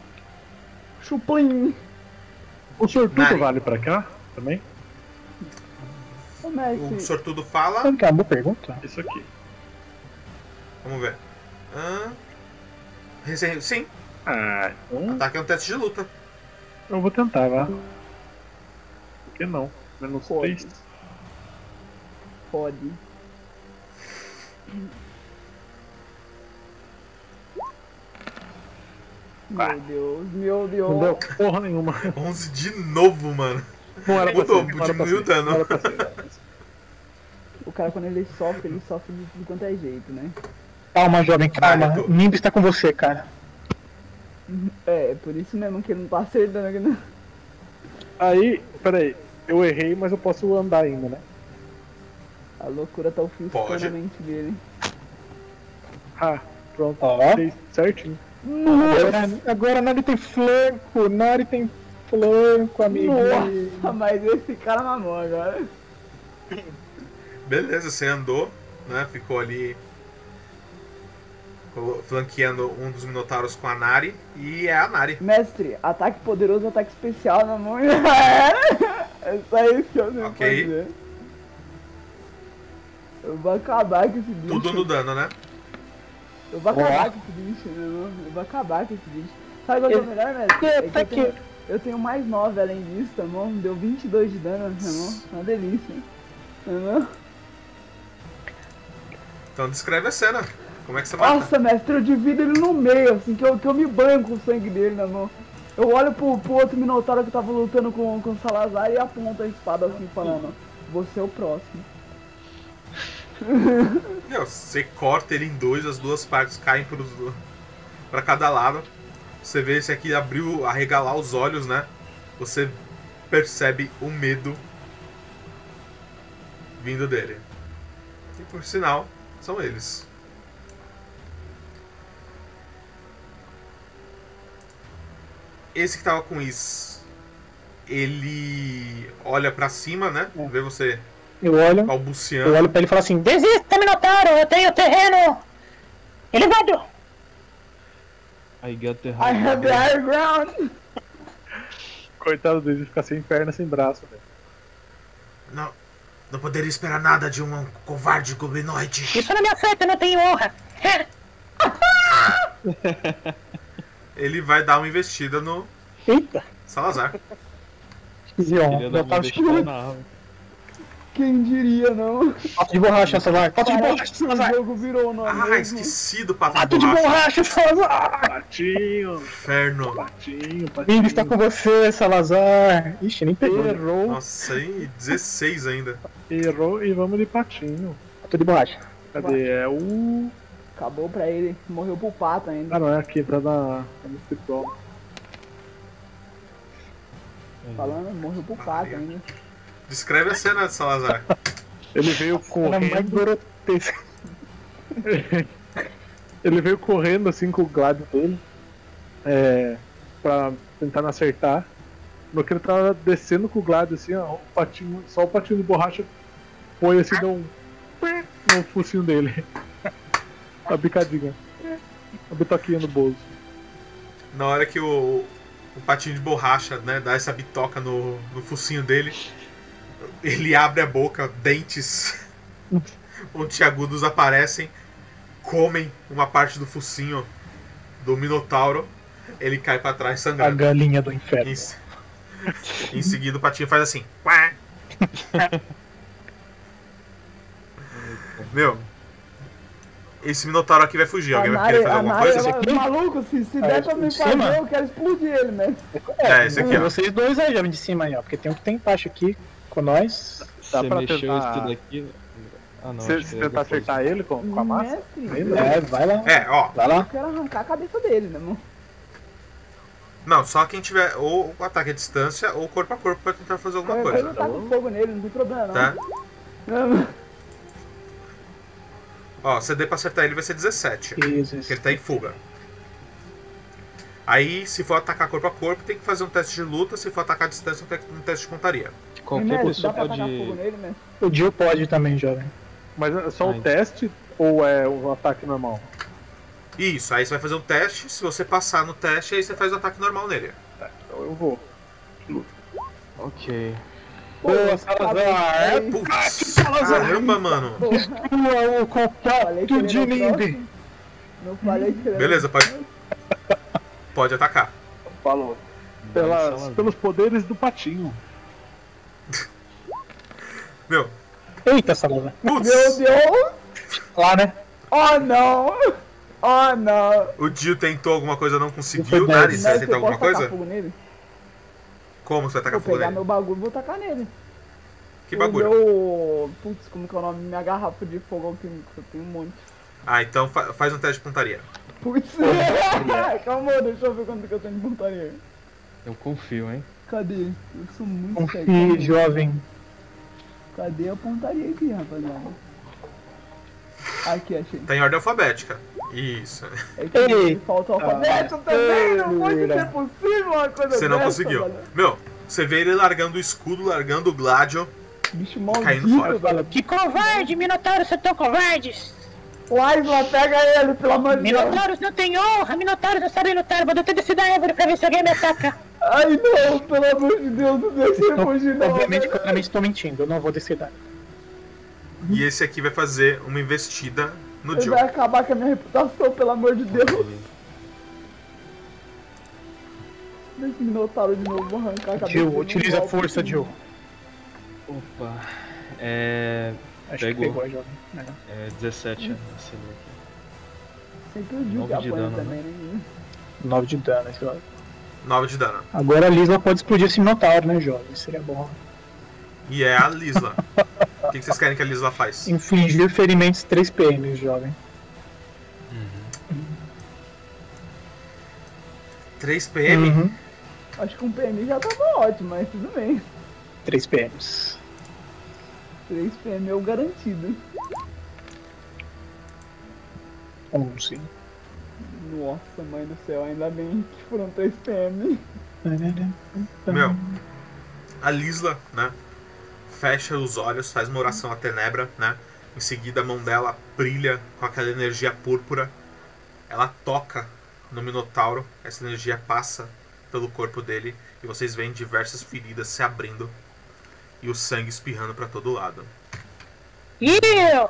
C: Chuplim!
D: O sortudo
A: Nari.
D: vale pra cá também?
C: Ô,
A: O
C: mestre,
A: sortudo fala.
B: Acabou a é pergunta?
D: Isso aqui.
A: Vamos ver. Ahn. Rece- Sim,
D: Ah, então
A: ataque é um teste de luta.
D: eu vou tentar, vá. Por que não? Menos
C: Pode.
D: três.
C: pode. Meu Deus, meu
D: Não
C: Deus.
D: deu porra nenhuma.
A: 11 de novo, mano.
D: Não era pra
A: Mudou,
D: ser, não era pra
A: diminuiu o
D: ser,
A: dano.
D: não era pra ser.
C: O cara quando ele sofre, ele sofre de tudo quanto é jeito, né?
B: Calma, jovem, calma.
A: Vai, Edu.
B: Nimbus está com você, cara.
C: É, é por isso mesmo que ele não tá acertando aqui, não.
D: Aí, peraí. Eu errei, mas eu posso andar ainda, né?
C: A loucura tá ofuscando
A: Pode.
C: a mente dele.
D: Ah, pronto.
B: Ó.
D: Fez certinho.
B: Agora, agora a Nari tem flanco, Nari tem flanco, amigo.
C: Nossa, Ah, mas esse cara mamou agora.
A: Beleza, você andou, né? Ficou ali colo- flanqueando um dos minotauros com a Nari e é a Nari.
C: Mestre, ataque poderoso, ataque especial na mão. é só isso que eu tenho que
A: Ok.
C: fazer. Eu vou acabar com esse bicho.
A: Tudo no dano, né?
C: Eu vou acabar com esse bicho, meu irmão. Eu vou acabar com esse bicho. Sabe qual que é o melhor, mestre? É que
B: Tá
C: eu,
B: aqui.
C: tenho, eu tenho mais 9 além disso, tá bom? Deu 22 de dano, tá bom? Uma delícia. Tá bom?
A: Então descreve a cena. Como é que você mata?
C: Nossa, mestre, eu divido ele no meio, assim, que eu, que eu me banho com o sangue dele na mão. Eu olho pro, pro outro Minotauro que tava lutando com, com o Salazar e aponto a espada assim, falando: Você é o próximo.
A: Meu, você corta ele em dois, as duas partes caem pros, pra cada lado. Você vê esse aqui abriu, arregalar os olhos, né? Você percebe o medo vindo dele. E por sinal, são eles. Esse que tava com isso, ele olha pra cima, né? Vê você
B: Eu olho, eu
A: balbuciando.
B: olho pra ele e falo assim, desista!
F: Desista, Minotauro, eu tenho terreno elevado.
E: I got the
C: I
E: high
C: have the high ground!
D: Coitado dele ficar sem perna, sem braço, velho.
A: Não, não poderia esperar nada de um covarde goblinoide.
F: Isso não me afeta, eu não tenho honra.
A: Ele vai dar uma investida no
B: Eita!
A: Salazar.
E: Queria
B: Zion,
E: dar
B: eu assim,
C: Tá
E: uma
B: tava
E: bestão na arma.
C: Quem diria, não?
B: Fato tá de borracha, Salazar. Fato de
F: Caraca.
B: borracha,
C: O
B: Salazar.
C: jogo virou o nome.
A: Ah,
C: Tá mesmo.
A: esqueci do pato
B: Fato de
A: de borracha.
B: Tá borracha, Salazar.
D: Patinho,
A: Inferno.
D: patinho,
B: Amigo
D: patinho.
B: está com você, Salazar. Ixi, nem né? peguei.
D: Errou,
A: Nossa, aí 16 ainda.
D: errou e vamos de patinho.
B: Fato de borracha.
D: Cadê? É o.
C: Acabou pra ele, morreu pro pato ainda.
D: Ah, não, é aqui, pra dar. É no futebol.
C: Falando, morreu pro pato ainda.
A: Descreve a cena de Salazar.
D: Ele veio
B: Era mais
D: correndo.
B: grotesco.
D: Ele veio correndo assim com o glaive dele. É. Pra tentar me acertar. No que ele tava descendo com o glaive assim, ó, o patinho, só o patinho de borracha foi assim, deu um. no focinho dele. A bicadinha. A bitoquinha no bolso.
A: Na hora que o, o patinho de borracha, né, dá essa bitoca no, no focinho dele, ele abre a boca, dentes pontiagudos aparecem, comem uma parte do focinho do Minotauro, ele cai pra trás
B: A
A: sangrando.
B: galinha do inferno.
A: Em, se- em seguida o patinho faz assim. Quá. Meu. Esse Minotauro aqui vai fugir.
C: A
A: Alguém vai querer
C: Nari,
A: fazer alguma
C: a Nari,
A: coisa?
C: ela, é maluco, se, se der pra me
B: de cima?
C: fazer, eu quero explodir ele, né?
A: É, esse aqui, ó.
B: Hum, Vocês dois aí, jovem de cima aí, ó. Porque tem um que tem embaixo aqui com nós.
D: Dá
E: Você
D: pra
E: mexeu
D: tentar-
E: isso daqui? Ah não,
D: Se
E: acho que
D: se
E: é
D: tentar
E: depois.
D: acertar ele com,
C: Né?
D: com a massa.
C: Mestre,
D: Ainda.
B: É, vai lá.
A: É, ó.
B: Vai lá.
C: eu quero arrancar a cabeça dele, né, mano?
A: Não, só quem tiver ou o ataque à distância ou corpo a corpo pra tentar fazer alguma
C: Eu É,
A: coisa.
C: não taco fogo nele, não tem problema, não.
A: Tá?
C: Não,
A: Ó, CD pra acertar ele vai ser 17.
B: Isso,
A: Porque
B: isso.
A: ele tá em fuga. Aí, se for atacar corpo a corpo, tem que fazer um teste de luta. Se for atacar à distância, um te- um teste de pontaria.
E: Qualquer
C: Mestre, dá
E: pessoa
C: pra tacar
E: pode.
C: fogo né? nele, mestre?
B: O Jill pode também, jovem.
D: Mas é só
E: Ai.
D: um teste ou é um ataque normal?
A: Isso, aí você vai fazer um teste. Se você passar no teste, aí você faz o ataque normal nele.
D: Então eu vou.
E: Ok.
B: Boa,
C: tá
B: Salazar!
C: Aí,
A: Putz,
B: Salazar.
A: caramba, mano.
C: pô,
B: Tua, o
C: falei que
B: contato de
C: ele era o
B: Nimbi!
C: próximo. Não falei que ele era-
A: Beleza, pode. Pode atacar.
D: Falou.
E: Dá um
D: Pelas,
E: salve.
D: pelos poderes do patinho.
A: Meu,
B: Eita, Salazar.
C: Meu
A: putz,
C: Deus!
B: Lá, né?
C: Oh, não! Oh, não!
A: o Dio tentou alguma coisa, não
B: Foi
A: conseguiu.
B: dez.
A: Nari, você vai
C: Mestre,
A: tentar
C: eu
A: alguma
C: posso tacar
A: coisa?
C: fogo nele?
A: Como você vai
C: Vou
A: atacar fogo
C: pegar
A: nele?
C: meu bagulho e vou tacar nele.
A: Que
C: O
A: bagulho.
C: Meu... Putz, como que é o nome? Minha garrafa de fogo que eu tenho um monte.
A: Ah, então fa- faz um teste de pontaria.
C: Putz! Calma, deixa eu ver quanto que eu tenho de pontaria.
E: Eu confio, hein?
C: Cadê? Eu sou
B: Um
C: muito
B: Confie,
C: cego.
B: jovem.
C: Cadê a pontaria aqui, rapaziada? Aqui, achei.
A: Tá em ordem alfabética. Isso.
C: É que
B: Eita.
C: falta o
B: Ah,
C: alfabeto também, não pode ser possível uma coisa
A: Você não
C: dessa,
A: conseguiu.
C: mano.
A: Meu, você vê ele largando o escudo, largando o Gladio.
C: Bicho
A: Caindo Tá fora.
C: maldito, galera.
F: Que covarde, Minotauros, vocês tão covardes!
C: O Aisla pega ele, pelo amor de Deus.
F: Minotauros não tem honra, Minotauros não sabem lutar, vou até descer da árvore pra ver se alguém me ataca!
C: Ai não, pelo amor de Deus, não deixa ele
B: Então,
C: fugir não.
B: obviamente que
C: velho.
B: eu claramente estou mentindo, eu não vou descer da.
C: Uhum.
A: E esse aqui vai fazer uma investida no
C: Ele vai
A: Joe.
C: acabar com a minha reputação, pelo amor de Deus. Deixa o Minotauro de novo, vou arrancar a cabeça.
B: Jill,
C: dele,
B: utiliza a
C: golpe.
B: força, Jill.
E: Opa. É.
B: Acho
E: Pegou.
B: que pegou a jovem. É.
E: é 17 acertou aqui.
C: Sempre o Jill que
E: Nove de
C: apanha
E: dano,
C: também, né?
B: 9 de dano, esse jovem.
A: 9 de dano.
B: Agora a Lisla pode explodir esse Minotauro, né, jovem? Seria bom.
A: E é a Lisla. O que que vocês querem que a Lisla faz?
B: Infligir ferimentos 3 PM, jovem.
A: 3 PM?
B: Uhum.
C: Acho que um PM já tava ótimo, mas tudo bem.
B: 3 PMs.
C: 3 PM é o garantido.
B: 11.
C: Nossa, mãe do céu, ainda bem que foram 3 PM.
A: Meu, a Lisla, né? Fecha os olhos, faz uma oração à tenebra, né? Em seguida a mão dela brilha com aquela energia púrpura. Ela toca no Minotauro, essa energia passa pelo corpo dele e vocês veem diversas feridas se abrindo e o sangue espirrando pra todo lado.
F: Eu!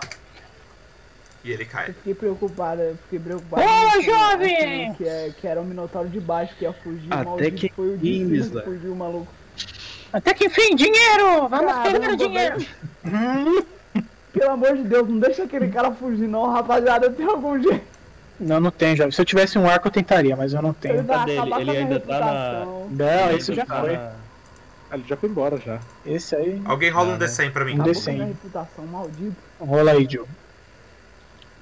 A: E ele
C: Eu
A: cai.
C: fiquei preocupada, eu fiquei preocupada.
F: Ô,
C: Assim,
F: jovem!
C: assim, Que, é- que era o Minotauro de baixo que ia fugir.
E: Até
C: maldito,
E: que
C: foi o
E: fim,
C: Disney
E: Isla.
C: que fugiu, maluco.
F: Até que enfim, dinheiro! Vamos
C: Caramba,
F: pegar o dinheiro!
C: Pelo amor de Deus, não deixa aquele cara fugir não, rapaziada, tem algum jeito.
B: Não, não tem, jovem. Se eu tivesse um arco, eu tentaria, mas eu não tenho.
C: vai
E: dele,
C: acabar com
E: ele
C: a minha
E: ainda tá na-
C: reputação.
B: Não,
E: Ele
B: esse já
E: tá
B: foi.
E: na-
D: Ah, ele já foi embora já.
B: Esse aí.
A: Alguém rola um
E: Cara.
A: D100 pra mim.
B: Um
C: Acabou
B: D100.
C: com a minha reputação, maldito.
B: Rola aí, Joe.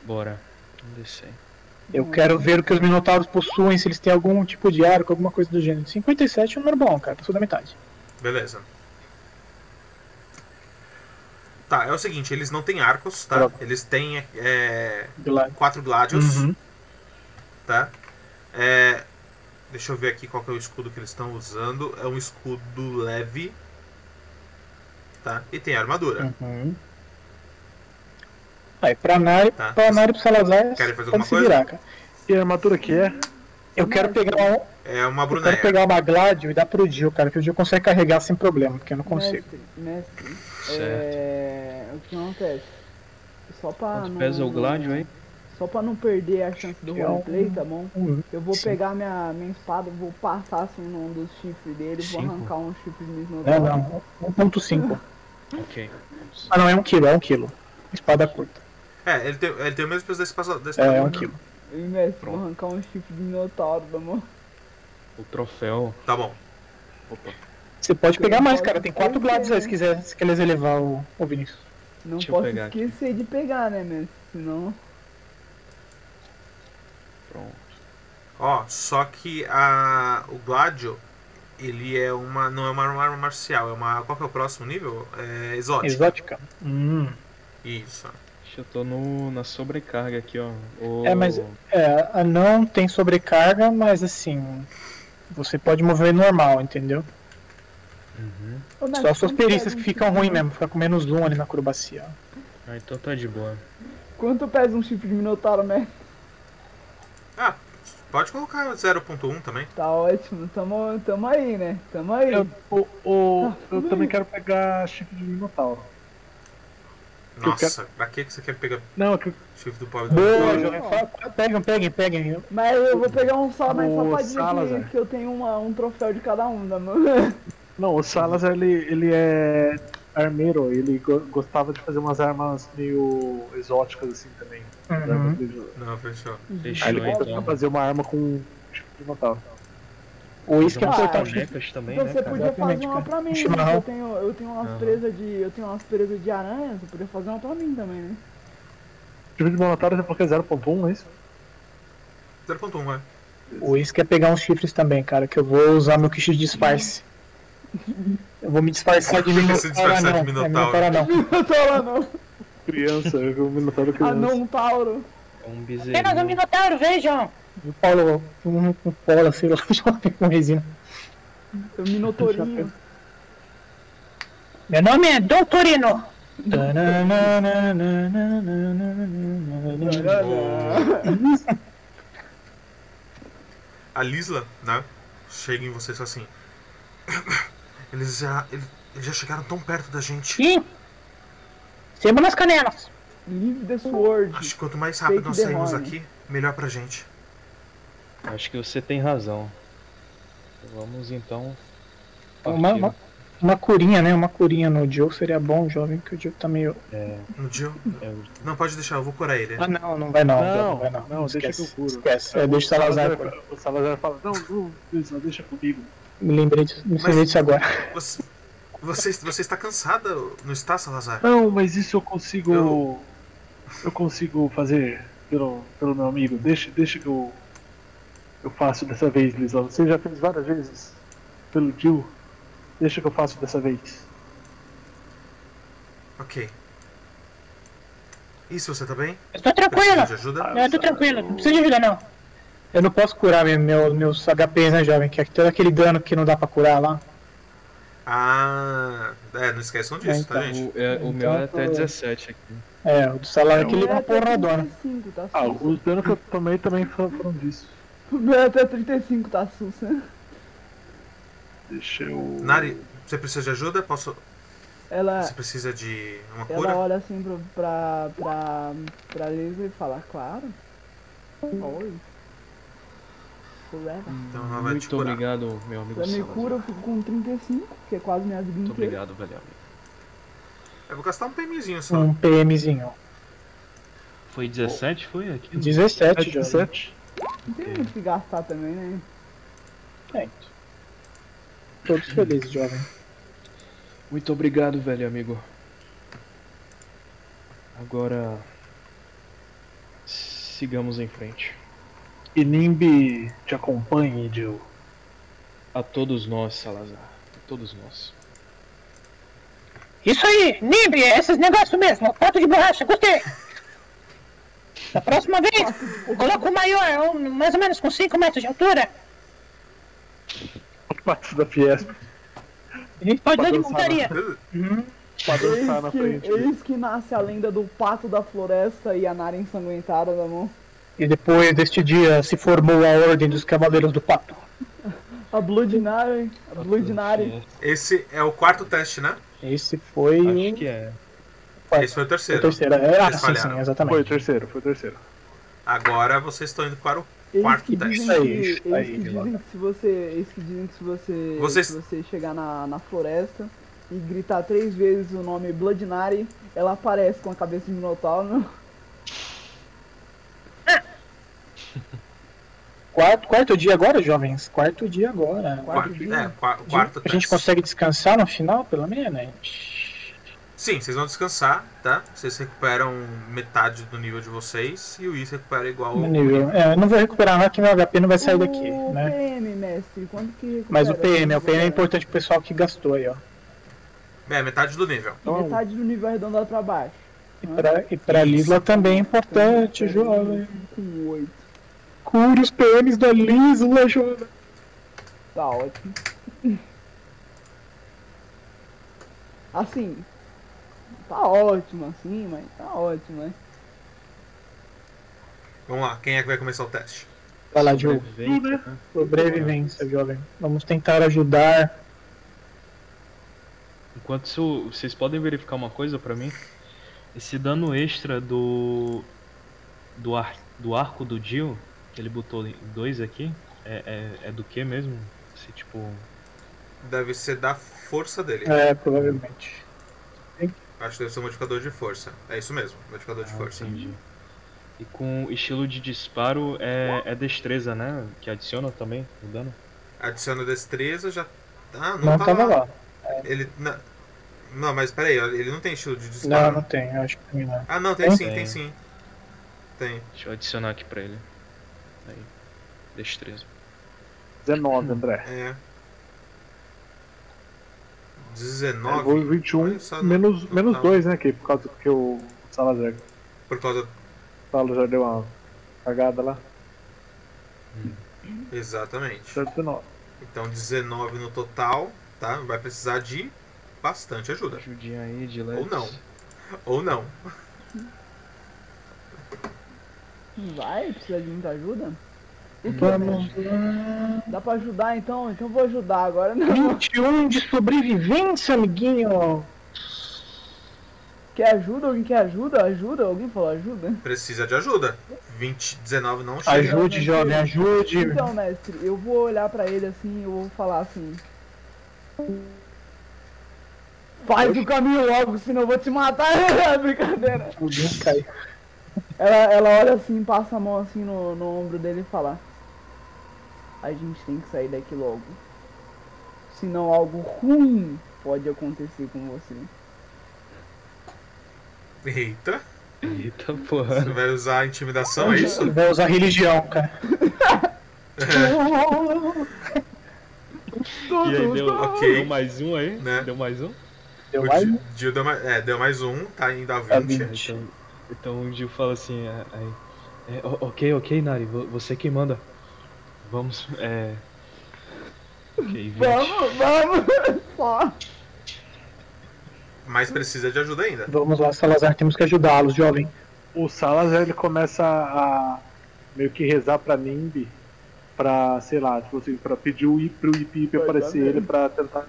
E: Bora. Vamos descer.
C: Ah,
B: Eu quero ver o que os Minotauros possuem, se eles têm algum tipo de arco, alguma coisa do gênero. 57 é um número bom, cara. Passou da metade.
A: Beleza. Tá, é o seguinte, eles não têm arcos, tá?
B: Droga.
A: Eles têm é,
B: Do lado.
A: quatro gladios.
B: Uhum.
A: tá? É, deixa eu ver aqui qual que é o escudo que eles estão usando. É um escudo leve, tá? E tem armadura.
B: Uhum. Aí, pra Nari,
A: Tá.
B: pra Nari e pro Salazar,
A: Querem fazer alguma
B: pode se
A: coisa?
B: virar, cara.
D: E a armadura que é?
B: Eu quero pegar um,
A: É uma
B: eu quero
A: brunéia.
B: pegar uma Gladio e dar pro Gil, cara, que o Gil consegue carregar sem problema, porque eu não consigo.
C: Mestre, mestre,
E: Certo.
C: é... o que acontece? Só pra
E: Quanto
C: não...
E: pesa o Gladio aí?
C: Só pra não perder a chance do
B: que é um-
C: roleplay, tá bom?
B: Um,
C: Eu vou
B: Sim.
C: pegar minha, minha espada, vou passar assim num dos chifres dele,
E: Cinco?
C: vou arrancar um chifre de
B: não,
C: Minotauro.
B: É, não, 1.5.
E: Ok.
B: Ah, não, é um quilo, é um quilo. Espada curta.
A: É, ele tem, ele tem o mesmo peso da espada. Da espada
B: É, é um
A: branca.
B: quilo.
C: E, mestre,
E: Pronto.
C: vou arrancar um chifre de Minotauro, tá bom?
E: O troféu.
A: Tá bom.
E: Opa.
B: Você pode pegar mais, cara. Tem
C: Eu
B: quatro
C: quero.
B: Gladios aí, se quiser, se quiser elevar o, o Vinícius.
C: Não
E: Deixa eu
C: posso
E: pegar aqui.
C: esquecer de pegar, né, mestre? Senão.
E: Pronto.
A: Ó, só que a, o Gladio, ele é uma. Não é uma arma marcial, é uma. Qual que é o próximo nível? É exótico.
B: Exótica. Hum.
A: Isso.
E: Ixi, Eu tô no, na sobrecarga aqui, ó. O-
B: É, mas- É, a não tem sobrecarga, mas assim. Você pode mover normal, entendeu?
E: Uhum.
C: Ô, mestre,
B: Só suas
C: quanto
B: perícias
C: pesa
B: que
C: um
B: ficam
C: chifre
B: ruins
C: de-
B: mesmo, fica com menos um ali na acrobacia.
E: Ah, então tá de boa.
C: Quanto pesa um chifre de Minotauro, mestre?
A: Ah, pode colocar 0.1 também.
C: Tá ótimo, tamo, tamo aí, né? Tamo aí.
D: Eu, o- o- eu
C: tudo bem.
D: também quero pegar chifre de Minotauro. Eu
A: Nossa, pra que que você quer pegar
D: Não, é que
A: chifre do pobre do
B: Boa,
C: Não.
B: jovem. Fala- Peguem, peguem, peguem.
C: Mas eu vou pegar um só, mas
D: Ô,
C: só pode dizer
D: Salazar.
C: que,
B: é.
C: que eu tenho uma- um troféu de cada um, tá bom?
B: né,
D: Não, o Salas ele, ele é armeiro, ele go- gostava de fazer umas armas meio exóticas assim também.
B: Uhum.
A: Não, fechou.
C: Uhum.
E: Fechou
D: Aí ele
E: então.
D: conseguiu fazer uma arma com tipo de Natal.
B: O uísque é
C: Ah,
B: importante.
E: bonecas também,
C: Então
E: né,
C: você
E: cara?
C: podia fazer
B: Exatamente,
C: uma
B: cara.
C: pra mim,
B: Um
C: né?
B: chimarrão.
C: Eu tenho, eu tenho umas
E: Aham.
C: presas de. Eu tenho umas presas de aranha, você podia fazer uma pra mim também, né?
D: Tipo de Natal você falou que é 0.1, é isso?
A: 0.1, é. um,
B: O uísque é pegar uns chifres também, cara, que eu vou usar meu kit de disfarce. Eu vou me disfarçar de minotauro.
A: Se disfarçar de
B: não, é
A: minotauro.
B: minotauro não.
C: Minotauro não.
D: Criança, eu vi o Minotauro
B: Ah,
D: criança.
C: Anão Tauro.
E: É um
F: Apenas um
E: bezerrinho.
F: minotauro, vejam.
B: Um Paulo, um, um Paulo, sei lá, joga com resina.
C: Minotourinho.
F: Meu nome é Doutorino.
B: Tananananananananananana.
A: A Lisla, né? Chega em vocês assim. Eles já. ele- Eles já chegaram tão perto da gente.
F: Ih! Sebo nas canelas.
C: Leave the sword.
A: Acho que quanto mais rápido
C: Fake
A: nós sairmos
C: demônio.
A: aqui, melhor pra gente.
E: Acho que você tem razão. Vamos então.
B: Uma-
E: partir.
B: uma- Uma curinha, né? Uma curinha no Joe seria bom, jovem, que o Joe tá meio.
E: É,
A: No Jill.
E: é,
A: Não, pode deixar, eu vou curar ele.
B: Ah, não, não vai não. Joe,
D: Não,
B: vai
D: não, deixa que
B: Esquece,
D: eu curo.
B: Esquece. É, deixa o Salazar. curar.
D: O Salazar fala, não, não, Lisla, deixa comigo.
B: Me lembrei disso, me lembrei disso agora.
A: Você, você, você está cansada, não está, Salazar?
D: Não, mas isso eu consigo.
A: Eu-
D: Eu, consigo fazer pelo, pelo meu amigo. Deixa, deixa que eu. Eu faço dessa vez, Lisla. Você já fez várias vezes pelo Jill. Deixa que eu faço dessa vez.
A: Ok. Isso, você tá bem?
F: Eu tô
A: Precisa de
F: tranquilo.
A: ajuda?
F: Eu tô tranquilo, não precisa de ajuda não.
B: Eu não posso curar meu, meu- meus HPs, né, jovem? Que é todo aquele dano que não dá pra curar lá.
A: Ah, é, não esqueçam disso,
B: É, então,
A: tá, gente?
E: o, é, o meu é até
B: Então,
E: 17 aqui.
B: É, o do Salazar é que ele é
C: Meu
B: uma
C: até
B: porradona.
C: 35, tá
D: Ah,
C: sussa.
D: os danos que eu tomei também um fo- foram disso.
C: O meu é até 35, tá sussa.
D: Deixa eu.
A: Nari, você precisa de ajuda? Posso.
C: Ela,
A: Você precisa de uma
C: Ah. ela
A: cura?
C: olha assim pro, pra, pra, pra Lisa e fala, claro. Oi. Forever.
A: Então ela vai te
E: Muito
A: curar.
E: obrigado, meu amigo.
C: Ela me
E: Salazar.
C: cura, eu fico com 35, que é quase minha vida
E: Muito
C: inteira.
E: obrigado, velho. amigo.
A: Eu vou gastar um PMzinho só.
B: Um PMzinho.
E: Foi 17? Foi aqui? É,
B: 17, jovem.
D: 17?
C: Não tem muito o que gastar também, né?
B: É. Todos felizes, jovem.
E: Muito obrigado, velho amigo. Agora. Sigamos em frente.
D: E Nimbi te acompanhe, Jill.
E: A todos nós, Salazar. A todos nós.
F: Isso aí, Nimbi, é esses negócios mesmo. Pato de borracha, gostei. Da próxima vez, coloca o maior, um, mais ou menos com 5 metros de altura.
D: Pato da Fiesp
B: A gente
F: Pode dar de
D: dançar,
F: montaria.
D: pra dançar na
C: Eis que,
D: frente.
C: eis que nasce a lenda do pato da floresta e a Nara ensanguentada na mão.
B: E depois deste dia se formou a Ordem dos Cavaleiros do Pato.
C: A Blood Nari, a Blood Nari.
E: Acho
A: Esse é o quarto teste, né?
B: Esse foi o
E: que é.
B: Vai.
A: Esse foi o
B: o
A: terceiro.
B: terceiro. É, ah,
A: Eles
B: sim,
A: falharam.
B: sim,
D: Foi o
B: exatamente.
D: terceiro, foi o terceiro.
A: Agora vocês estão indo para o.
C: Eis
A: Quarto
C: que
A: teste.
C: dizem
B: Aí,
C: que,
B: aí,
C: eis que, dizem
B: Vilana.
C: que se você. Eis que dizem que se você.
A: Vocês-
C: Se você chegar na, na floresta e gritar três vezes o nome Blood Nari, ela aparece com a cabeça de Minotauro.
B: Quarto, quarto dia agora, jovens? Quarto dia agora.
C: Quarto
A: quarto-
C: dia?
A: é, qua- o quarto
B: um, A
A: teste.
B: gente consegue descansar no final, pelo menos?
A: Sim, vocês vão descansar, tá? Vocês recuperam metade do nível de vocês e o Is recupera igual.
B: No nível. É, eu não vou recuperar nada que meu HP não vai sair daqui,
C: o
B: né?
C: PM, mestre, quando que recupera?
B: Mas o PM, o
C: Quando
B: PM é
C: recupera?
B: importante pro pessoal que gastou aí, ó.
A: É, metade do nível.
C: Metade do nível arredondado pra baixo.
B: E pra, e pra Lisla também é importante, jovem.
C: Com oito.
B: Cure os PMs da Lisla, jovem.
C: Tá ótimo. Assim, tá ótimo assim, mas tá ótimo, né?
A: Vamos lá, quem é que vai começar o teste?
B: Vai lá, Diogo.
E: Sobrevivente, né?
B: Sobrevivência, jovem. Vamos tentar ajudar.
E: Enquanto isso, vocês podem verificar uma coisa pra mim? Esse dano extra do. Do, ar, do arco do Jill, que ele botou em dois aqui, é, é, é do que mesmo? Se tipo.
A: Deve ser da força dele.
B: É, provavelmente.
A: Acho que deve ser um modificador de força. É isso mesmo, modificador de
E: Ah,
A: força.
E: Entendi. E com estilo de disparo é, é destreza, né? Que adiciona também o dano.
A: Adiciona destreza, já. Ah, não,
B: Não
A: tá
B: tava lá.
A: Ele. na- Não, mas peraí, ele não tem estilo de
B: Não,
A: disparo.
B: não tem, eu acho que também não.
A: Ah, não, tem
B: Tem?
A: sim, tem
E: Tem.
A: sim. Tem.
E: Deixa eu adicionar aqui pra ele. Aí. Destreza.
D: 19, André.
A: É.
D: Eu vou
A: 19 Olha
D: 21
A: só, não-
D: menos,
A: não
D: menos
A: tá.
D: 2, né? Que por causa que o Salazar,
A: por causa.
D: Salazar deu uma cagada lá.
A: Exatamente.
D: Tá 19.
A: Então 19 no total, tá? Vai precisar de bastante ajuda.
E: Ajudinha aí de leve.
A: Ou não. Ou não.
C: Vai, precisa de muita ajuda?
B: Vamos lá.
C: Dá pra ajudar então? Então vou ajudar agora. Não.
B: 21 de sobrevivência, amiguinho.
C: Quer ajuda? Alguém quer ajuda? Ajuda? Alguém falou ajuda?
A: Precisa de ajuda. 20, 19 não chega.
B: Ajude, jovem, ajude.
C: Então, mestre, eu vou olhar pra ele assim e eu vou falar assim. Faz o caminho logo, senão eu vou te matar. né? Brincadeira.
B: Alguém caiu.
C: Ela, ela olha assim, passa a mão assim no, no ombro dele e fala: A gente tem que sair daqui logo. Senão algo ruim pode acontecer com você.
A: Eita.
E: Eita
A: Você
E: porra.
A: vai usar a intimidação, é isso?
B: Vou usar religião, cara.
E: E aí deu,
A: Ok.
E: deu mais um aí?
A: Né?
E: Deu mais um?
B: Deu
A: O
B: mais
A: Gil-
B: um?
A: Gil deu mais, é, deu mais um, tá indo a
B: Tá
A: 20.
B: vindo.
E: Então, então o Gil fala assim, é, aí, é, o- ok, ok, Nari, vo- você quem manda. Vamos, é. Ok, 20.
C: Vamos, vamos! Só!
A: Mas precisa de ajuda ainda.
B: Vamos lá, Salazar, temos que ajudá-los, jovem.
D: O Salazar ele começa a meio que rezar pra Nimbi pra, sei lá, tipo assim, pra pedir o Ip pro Ip Ip
C: Vai dar
D: aparecer
C: merda.
D: ele pra tentar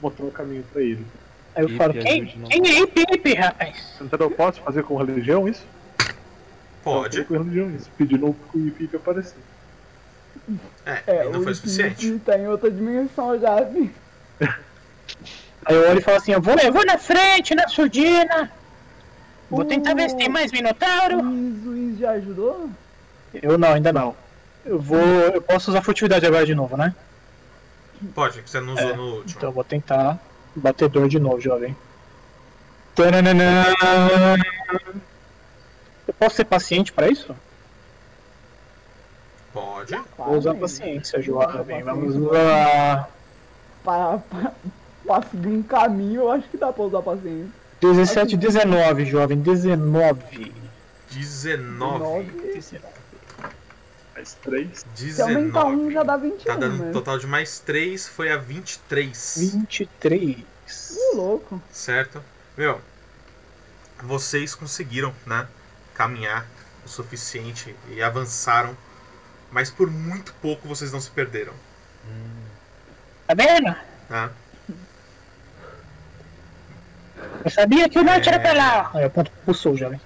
D: mostrar o caminho pra ele.
B: Aí eu
E: Ip,
B: falo,
E: ajude,
B: quem?
E: não.
F: Quem é hippie, hippie, rapaz?
D: Então eu posso fazer com religião isso?
A: Pode.
D: Fazer Com religião isso, pedindo pro Ip Ip aparecer.
A: É, e não
C: o
A: foi suficiente.
C: Infinity tá em outra dimensão já, assim. vi.
B: Aí eu olho e falo assim, eu vou
F: Eu vou na frente, na surdina. Vou
C: Uh.
F: tentar ver se tem mais
C: O
F: minotauro.
C: Iz, o Iz já ajudou?
B: Eu não, ainda não. Eu vou. Eu posso usar furtividade agora de novo, né?
A: Pode, que você não usou no último.
B: Então eu vou tentar batedor de novo, jovem. Tananana. Eu posso ser paciente pra isso?
A: Pode.
B: Vou usar
C: Quase.
B: paciência, jovem. Vamos lá.
C: Pra, pra, pra seguir um caminho, eu acho que dá pra usar paciência.
B: 17, 19, jovem. 19.
A: 19.
D: Mais três.
C: Se aumentar um, já
A: 19.
C: dá 21,
A: Tá dando um
C: né?
A: total de mais 3, foi a 23.
B: 23.
C: Ô, louco.
A: Certo? Meu, vocês conseguiram, né? Caminhar o suficiente e avançaram. Mas por muito pouco vocês não se perderam.
F: Tá vendo?
A: Né?
F: Eu sabia que o norte era pra lá.
B: Aí eu aponto pro Soul, jovem.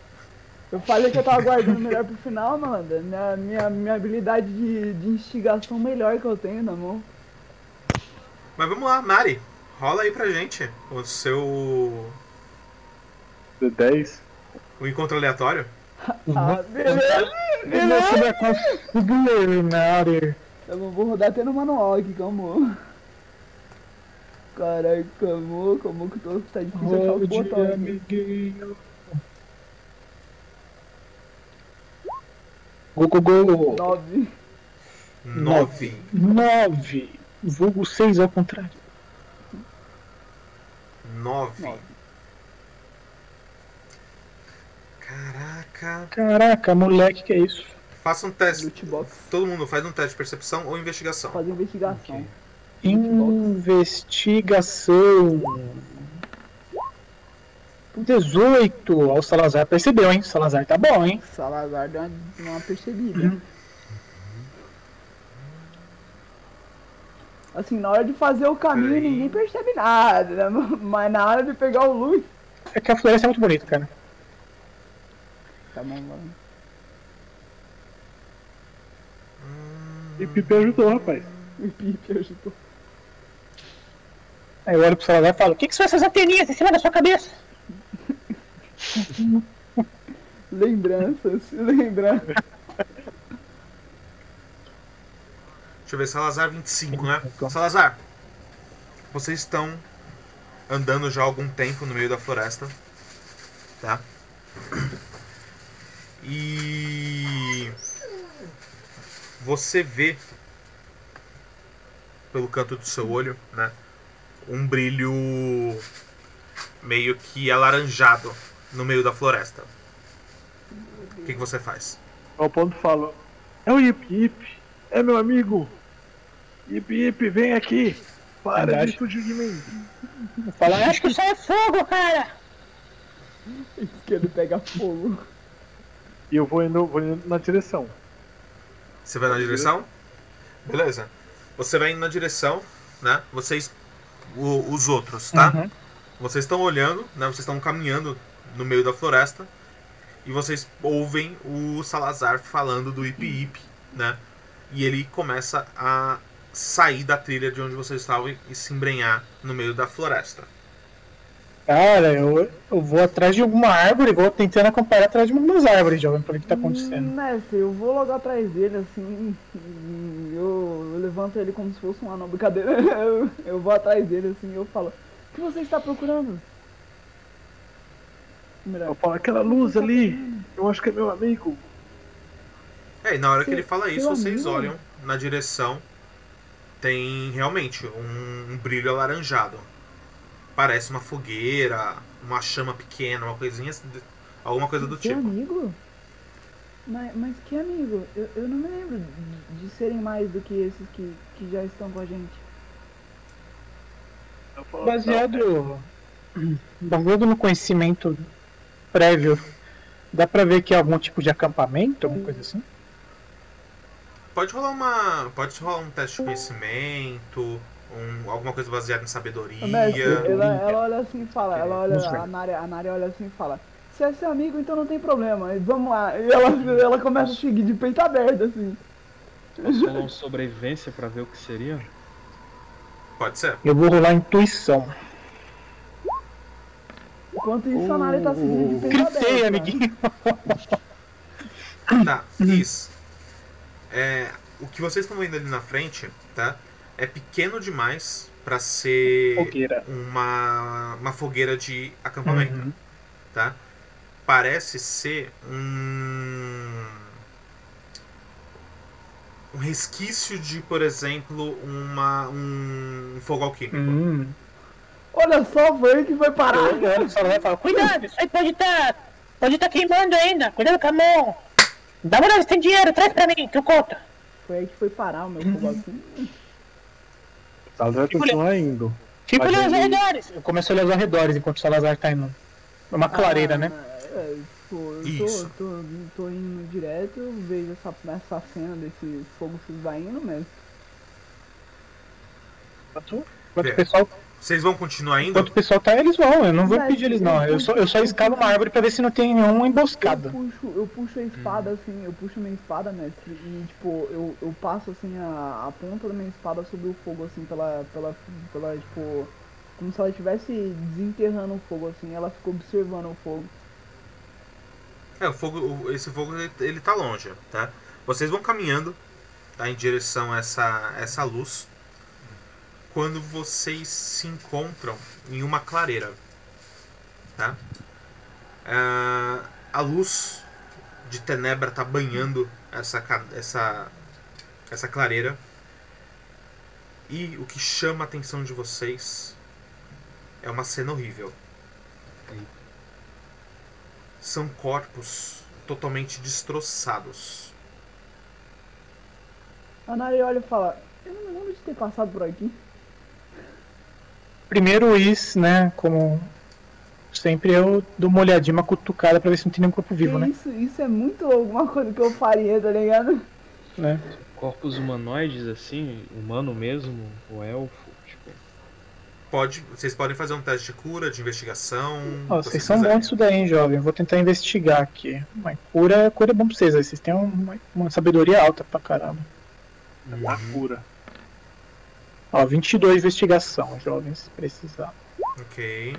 C: Eu falei que eu tava guardando melhor pro final, Amanda. Minha, minha, minha habilidade de, de instigação melhor que eu tenho na mão.
A: Mas vamos lá, Mari. Rola aí pra gente o seu.
D: De dez.
A: o encontro aleatório.
C: Ah, beleza.
D: é
B: Eu não é sei conseguir, Mary.
C: Eu não vou rodar até no manual aqui, calma. Caraca, calma, calma que eu tô, tá difícil achar o botão aqui.
B: amiguinho. Go, go, go.
C: 9.
A: 9.
B: 9. Vulgo 6 ao contrário.
A: 9. Caraca.
B: Caraca, moleque, que é isso?
A: Faça um teste.
C: Loot box.
A: Todo mundo faz um teste de percepção ou investigação.
C: Fazer investigação.
E: Ok.
B: Investigação. 18. Ó, o Salazar percebeu, hein? Salazar tá bom, hein?
C: Salazar deu uma, uma percebida. Assim, na hora de fazer o caminho,
A: Peraí.
C: ninguém percebe nada, né? mas na hora de pegar o loot.
B: É que a floresta é muito bonita, cara.
C: Tá bom, mano.
D: Ip Ip ajudou, rapaz.
C: O Pipe ajudou.
B: Aí eu olho pro Salazar e falo:
F: O que, que são essas anteninhas em cima da sua cabeça?
C: Lembranças, lembranças.
A: Deixa eu ver, Salazar 25, né? Salazar, vocês estão andando já há algum tempo no meio da floresta, tá? E você vê pelo canto do seu olho, né, um brilho meio que alaranjado no meio da floresta. O que, que você faz?
D: Ao ponto falo: É o Ip Ip, é meu amigo. Ip Ip, vem aqui. Para
B: Verdade.
D: de fugir de mim.
B: Fala,
F: Eu acho que isso aí é fogo, cara.
C: Que ele pega fogo.
D: E eu vou indo, vou indo na direção.
A: Você vai na direção? Beleza. Você vai indo na direção, né? Vocês. o- os outros, tá?
B: Uhum.
A: Vocês estão olhando, né? Vocês estão caminhando no meio da floresta. E vocês ouvem o Salazar falando do Ip Ip, né? E ele começa a sair da trilha de onde vocês estavam e- e se embrenhar no meio da floresta.
B: Cara, eu, eu vou atrás de alguma árvore, vou tentando acompanhar atrás de algumas árvores, jovem, pra ver o que tá acontecendo.
C: Mestre, Hum, eu vou logo atrás dele, assim. e Eu, eu levanto ele como se fosse um anão. Brincadeira. Eu, eu vou atrás dele, assim, e eu falo: O que você está procurando? Miranda,
D: Eu falo: Aquela luz ali, eu acho que é meu amigo.
A: É, e na hora que
C: Seu-
A: ele fala isso,
C: seu
A: vocês
C: amigo.
A: olham na direção. Tem realmente um, um brilho alaranjado. Parece uma fogueira, uma chama pequena, uma coisinha. assim, de- Alguma coisa do
C: Seu
A: tipo.
C: amigo? Mas, mas que amigo? Eu, eu não me lembro de, de serem mais do que esses que, que já estão com a gente.
D: Eu falo,
B: Tá Baseado, baseado no conhecimento prévio, dá pra ver que é algum tipo de acampamento, alguma coisa assim?
A: Pode rolar uma. Pode rolar um teste de conhecimento, um- alguma coisa baseada em
C: A Mestre,
A: sabedoria.
C: ela, ela olha assim e fala, ela olha,
B: Vamos ver.
C: a Nari, a Nari olha assim e fala, se é seu amigo, então não tem problema, e vamos lá. E ela, ela começa a seguir de peito aberto, assim.
E: Posso rolar um sobrevivência pra ver o que seria?
A: Pode ser.
B: Eu vou rolar intuição.
C: Enquanto isso, a Nari tá seguindo de peito aberto.
B: Critei,
C: né?
B: amiguinho.
A: Tá, isso. É, o que vocês estão vendo ali na frente, tá? É pequeno demais pra ser.
B: Fogueira.
A: uma, uma fogueira de acampamento, tá? Parece ser um um resquício de, por exemplo, uma um fogo alquímico.
B: Hum.
C: Olha só, foi aí que foi parar.
B: Eu olho pro celular e falo, cuidado!
F: Cuidado, isso aí pode estar. pode estar queimando ainda. Cuidado com a mão. Dá uma olhada se tem dinheiro, traz pra mim, que eu conto.
C: Foi aí que foi parar o meu fogo assim.
D: Ela vai continuar indo.
F: Fico
B: tipo,
D: Mas
F: olhando os
D: ele-
F: arredores.
B: Eu começo a olhar os arredores enquanto o Salazar tá indo. É uma clareira,
C: Ah,
B: né?
C: É, tipo, eu tô,
A: Isso.
C: tô, tô indo direto, eu vejo essa, essa cena desse fogo se esvaindo, mas
B: Enquanto enquanto
A: É.
B: o, pessoal,
A: Vocês vão continuar indo?
B: enquanto o pessoal tá, eles vão. Eu não vou
C: Mas
B: pedir eles, não. Eu só, eu só escalo uma árvore pra ver se não tem nenhuma
C: Eu
B: emboscada.
C: puxo, eu puxo a espada assim, eu puxo minha espada, mestre, e tipo, eu, eu passo assim a, a ponta da minha espada sobre o fogo, assim, pela, pela, pela, tipo, como se ela estivesse desenterrando o fogo, assim, ela ficou observando o fogo.
A: É, o fogo, o- esse fogo ele, ele tá longe, tá? Vocês vão caminhando tá, em direção a essa, essa luz quando vocês se encontram em uma clareira, tá? Ah, a luz de tenebra tá banhando essa, ca- essa, essa clareira e o que chama a atenção de vocês é uma cena horrível são corpos totalmente destroçados.
C: A Nari olha e fala, eu não me lembro de ter passado por aqui.
B: Primeiro o Is, né? Como sempre eu dou uma olhadinha, uma cutucada pra ver se não tem nenhum corpo vivo, né?
C: isso, isso é muito alguma coisa que eu faria, tá ligado?
B: né?
E: Corpos humanoides assim, humano mesmo, o elfo, tipo.
A: Pode, vocês podem fazer um teste de cura, de investigação.
B: Ó,
A: o que
B: vocês são bons disso daí, hein, jovem. Vou tentar investigar aqui. Mas cura, cura é bom pra vocês aí. Vocês têm uma, uma sabedoria alta pra caramba.
D: Na cura.
B: Ó, 22 investigação, jovens, se precisar.
A: Ok.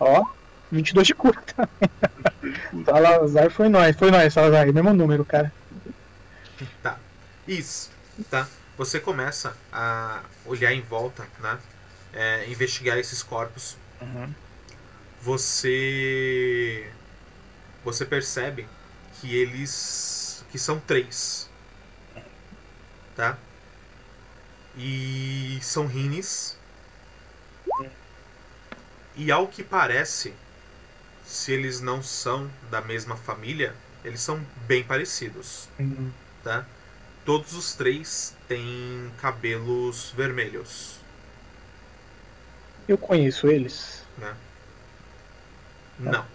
B: Ó, 22 de cura também. Salazar foi nós, foi nós, Salazar, É mesmo número, cara.
A: Isso, tá? Você começa a olhar em volta, né? É, investigar esses corpos. Você. Você percebe que eles. que são três. Tá? E são rines E ao que parece, se eles não são da mesma família, eles são bem parecidos. Tá? Todos os três têm cabelos vermelhos.
B: Eu conheço eles.
A: Não.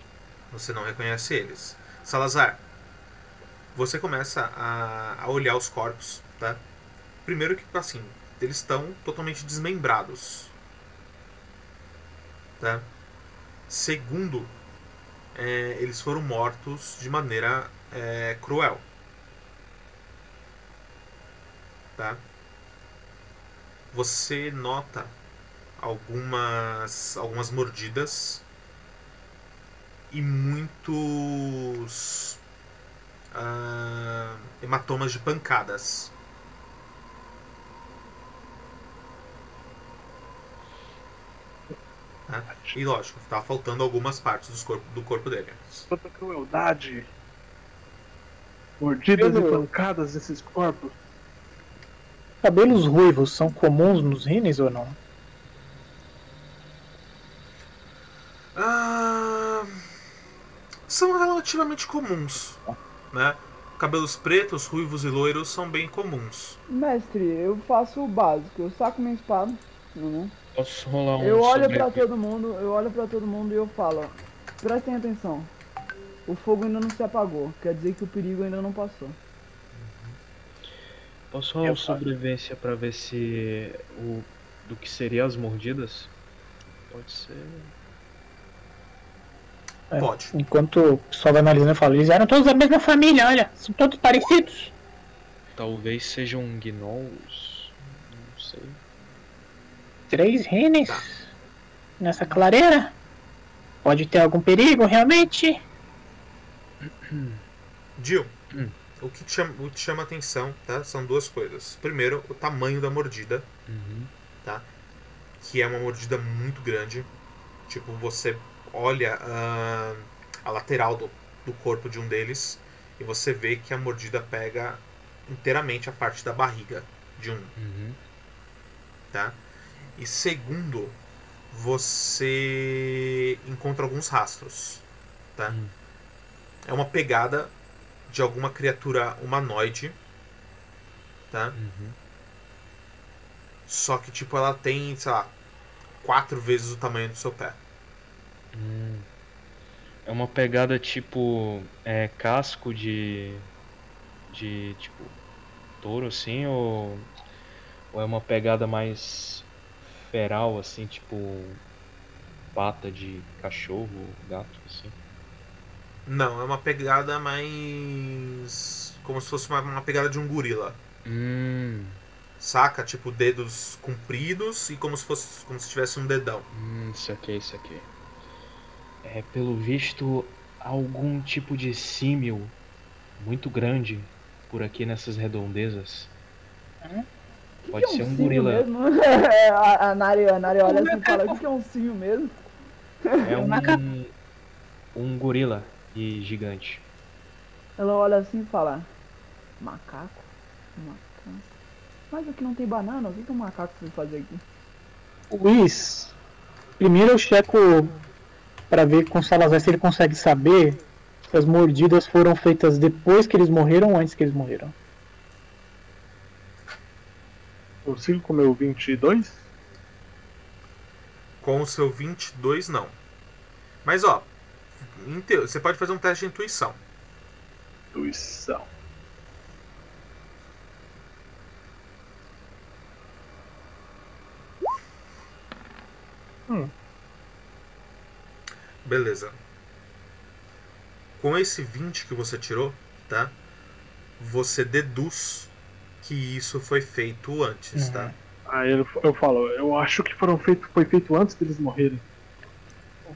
A: Você não reconhece eles. Salazar, você começa a, a olhar os corpos, tá? Primeiro que, assim, eles estão totalmente desmembrados. Tá? Segundo, é, eles foram mortos de maneira é, cruel. Tá? Você nota algumas, algumas mordidas e muitos ah, hematomas de pancadas. Tá? E lógico, tá faltando algumas partes dos corpo, do corpo dele.
D: Quanta crueldade. Mordidas
B: Eu-
D: e pancadas nesses corpos.
B: Cabelos ruivos são comuns nos rines ou não?
A: Ah, são relativamente comuns, né? Cabelos pretos, ruivos e loiros são bem comuns.
C: Mestre, eu faço o básico, eu saco minha espada. Não, né?
E: Posso rolar um
C: eu olho pra
E: sobrevi-
C: todo mundo, eu olho pra todo mundo e eu falo, prestem atenção. O fogo ainda não se apagou, quer dizer que o perigo ainda não passou.
E: Posso rolar um
B: Eu faço.
E: sobrevivência pra ver se o do que seria as mordidas? Pode ser.
B: É.
A: Pode.
B: Enquanto o pessoal vai analisando, eu falo, eles eram todos da mesma família, olha, são todos parecidos.
E: Talvez sejam gnolls. Não sei.
B: Três rines
A: Tá.
B: nessa clareira. Pode ter algum perigo, realmente.
A: Jill,
E: Hum.
A: o que te chama, o que te chama atenção, tá? São duas coisas. Primeiro, o tamanho da mordida, que é uma mordida muito grande. Tipo, você olha ah, a lateral do, do corpo de um deles e você vê que a mordida pega inteiramente a parte da barriga de um.
E: Uhum.
A: tá? E segundo, você encontra alguns rastros, tá?
E: Hum.
A: É uma pegada de alguma criatura humanoide, tá?
E: Uhum.
A: Só que tipo ela tem, sei lá, quatro vezes o tamanho do seu pé.
E: Hum. É uma pegada tipo é, casco de de tipo touro assim ou ou é uma pegada mais feral assim tipo pata de cachorro, gato assim.
A: Não, é uma pegada mais como se fosse uma, uma pegada de um gorila.
E: Hum,
A: Saca? Tipo dedos compridos e como se fosse como se tivesse um dedão.
E: hum, isso aqui, isso aqui. É pelo visto algum tipo de símil muito grande por aqui nessas redondezas.
C: Que
E: Pode
C: que é
E: ser
C: cio
E: um gorila.
C: Mesmo? É, a, a Nari, a Nari olha assim e fala, o que, que é um cio mesmo?
E: É
F: Um
E: um,
F: macaco.
E: um gorila e gigante.
C: Ela olha assim e fala, macaco? Macaco. Mas aqui não tem banana, o que, que um macaco vai fazer aqui?
B: Luiz, primeiro eu checo pra ver com o Salazar se ele consegue saber se as mordidas foram feitas depois que eles morreram ou antes que eles morreram.
D: Consigo comer o 22?
A: Com o seu 22, não. Mas ó, em teo- você pode fazer um teste de intuição.
D: Intuição.
A: Beleza. Com esse 20 que você tirou, tá? Você deduz que isso foi feito antes, tá?
D: Aí eu, eu falo, eu acho que foram feito, foi feito antes deles morrerem.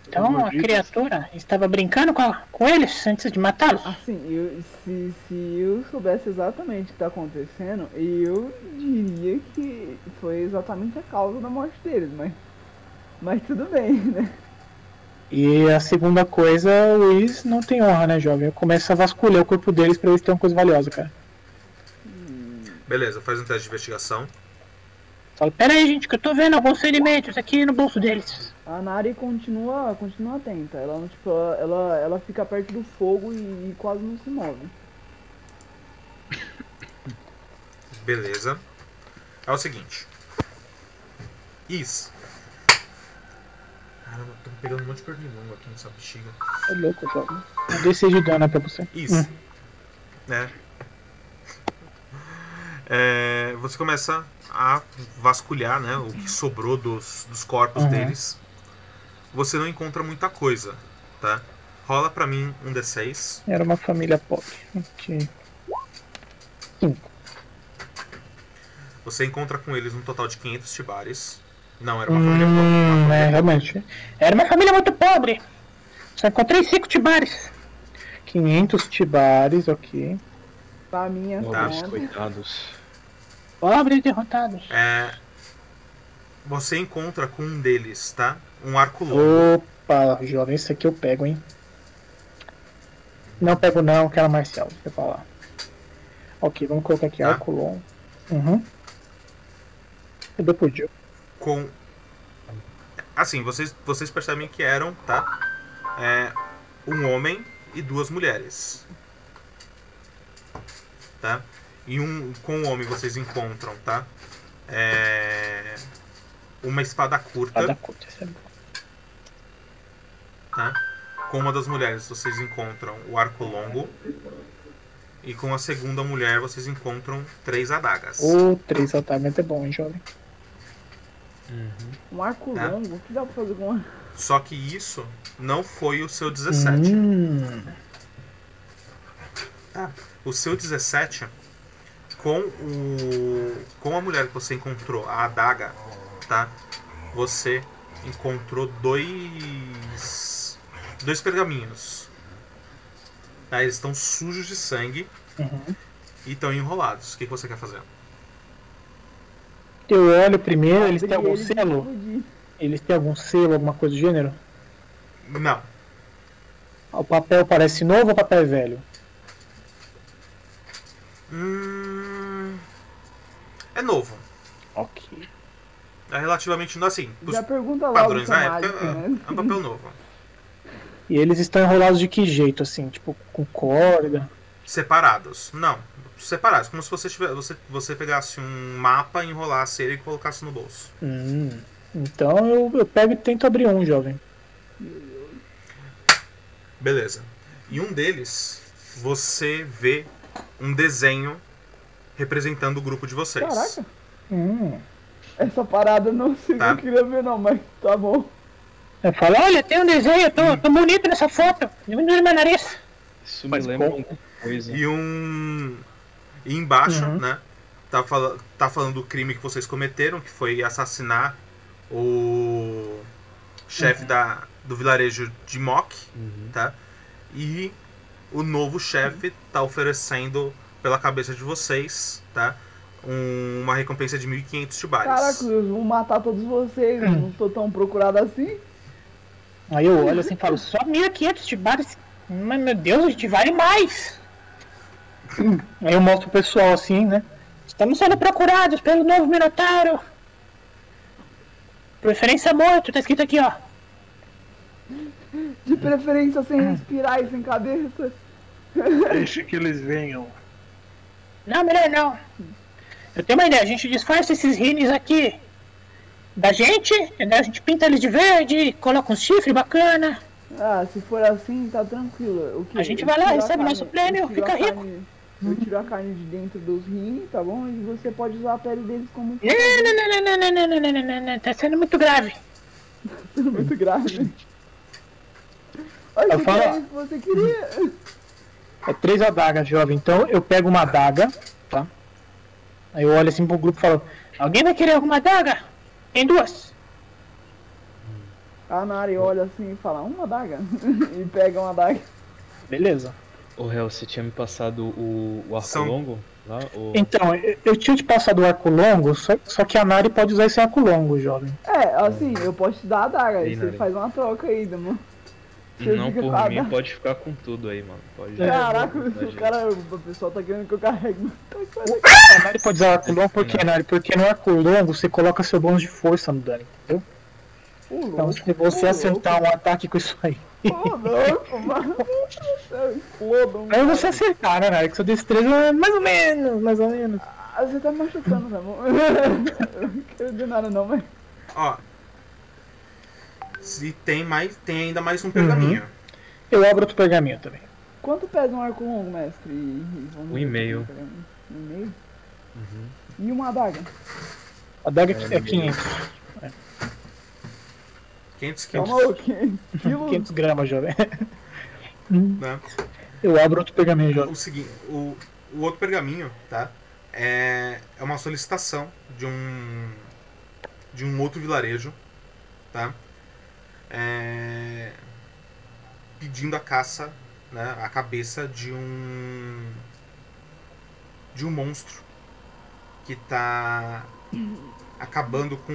F: Então a
D: Mordidas.
F: criatura estava brincando com, a- com eles antes de matá-los.
C: Assim, eu, se, se eu soubesse exatamente o que tá acontecendo, eu diria que foi exatamente a causa da morte deles, mas, mas tudo bem, né?
B: E a segunda coisa, o Luiz não tem honra, né, jovem? Eu começo a vasculhar o corpo deles pra eles terem uma coisa valiosa, cara.
A: Beleza, faz um teste de investigação.
F: Falo, pera aí, gente, que eu tô vendo alguns ferimentos aqui no bolso deles.
C: A Nari continua, continua atenta. Ela, não, tipo, ela, ela, ela fica perto do fogo e, e quase não se move.
A: Beleza. É o seguinte. Isso. Caramba, tô pegando um monte de pernilongo aqui nessa bexiga.
B: É louco, jogo. Descer de dano pra você.
A: Isso. Né? É, você começa a vasculhar né, o que sobrou dos, dos corpos
B: Uhum.
A: deles. Você não encontra muita coisa, tá? Rola pra mim um D6.
B: Era uma família pobre. Ok.
A: Você encontra com eles um total de 500 tibares. Não, era uma família pobre.
B: Hum, é, realmente.
F: Era uma família muito pobre. Só encontrei cinco tibares.
B: 500 tibares, ok.
C: Pra minha
E: Pobres
C: conta.
E: coitados.
F: Pobres e derrotados.
A: É, você encontra com um deles, tá? Um arco longo.
B: Opa, jovem, isso aqui eu pego, hein? Não pego não, quero Marcelo, deixa eu falar. Ok, vamos colocar aqui
A: Tá.
B: Arculon. Uhum. Eu dou por Jill.
A: com assim vocês vocês percebem que eram tá É, um homem e duas mulheres tá e um com o homem vocês encontram tá É, uma espada curta
B: Ah, da curta, isso é bom.
A: tá? Com uma das mulheres vocês encontram o arco longo e com a segunda mulher vocês encontram três adagas
B: Ô, três altamente é bom, hein, jovem.
C: Um arco
A: Tá.
C: longo, o que dá pra fazer com um arco?
A: só que isso não foi o seu 17
B: Hum,
A: o seu 17 com o com a mulher que você encontrou, a adaga, tá? Você encontrou dois dois pergaminhos. Tá? Eles estão sujos de sangue
B: Uhum.
A: e estão enrolados. O que, que você quer fazer?
B: Eu olho
F: Ah,
B: primeiro, eles têm algum
C: Abrir ele e
B: selo?
C: explodir.
B: Eles têm algum selo, alguma coisa do gênero?
A: Não.
B: O papel parece novo ou o papel é velho?
A: Hum... É novo.
B: Ok.
A: É relativamente novo assim. Os
C: Já pergunta logo
A: padrões
C: se
A: da
C: é mágico,
A: época
C: né?
A: é um papel novo.
B: E eles estão enrolados de que jeito, assim? Tipo, com corda?
A: Separados. Não, separados. Como se você, tiver, você, você pegasse um mapa, enrolasse ele e colocasse no bolso.
B: Hum. Então eu, eu pego e tento abrir um, jovem.
A: Beleza. E um deles, você vê um desenho representando o grupo de vocês.
C: Caraca,
B: Hum.
C: essa parada não sei
A: Tá.
C: eu queria ver não, mas tá bom.
F: Eu falo, olha, tem um desenho, eu tô,
B: Hum.
F: tô bonito nessa foto. Diminuindo meu nariz.
E: Isso me
B: Mas
E: lembra
B: bom.
E: uma coisa.
A: E um. E embaixo,
B: Uhum.
A: né? Tá, fala... tá falando do crime que vocês cometeram, que foi assassinar o chefe da... do vilarejo de Mock.
E: Uhum.
A: tá? E o novo chefe tá oferecendo pela cabeça de vocês, tá? Um- uma recompensa de 1.500 tibares.
C: Caraca, eu vou matar todos vocês, eu não tô tão procurado assim.
B: Aí eu olho assim e falo,
F: Só 1.500 tibares. Mas, meu Deus, a gente vale mais.
B: aí eu mostro o pessoal assim, né?
F: Estamos sendo procurados pelo novo Minotauro. Preferência morto, tá escrito aqui, ó.
E: Hum.
C: De preferência sem respirar e sem cabeça.
D: Deixe que eles venham.
F: Não, melhor não. Eu tenho uma ideia, a gente disfarça esses rines aqui da gente, entendeu? A gente pinta eles de verde, coloca um chifre bacana.
C: Ah, se for assim, tá tranquilo. O que?
F: A gente
C: Eu
F: vai lá,
C: tiro a
F: recebe nosso prêmio,
C: eu tiro a
F: fica rico.
C: carne- Eu tiro a carne de dentro dos rins, tá bom? E você pode usar a pele deles como
F: Não, não, não, não, não, não, não, não, não, não, não, tá sendo muito grave.
C: muito grave. Olha,
B: Eu
C: você
B: falo-
C: queria isso que você queria.
B: É três adagas, jovem. Então eu pego uma adaga, tá? Aí eu olho assim pro grupo e falo,
F: Alguém vai querer alguma daga? Tem duas.
C: A Nari olha assim e fala, uma daga. e pega uma daga.
B: beleza.
E: Ô, Hel, você tinha me passado o, o arco
A: São-
E: longo lá? O...
B: Então, eu, eu tinha te passado o arco longo, só, só que a Nari pode usar esse arco longo, jovem.
C: É, assim, eu posso te dar a daga,
E: Ei,
C: você
E: Nari.
C: faz uma troca ainda, mano. Cheio
E: Não
C: de
E: por
C: granada.
E: mim, pode ficar com tudo aí, mano. Pode
C: Caraca,
E: pode
C: o
E: Né, gente.
C: cara, o pessoal tá querendo que eu carregue. Tá que pariu.
B: A Nari pode usar arco longo, por que, Nari? Porque no arco longo você coloca seu bônus de força no dano, entendeu?
C: Ô,
B: Então
C: louco,
B: se você
C: ô,
B: acertar um ataque com isso aí.
C: louco, Ô, louco, mano. Meu Deus do céu, Explodam.
B: Aí você acertar, né, Nari? Que sua destreza é mais ou menos, mais ou menos.
C: Ah, você tá me machucando, tá bom? Eu não quero de nada, não, mas.
A: Ó. Se tem mais. Tem ainda mais um pergaminho.
B: Eu abro outro pergaminho também.
C: Quanto pesa um arco longo, mestre? E- e vamos
E: Um
C: ver
E: e meio.
C: aqui, peraí. Um e meio? E uma adaga?
B: A daga é 500,
A: 500 quilos.
C: Calma, ô, 500 quilos?
B: 500 gramas, jovem.
A: né?
B: Eu abro outro pergaminho, jovem.
A: O seguinte. O, o outro pergaminho, tá? É, é uma solicitação de um. De um outro vilarejo, tá? É, pedindo a caça, né? A cabeça de um. De um monstro. Que tá. Acabando com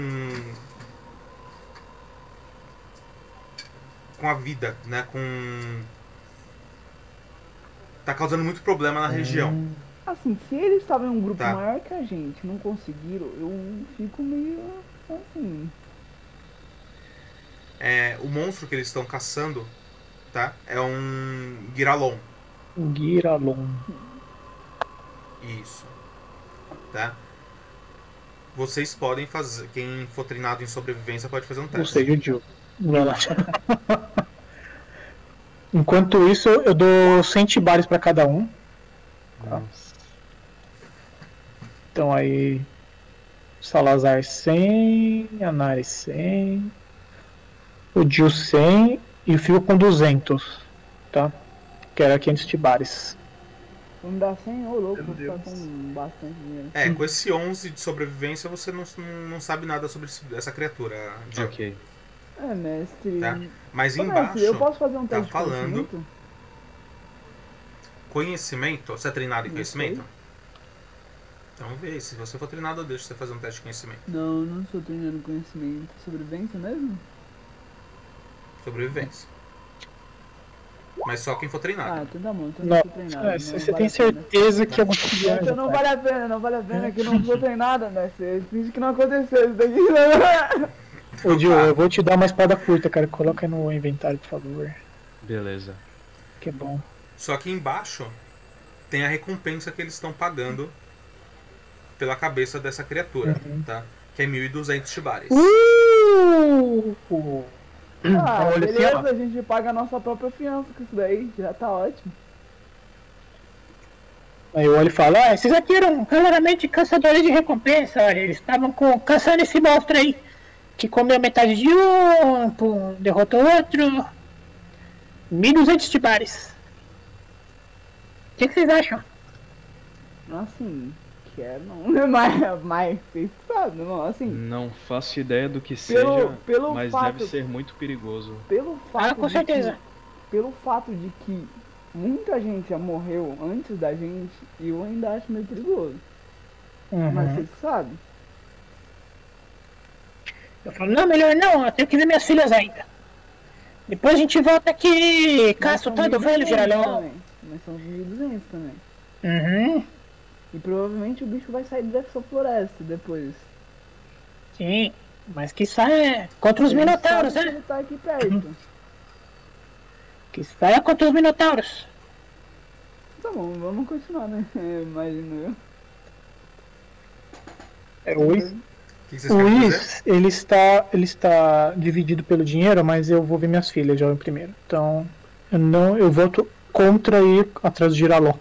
A: com a vida, né? Com. Tá causando muito problema na região.
C: Assim, se eles estavam em um grupo
A: Tá.
C: maior que a gente e não conseguiram, eu fico meio assim.
A: É, o monstro que eles estão caçando, tá? É um Giralon.
B: Giralon.
A: Isso. Tá? Vocês podem fazer. Quem for treinado em sobrevivência pode fazer um
B: Ou
A: teste.
B: seja, o Diogo. Vai lá. Enquanto isso, eu dou 100 tibares pra cada um. tá? Então aí. Salazar 100, Anari 100, o Dil 100 e eu fico com 200, tá? Que era 500 tibares.
C: Vamos dar 100, ô louco,
D: Meu
C: vou ficar
D: Deus.
C: com bastante dinheiro.
A: É, com esse 11 de sobrevivência você não, não, não sabe nada sobre esse- essa criatura, Diogo.
E: Ok.
C: É, mestre.
A: Tá. Mas
C: Ô, mestre, assim, eu
A: embaixo,
C: posso fazer
E: tá
C: um teste
A: falando.
C: de conhecimento?
A: conhecimento. Você é treinado em
C: Não
A: conhecimento? Então vê, se você for treinado, eu deixo você fazer um teste de conhecimento.
C: Não, eu não sou treinando conhecimento. Sobrevivência mesmo?
A: Sobrevivência. Mas só quem for
C: Ah,
A: treinado.
C: então tá bom, então eu não
B: Não,
C: sou treinado.
B: é,
C: não
B: você
C: vale
B: tem
C: a pena.
B: certeza que é muito grande.
C: Então não vale a pena, não vale a pena, que eu não sou treinado, mestre. né? Finge que não aconteceu isso
B: Então,
C: daqui.
B: Ô Dil, eu vou te dar uma espada curta, cara. Coloca aí no inventário, por favor.
E: Beleza.
B: Que é bom.
A: Só que embaixo tem a recompensa que eles estão pagando pela cabeça dessa criatura, tá? Que é 1.200 shibares.
B: Uh!
C: Ah,
B: olha assim, ó.
C: beleza, a gente paga a nossa própria fiança com isso daí, já tá ótimo.
B: Aí eu olho e falo, ah,
F: Esses aqui eram claramente caçadores de recompensa, olha, eles estavam com- caçando esse monstro aí. Que comeu metade de um, pum, derrotou outro. 1.200 tibares. O que, que vocês acham?
C: Assim, quero não, né? mas, mas vocês sabem, não, assim,
E: Não faço ideia do que Hum. seja,
C: pelo, pelo
E: mas
C: fato,
E: deve ser muito perigoso.
C: pelo fato
F: Ah, com
C: de
F: certeza.
C: que- pelo fato de que muita gente já morreu antes da gente, eu ainda acho meio perigoso, mas
B: uhum.
C: vocês sabem.
F: Eu falo, não, melhor não, eu tenho que ver minhas filhas ainda. Depois a gente volta aqui e caça o tal é do velho giralhão.
C: também, Mas são 1.200 também.
F: Uhum,
C: E provavelmente o bicho vai sair dessa floresta depois.
F: sim. Mas que
B: é
F: sai contra os
C: Ele
F: minotauros,
C: sabe que
F: né?
C: Ele tá aqui perto.
F: Que
B: é
F: sai contra os minotauros.
C: Tá bom, vamos continuar, né? Imagino eu.
B: É oito.
A: O que vocês
B: O
A: querem fazer?
B: Is, ele está, ele está dividido pelo dinheiro, mas eu vou ver minhas filhas jovem primeiro. Então, eu não, eu voto contra ir atrás do Giralon.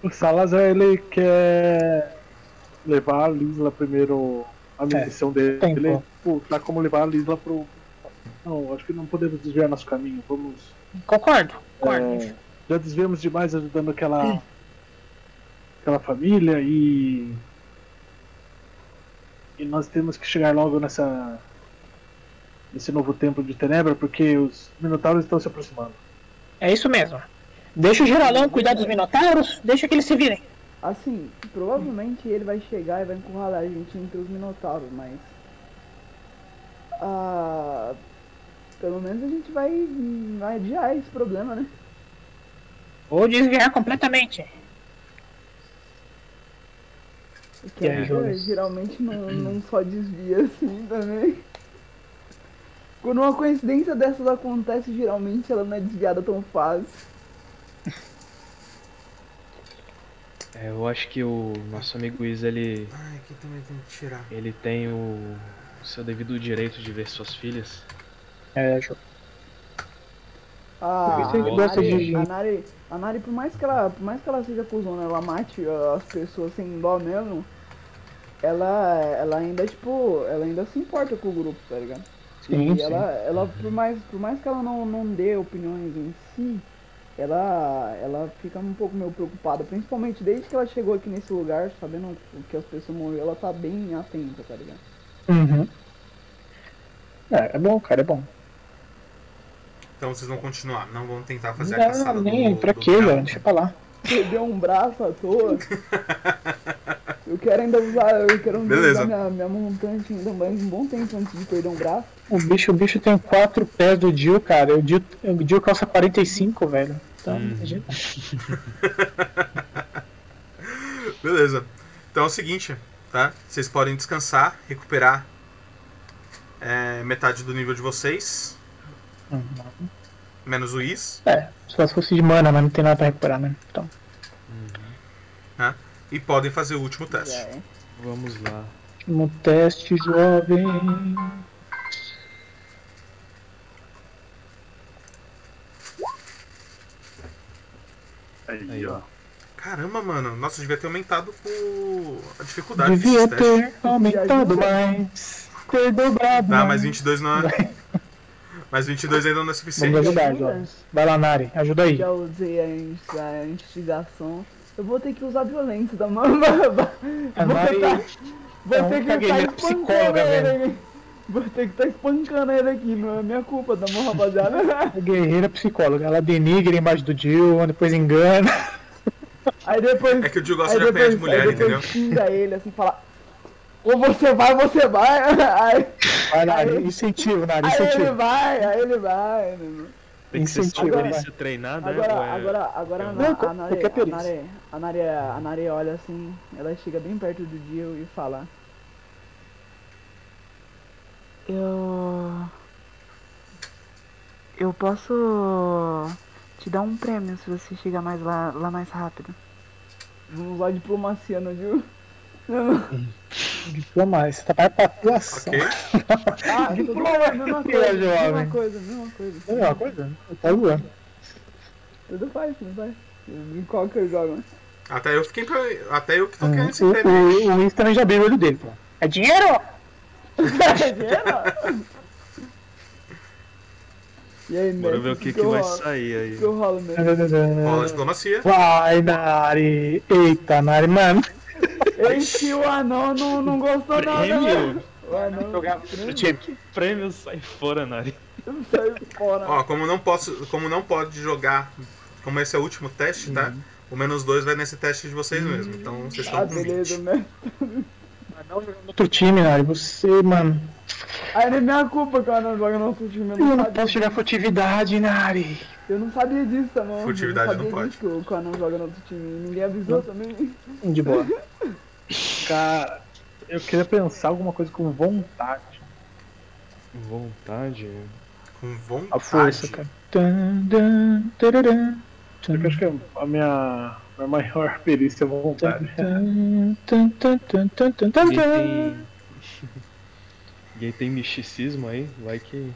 D: O Salazar ele quer levar a Lisla primeiro a missão dele.
B: tem
D: Ele,
B: como.
D: tipo, tá como levar a Lisla pro. Não, acho que não podemos desviar nosso caminho. Vamos.
F: Concordo, concordo.
D: é, já desviamos demais ajudando aquela. aquela família e. E nós temos que chegar logo nessa. nesse novo templo de Tenebra, porque os Minotauros estão se aproximando.
F: É isso mesmo. Deixa o Giralão cuidar dos Minotauros, deixa que eles se virem.
C: Assim, provavelmente ele vai chegar e vai encurralar a gente entre os minotauros, mas. Ah, pelo menos a gente vai, vai adiar esse problema, né?
F: Ou desviar completamente.
C: Porque
B: É.
C: a vida geralmente não, não só desvia assim também. Quando uma coincidência dessas acontece, geralmente ela não é desviada tão fácil.
E: É, eu acho que o nosso amigo Is, ele,
A: Ai, aqui também tem que tirar.
E: ele tem o seu devido direito de ver suas filhas.
B: É, Ju.
C: A,
E: Por isso ele
C: Ah, a
E: gosta
C: Nari-
B: de-
C: a Nari, a Nari, por mais que ela, por mais que ela seja cuzona, ela mate ah, as pessoas sem dó mesmo, ela, ela ainda, tipo, ela ainda se importa com o grupo, tá ligado?
B: Sim,
C: e
B: sim.
C: ela, ela por, mais, por mais que ela não, não dê opiniões em si, ela, ela fica um pouco meio preocupada, principalmente desde que ela chegou aqui nesse lugar, sabendo o que as pessoas morreram, ela tá bem atenta, tá ligado?
B: Uhum. É, é bom, cara, é bom.
A: Então vocês vão continuar, não vão tentar fazer a caçada
B: Não, nem,
A: do,
B: pra
A: do
B: quê,
A: diabo.
B: velho? Deixa pra lá.
C: Perdeu um braço à toa. Eu quero ainda usar, eu quero ainda
A: Beleza.
C: usar minha, minha montante ainda mais um bom tempo antes de perder um braço.
B: O bicho, o bicho tem quatro pés do Dio, cara. O Dio, o Dio calça 45, velho. Então,
A: Hum.
B: imagina.
A: Beleza. Então é o seguinte, tá? Vocês podem descansar, recuperar é, metade do nível de vocês, menos o Is,
B: É, Hum, só se fosse de mana, mas não tem nada pra recuperar, né? Então,
A: e podem fazer o último teste.
C: É.
E: Vamos lá.
B: último um teste, jovem.
D: Aí,
E: Aí,
D: ó.
A: Caramba, mano, nossa, devia ter aumentado o... a dificuldade
B: Devia
A: desse Tá, teste.
B: ter aumentado mais. Ter dobrado.
A: Tá,
B: mais.
A: mas 22 não é... Mas 22 ainda não é suficiente.
B: Vamos ajudar, jovem. Vai lá, Nari, ajuda aí.
C: Já usei a, ins- a instigação. Eu vou ter que usar a violência da mamãe.
B: A Mari
C: Vou
B: É
A: Tá
B: um
C: ter que
B: caguejão
C: estar
B: psicóloga,
C: espancando ele. Vou ter que estar espancando ele aqui, não é minha culpa, tá bom, rapaziada?
B: é guerreira psicóloga. Ela denigra embaixo do Dio, depois engana.
C: Aí depois.
A: É que o Dio gosta
C: aí
A: de apanhar de
C: depois,
A: mulher,
C: aí
A: entendeu?
C: depois xinga ele assim, fala. Ou você vai, ou você vai. Aí,
B: Vai, Nari,
C: Aí-
B: incentivo, Nari,
C: aí ele
B: incentivo.
C: vai, aí ele vai. né?
E: Tem que ser só
B: Incentivo,
E: perícia treinada,
C: Agora,
E: né? Ou é-
C: agora, agora a,
E: é um-
C: Na-
B: Não,
C: a, Nare,
B: qualquer
C: a,
B: perícia.
C: Nare, a, Nare, a Nare olha assim, ela chega bem perto do Dio e fala. Eu. Eu posso te dar um prêmio se você chegar mais lá, lá mais rápido. Vamos lá diplomacia no Dio.
B: Diploma, você tá vai pra atuação.
A: Ok?
C: Ah, tudo bem, mesma coisa, mesma
B: jovem.
C: coisa, mesma coisa.
B: É uma coisa, tá zoando.
C: Tudo faz, tudo faz. Em qualquer jogo.
A: Até eu fiquei. pra- Até eu que
B: Uhum.
A: tô querendo esse
B: Hum, O-
A: prêmio.
B: O, o, Luiz também já bebeu o olho dele, pô.
F: É dinheiro?
C: Tá E aí,
E: Bora
C: mestre,
E: ver o que, que
C: eu
E: vai
C: rolo?
E: sair aí.
C: que eu rolo mesmo?
A: Rola a diplomacia.
B: Vai, Nari. Eita, Nari, mano.
C: Esse o anão não, não gostou não, né?
E: Prêmio?
C: O anão
E: Prêmio sai fora, Nari.
C: saiu fora.
A: Ó, como não posso. Como não pode jogar. Como esse é o último teste, tá? O menos 2 vai nesse teste de vocês mesmo. Então vocês
C: Ah,
A: estão com 20.
C: beleza, né?
B: Outro time, Nari. Você, mano.
C: Aí não é minha culpa que o anão joga no outro time. Eu
B: Eu
C: não,
B: não
C: sabia,
B: posso jogar furtividade, Nari.
C: eu não sabia disso, tá bom?
A: Furtividade
C: eu sabia
A: não pode.
C: disso que o- que o anão joga no outro time. Ninguém avisou também.
B: De boa.
D: Cara, eu queria pensar alguma coisa com vontade.
E: Vontade. né?
A: Com
D: Ah.
B: A força,
A: vontade.
B: cara. Tan, tan, tararã,
D: Só que eu
B: tan,
D: acho que é a minha, minha maior perícia é vontade.
B: tan,
D: é.
B: tan, tan, tan, tan, tan, tan,
E: E aí
B: tan.
E: tem. e aí tem misticismo aí, vai que.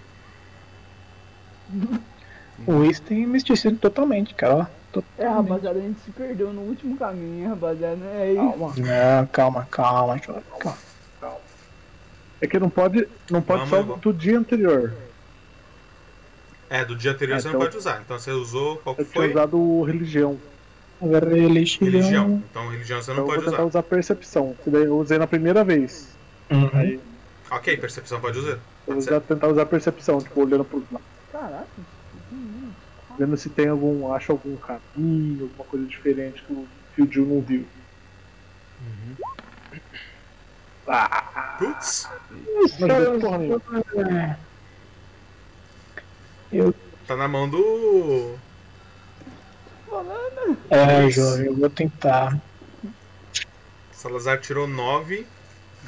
B: O Luiz tem misticismo totalmente, cara. ó.
C: É, rapaziada, a gente se perdeu no último caminho, rapaziada. É isso.
D: Calma.
B: Não, calma, calma, jovem, calma.
D: É que não pode, não pode
A: Vamos,
D: só
A: vamos.
D: do dia anterior.
A: É, do dia anterior
D: É,
A: você não
D: então-
A: pode usar. Então você usou qual que
D: Eu tinha
A: foi?
D: usado o religião.
B: é
A: Religião.
B: Religião.
A: Então religião você
D: Então
A: não
D: eu vou
A: pode
D: tentar
A: usar.
D: usar percepção. que daí Eu usei na primeira vez.
B: Uhum.
D: Aí
A: Ok, percepção pode usar.
D: eu
A: Pode
D: vou
A: ser.
D: usar- tentar usar percepção, tipo, olhando pro lado,
C: Caraca.
D: vendo se tem algum. acho algum caminho, alguma coisa diferente que o que o Jill não viu.
A: Putz. Tá na mão do.
B: É, jovem, eu vou tentar.
A: Salazar tirou 9.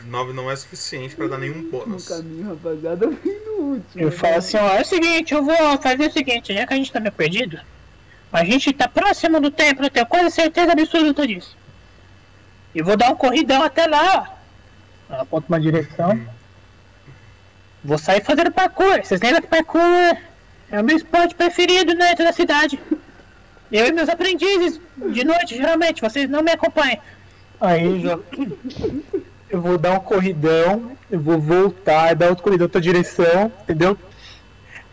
A: 9 não é suficiente pra dar nenhum
C: No
A: bônus.
C: caminho, rapaziada, eu vim no último.
F: Eu falo assim, ó, é o seguinte, eu vou fazer o seguinte,
B: é
F: já que a gente tá meio perdido, a gente tá próximo do templo, eu tenho quase certeza absoluta disso. E vou dar um corridão até lá, ó. Ela aponta uma direção. Vou sair fazendo parkour. Vocês lembram que parkour é o meu esporte preferido dentro da cidade. Eu e meus aprendizes, de noite, geralmente, vocês não me acompanham.
B: Aí, jovem. Eu vou dar um corridão, eu vou voltar, dar outro corridão outra direção, entendeu?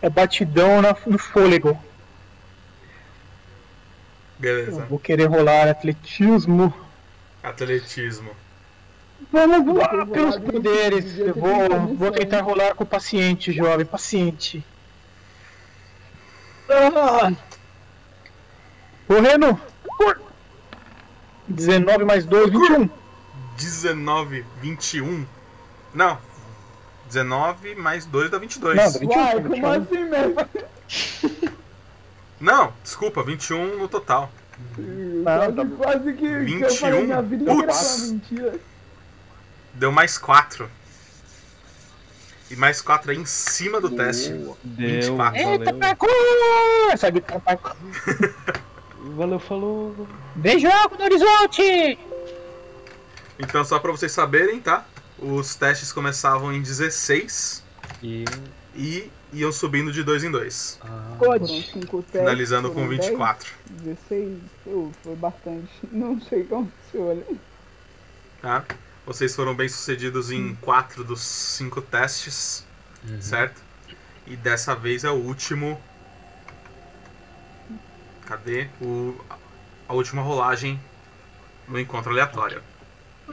B: É batidão na- no fôlego. Eu
A: Beleza.
B: vou querer rolar atletismo.
A: Atletismo.
B: Vamos lá Ah, pelos
C: rolar,
B: poderes.
C: gente, devia
B: Eu
C: ter
B: vou, vou
C: pensado
B: tentar rolar com o paciente, jovem, paciente. Ah! Correndo! 19 mais 2, 21.
A: 19, 21. Não. 19 mais 2 dá 22.
B: Não, dá 21.
C: Uai, como assim, mestre?
A: Não, desculpa, 21 no total.
B: Não,
C: Quase-
B: tá
C: quase que, que
A: 21?
C: eu falei minha vida inteira era
A: Putz.
C: uma mentira.
A: Deu mais 4. E mais 4 aí em cima do teste.
E: Deu,
A: 24.
F: Eita,
E: valeu.
F: parkour! Sabe o que é
B: tá-
F: parkour?
E: Valeu, falou.
F: Vejo algo no horizonte!
A: Então, só pra vocês saberem, tá? Os testes começavam em 16
E: E.
A: e iam subindo de 2 em 2.
E: Ah,
C: Foram 5 testes.
A: Finalizando com
C: foram
A: 24.
C: 10, 16, uh, foi bastante. Não sei como se olha.
A: tá? Vocês foram bem sucedidos em quatro dos cinco testes, certo? E dessa vez é o último. Cadê? O, a última rolagem no encontro aleatório.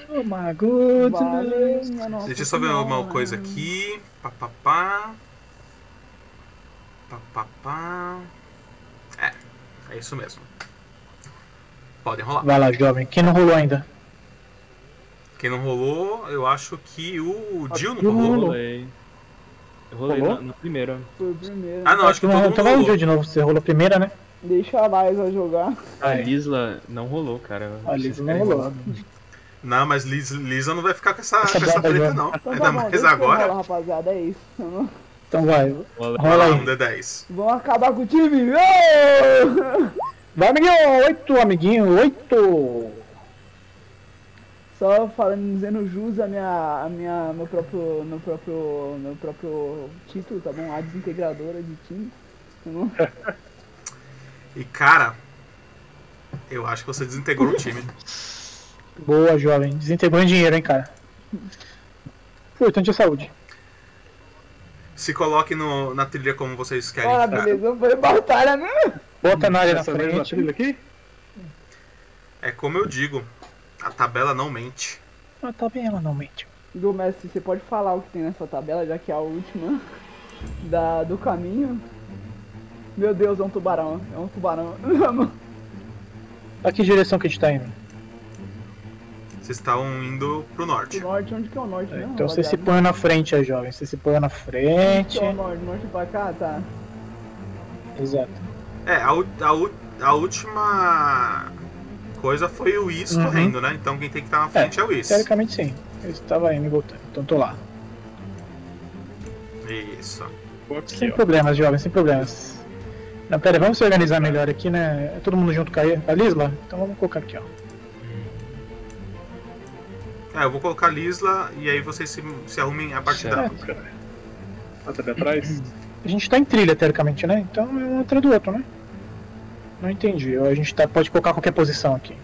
F: Oh my goodness!
C: Vale, minha nossa
A: Deixa eu só ver
C: senhora.
A: uma coisa aqui. Pá, pá, pá. Pá, pá, pá. É, é isso mesmo. Podem rolar.
B: Vai lá, jovem. Quem não rolou ainda?
A: Quem não rolou, eu acho que o Jill não
B: Jill não
A: rolou.
B: rolou.
E: rolei. Eu rolei
B: Rolou?
E: na, na primeira.
C: Foi o primeiro.
A: Ah, não, acho que todo mundo
B: então vai o
A: rolou.
B: Gil de novo. Você rolou a primeira, né?
C: Deixa a Liza jogar.
E: A Lisla não rolou, cara.
B: A Liz
E: Vocês
B: não
E: querem-
B: rolou.
A: Não, mas Liz- Lisa não vai ficar com essa,
B: Essa
A: com essa
B: braba
A: treta,
B: já.
A: não.
C: Então
A: Ainda
C: tá bom,
A: mais
C: deixa eu
A: agora.
C: falar, rapaziada, é isso. Vamos-
B: Então vai.
E: Rola-
B: Rola
A: Vai lá,
B: aí.
A: um D10.
C: Vamos acabar com o time. Ô!
B: Vai, amiguinho! Oito, amiguinho! Oito!
C: Só falando, dizendo jus a minha, a minha, meu próprio, meu próprio, meu próprio título, tá bom? A desintegradora de time. Tá bom?
A: E cara, eu acho que você desintegrou o time.
B: Boa, jovem. Desintegrou em dinheiro, hein, cara. Importante a saúde.
A: Se coloque no- na trilha como vocês querem.
C: Bora,
A: cara.
C: beleza, foi batalha mesmo.
B: Bota na área na
D: Essa
A: né?
D: mesma
B: frente.
D: Tá trilha aqui?
A: É como eu digo, a tabela não mente.
B: Ah, tá bem, ela não mente.
C: Igor Mestre, você pode falar o que tem nessa tabela, já que é a última da, do caminho? Meu Deus, é um tubarão, é um tubarão.
B: Pra que direção que a gente tá indo?
A: Vocês estavam indo pro
C: o
A: norte.
C: norte, onde que é o norte, né?
B: Então você se
C: rapaziada?
B: põe na frente aí, jovem. Você se põe na
C: Onde que
B: frente.
C: é o norte, norte pra cá, tá?
B: Exato.
A: É, a, u- a u- a última coisa foi o Is
B: Uhum.
A: correndo, né? Então quem tem que estar na frente é, o Is.
B: Teoricamente sim. Eu estava indo e voltando. Então tô lá.
A: Isso.
D: Vou aqui,
B: Sem
D: ó.
B: problemas, jovem, sem problemas. Não, pera, vamos se organizar melhor aqui, né? É todo mundo junto com a I- a Lisla? Então vamos colocar aqui, ó.
A: É, eu vou colocar Lisla e aí vocês se, se arrumem a partir dela.
D: Tá ali atrás?
B: A gente tá em trilha, teoricamente, né? Então é um atrás do outro, né? Não entendi. A gente tá, pode colocar qualquer posição aqui.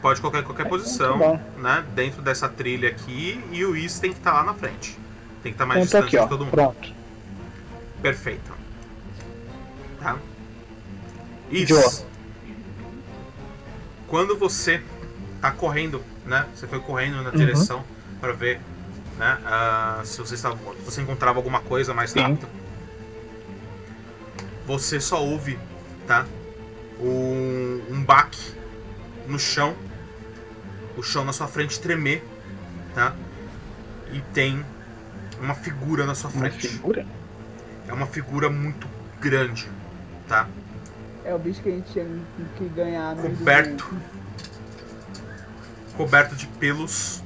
A: Pode colocar em qualquer posição.
B: Então, tá bom.
A: né, dentro dessa trilha aqui e o Is tem que estar lá na frente. Tem que estar mais
B: Então tô
A: distante
B: aqui,
A: de
B: ó.
A: todo mundo.
B: Pronto.
A: Perfeito. Tá? Is,
B: Idiota.
A: quando você tá correndo, né? Você foi correndo na
B: Uhum.
A: direção para ver, né? ah, se você estava, se você encontrava alguma coisa mais
B: Sim.
A: rápido. Você só ouve, tá? Um, um baque no chão, o chão na sua frente tremer, tá? e tem uma figura na sua
D: Uma
A: frente.
D: figura?
A: É uma figura muito grande, tá?
C: É o bicho que a gente tinha que ganhar né? no
A: Coberto. Coberto de pelos,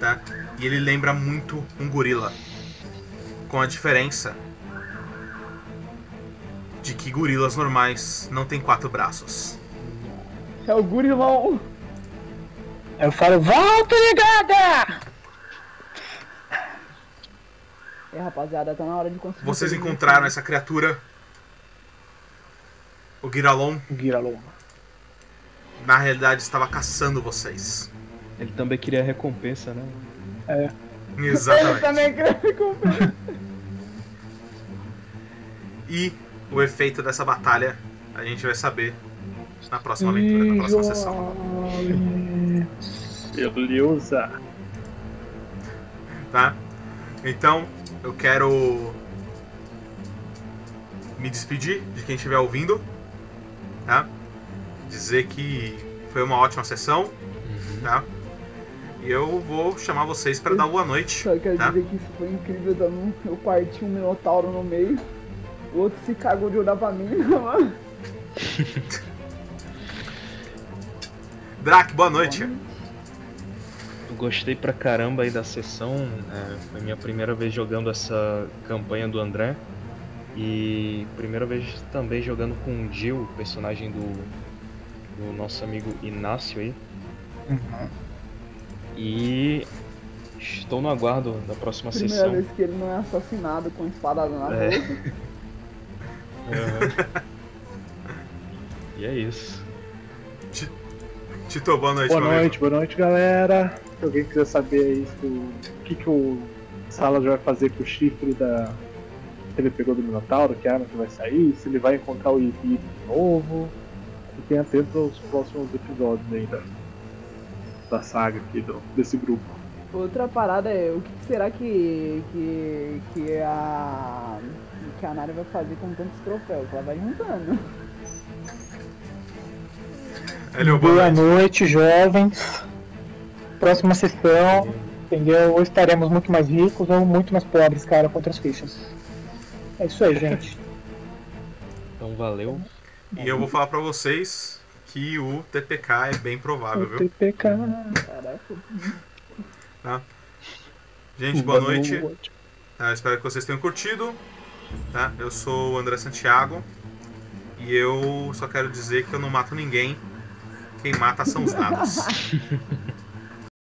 A: tá? E ele lembra muito um gorila. Com a diferença de que gorilas normais não têm quatro braços.
C: É o gurilão.
B: É
F: Eu falo, volta ligada!
C: É, rapaziada, tá na hora de conseguir.
A: Vocês encontraram essa criatura, o Giralon,
B: Guiralon.
A: na realidade estava caçando vocês.
E: Ele também queria recompensa, né?
C: Ele
A: Exatamente.
C: também quer comprar.
A: E o efeito dessa batalha a gente vai saber na próxima aventura, na próxima sessão.
D: Beleza.
A: tá? Então, eu quero me despedir de quem estiver ouvindo, tá? Dizer que foi uma ótima sessão, tá? E eu vou chamar vocês para dar boa noite.
C: Só quero
A: Tá.
C: dizer que isso foi incrível. tá bom? Eu parti um minotauro no meio. O outro se cagou de olhar pra mim, mano.
A: Drac, boa noite.
E: Eu Gostei pra caramba aí da sessão. é, foi minha primeira vez jogando essa campanha do André. E primeira vez também jogando com o Jill, personagem do, do nosso amigo Inácio aí. E estou no aguardo da próxima
C: Primeira
E: sessão.
C: vez que ele não é assassinado com espada na
E: É. Uhum.
C: boca. Uhum.
E: E é isso.
A: Tito, boa noite.
D: Boa
A: meu amigo.
D: noite, boa noite, galera. Se alguém quiser saber aí se o o que, que o Salas vai fazer com o chifre da. Se ele pegou do Minotauro, que arma que vai sair, se ele vai encontrar o Ibi de novo. Fiquem atentos aos próximos episódios aí da, da saga aqui do, desse grupo.
C: Outra parada é o que será que. que. que a. que a Nari vai fazer com tantos troféus? Ela vai juntando.
A: Hélio, boa
B: Boa
A: noite.
B: noite, jovens. Próxima sessão, entendeu? Ou estaremos muito mais ricos ou muito mais pobres, cara, com outras fichas. É isso aí, gente.
E: Então valeu.
A: E eu vou falar para vocês que o TPK é bem provável, viu?
B: TPK.
C: Caraca.
A: Gente, boa noite. Tá, espero que vocês tenham curtido. tá? Eu sou o André Santiago e eu só quero dizer que eu não mato ninguém. Quem mata são os dados.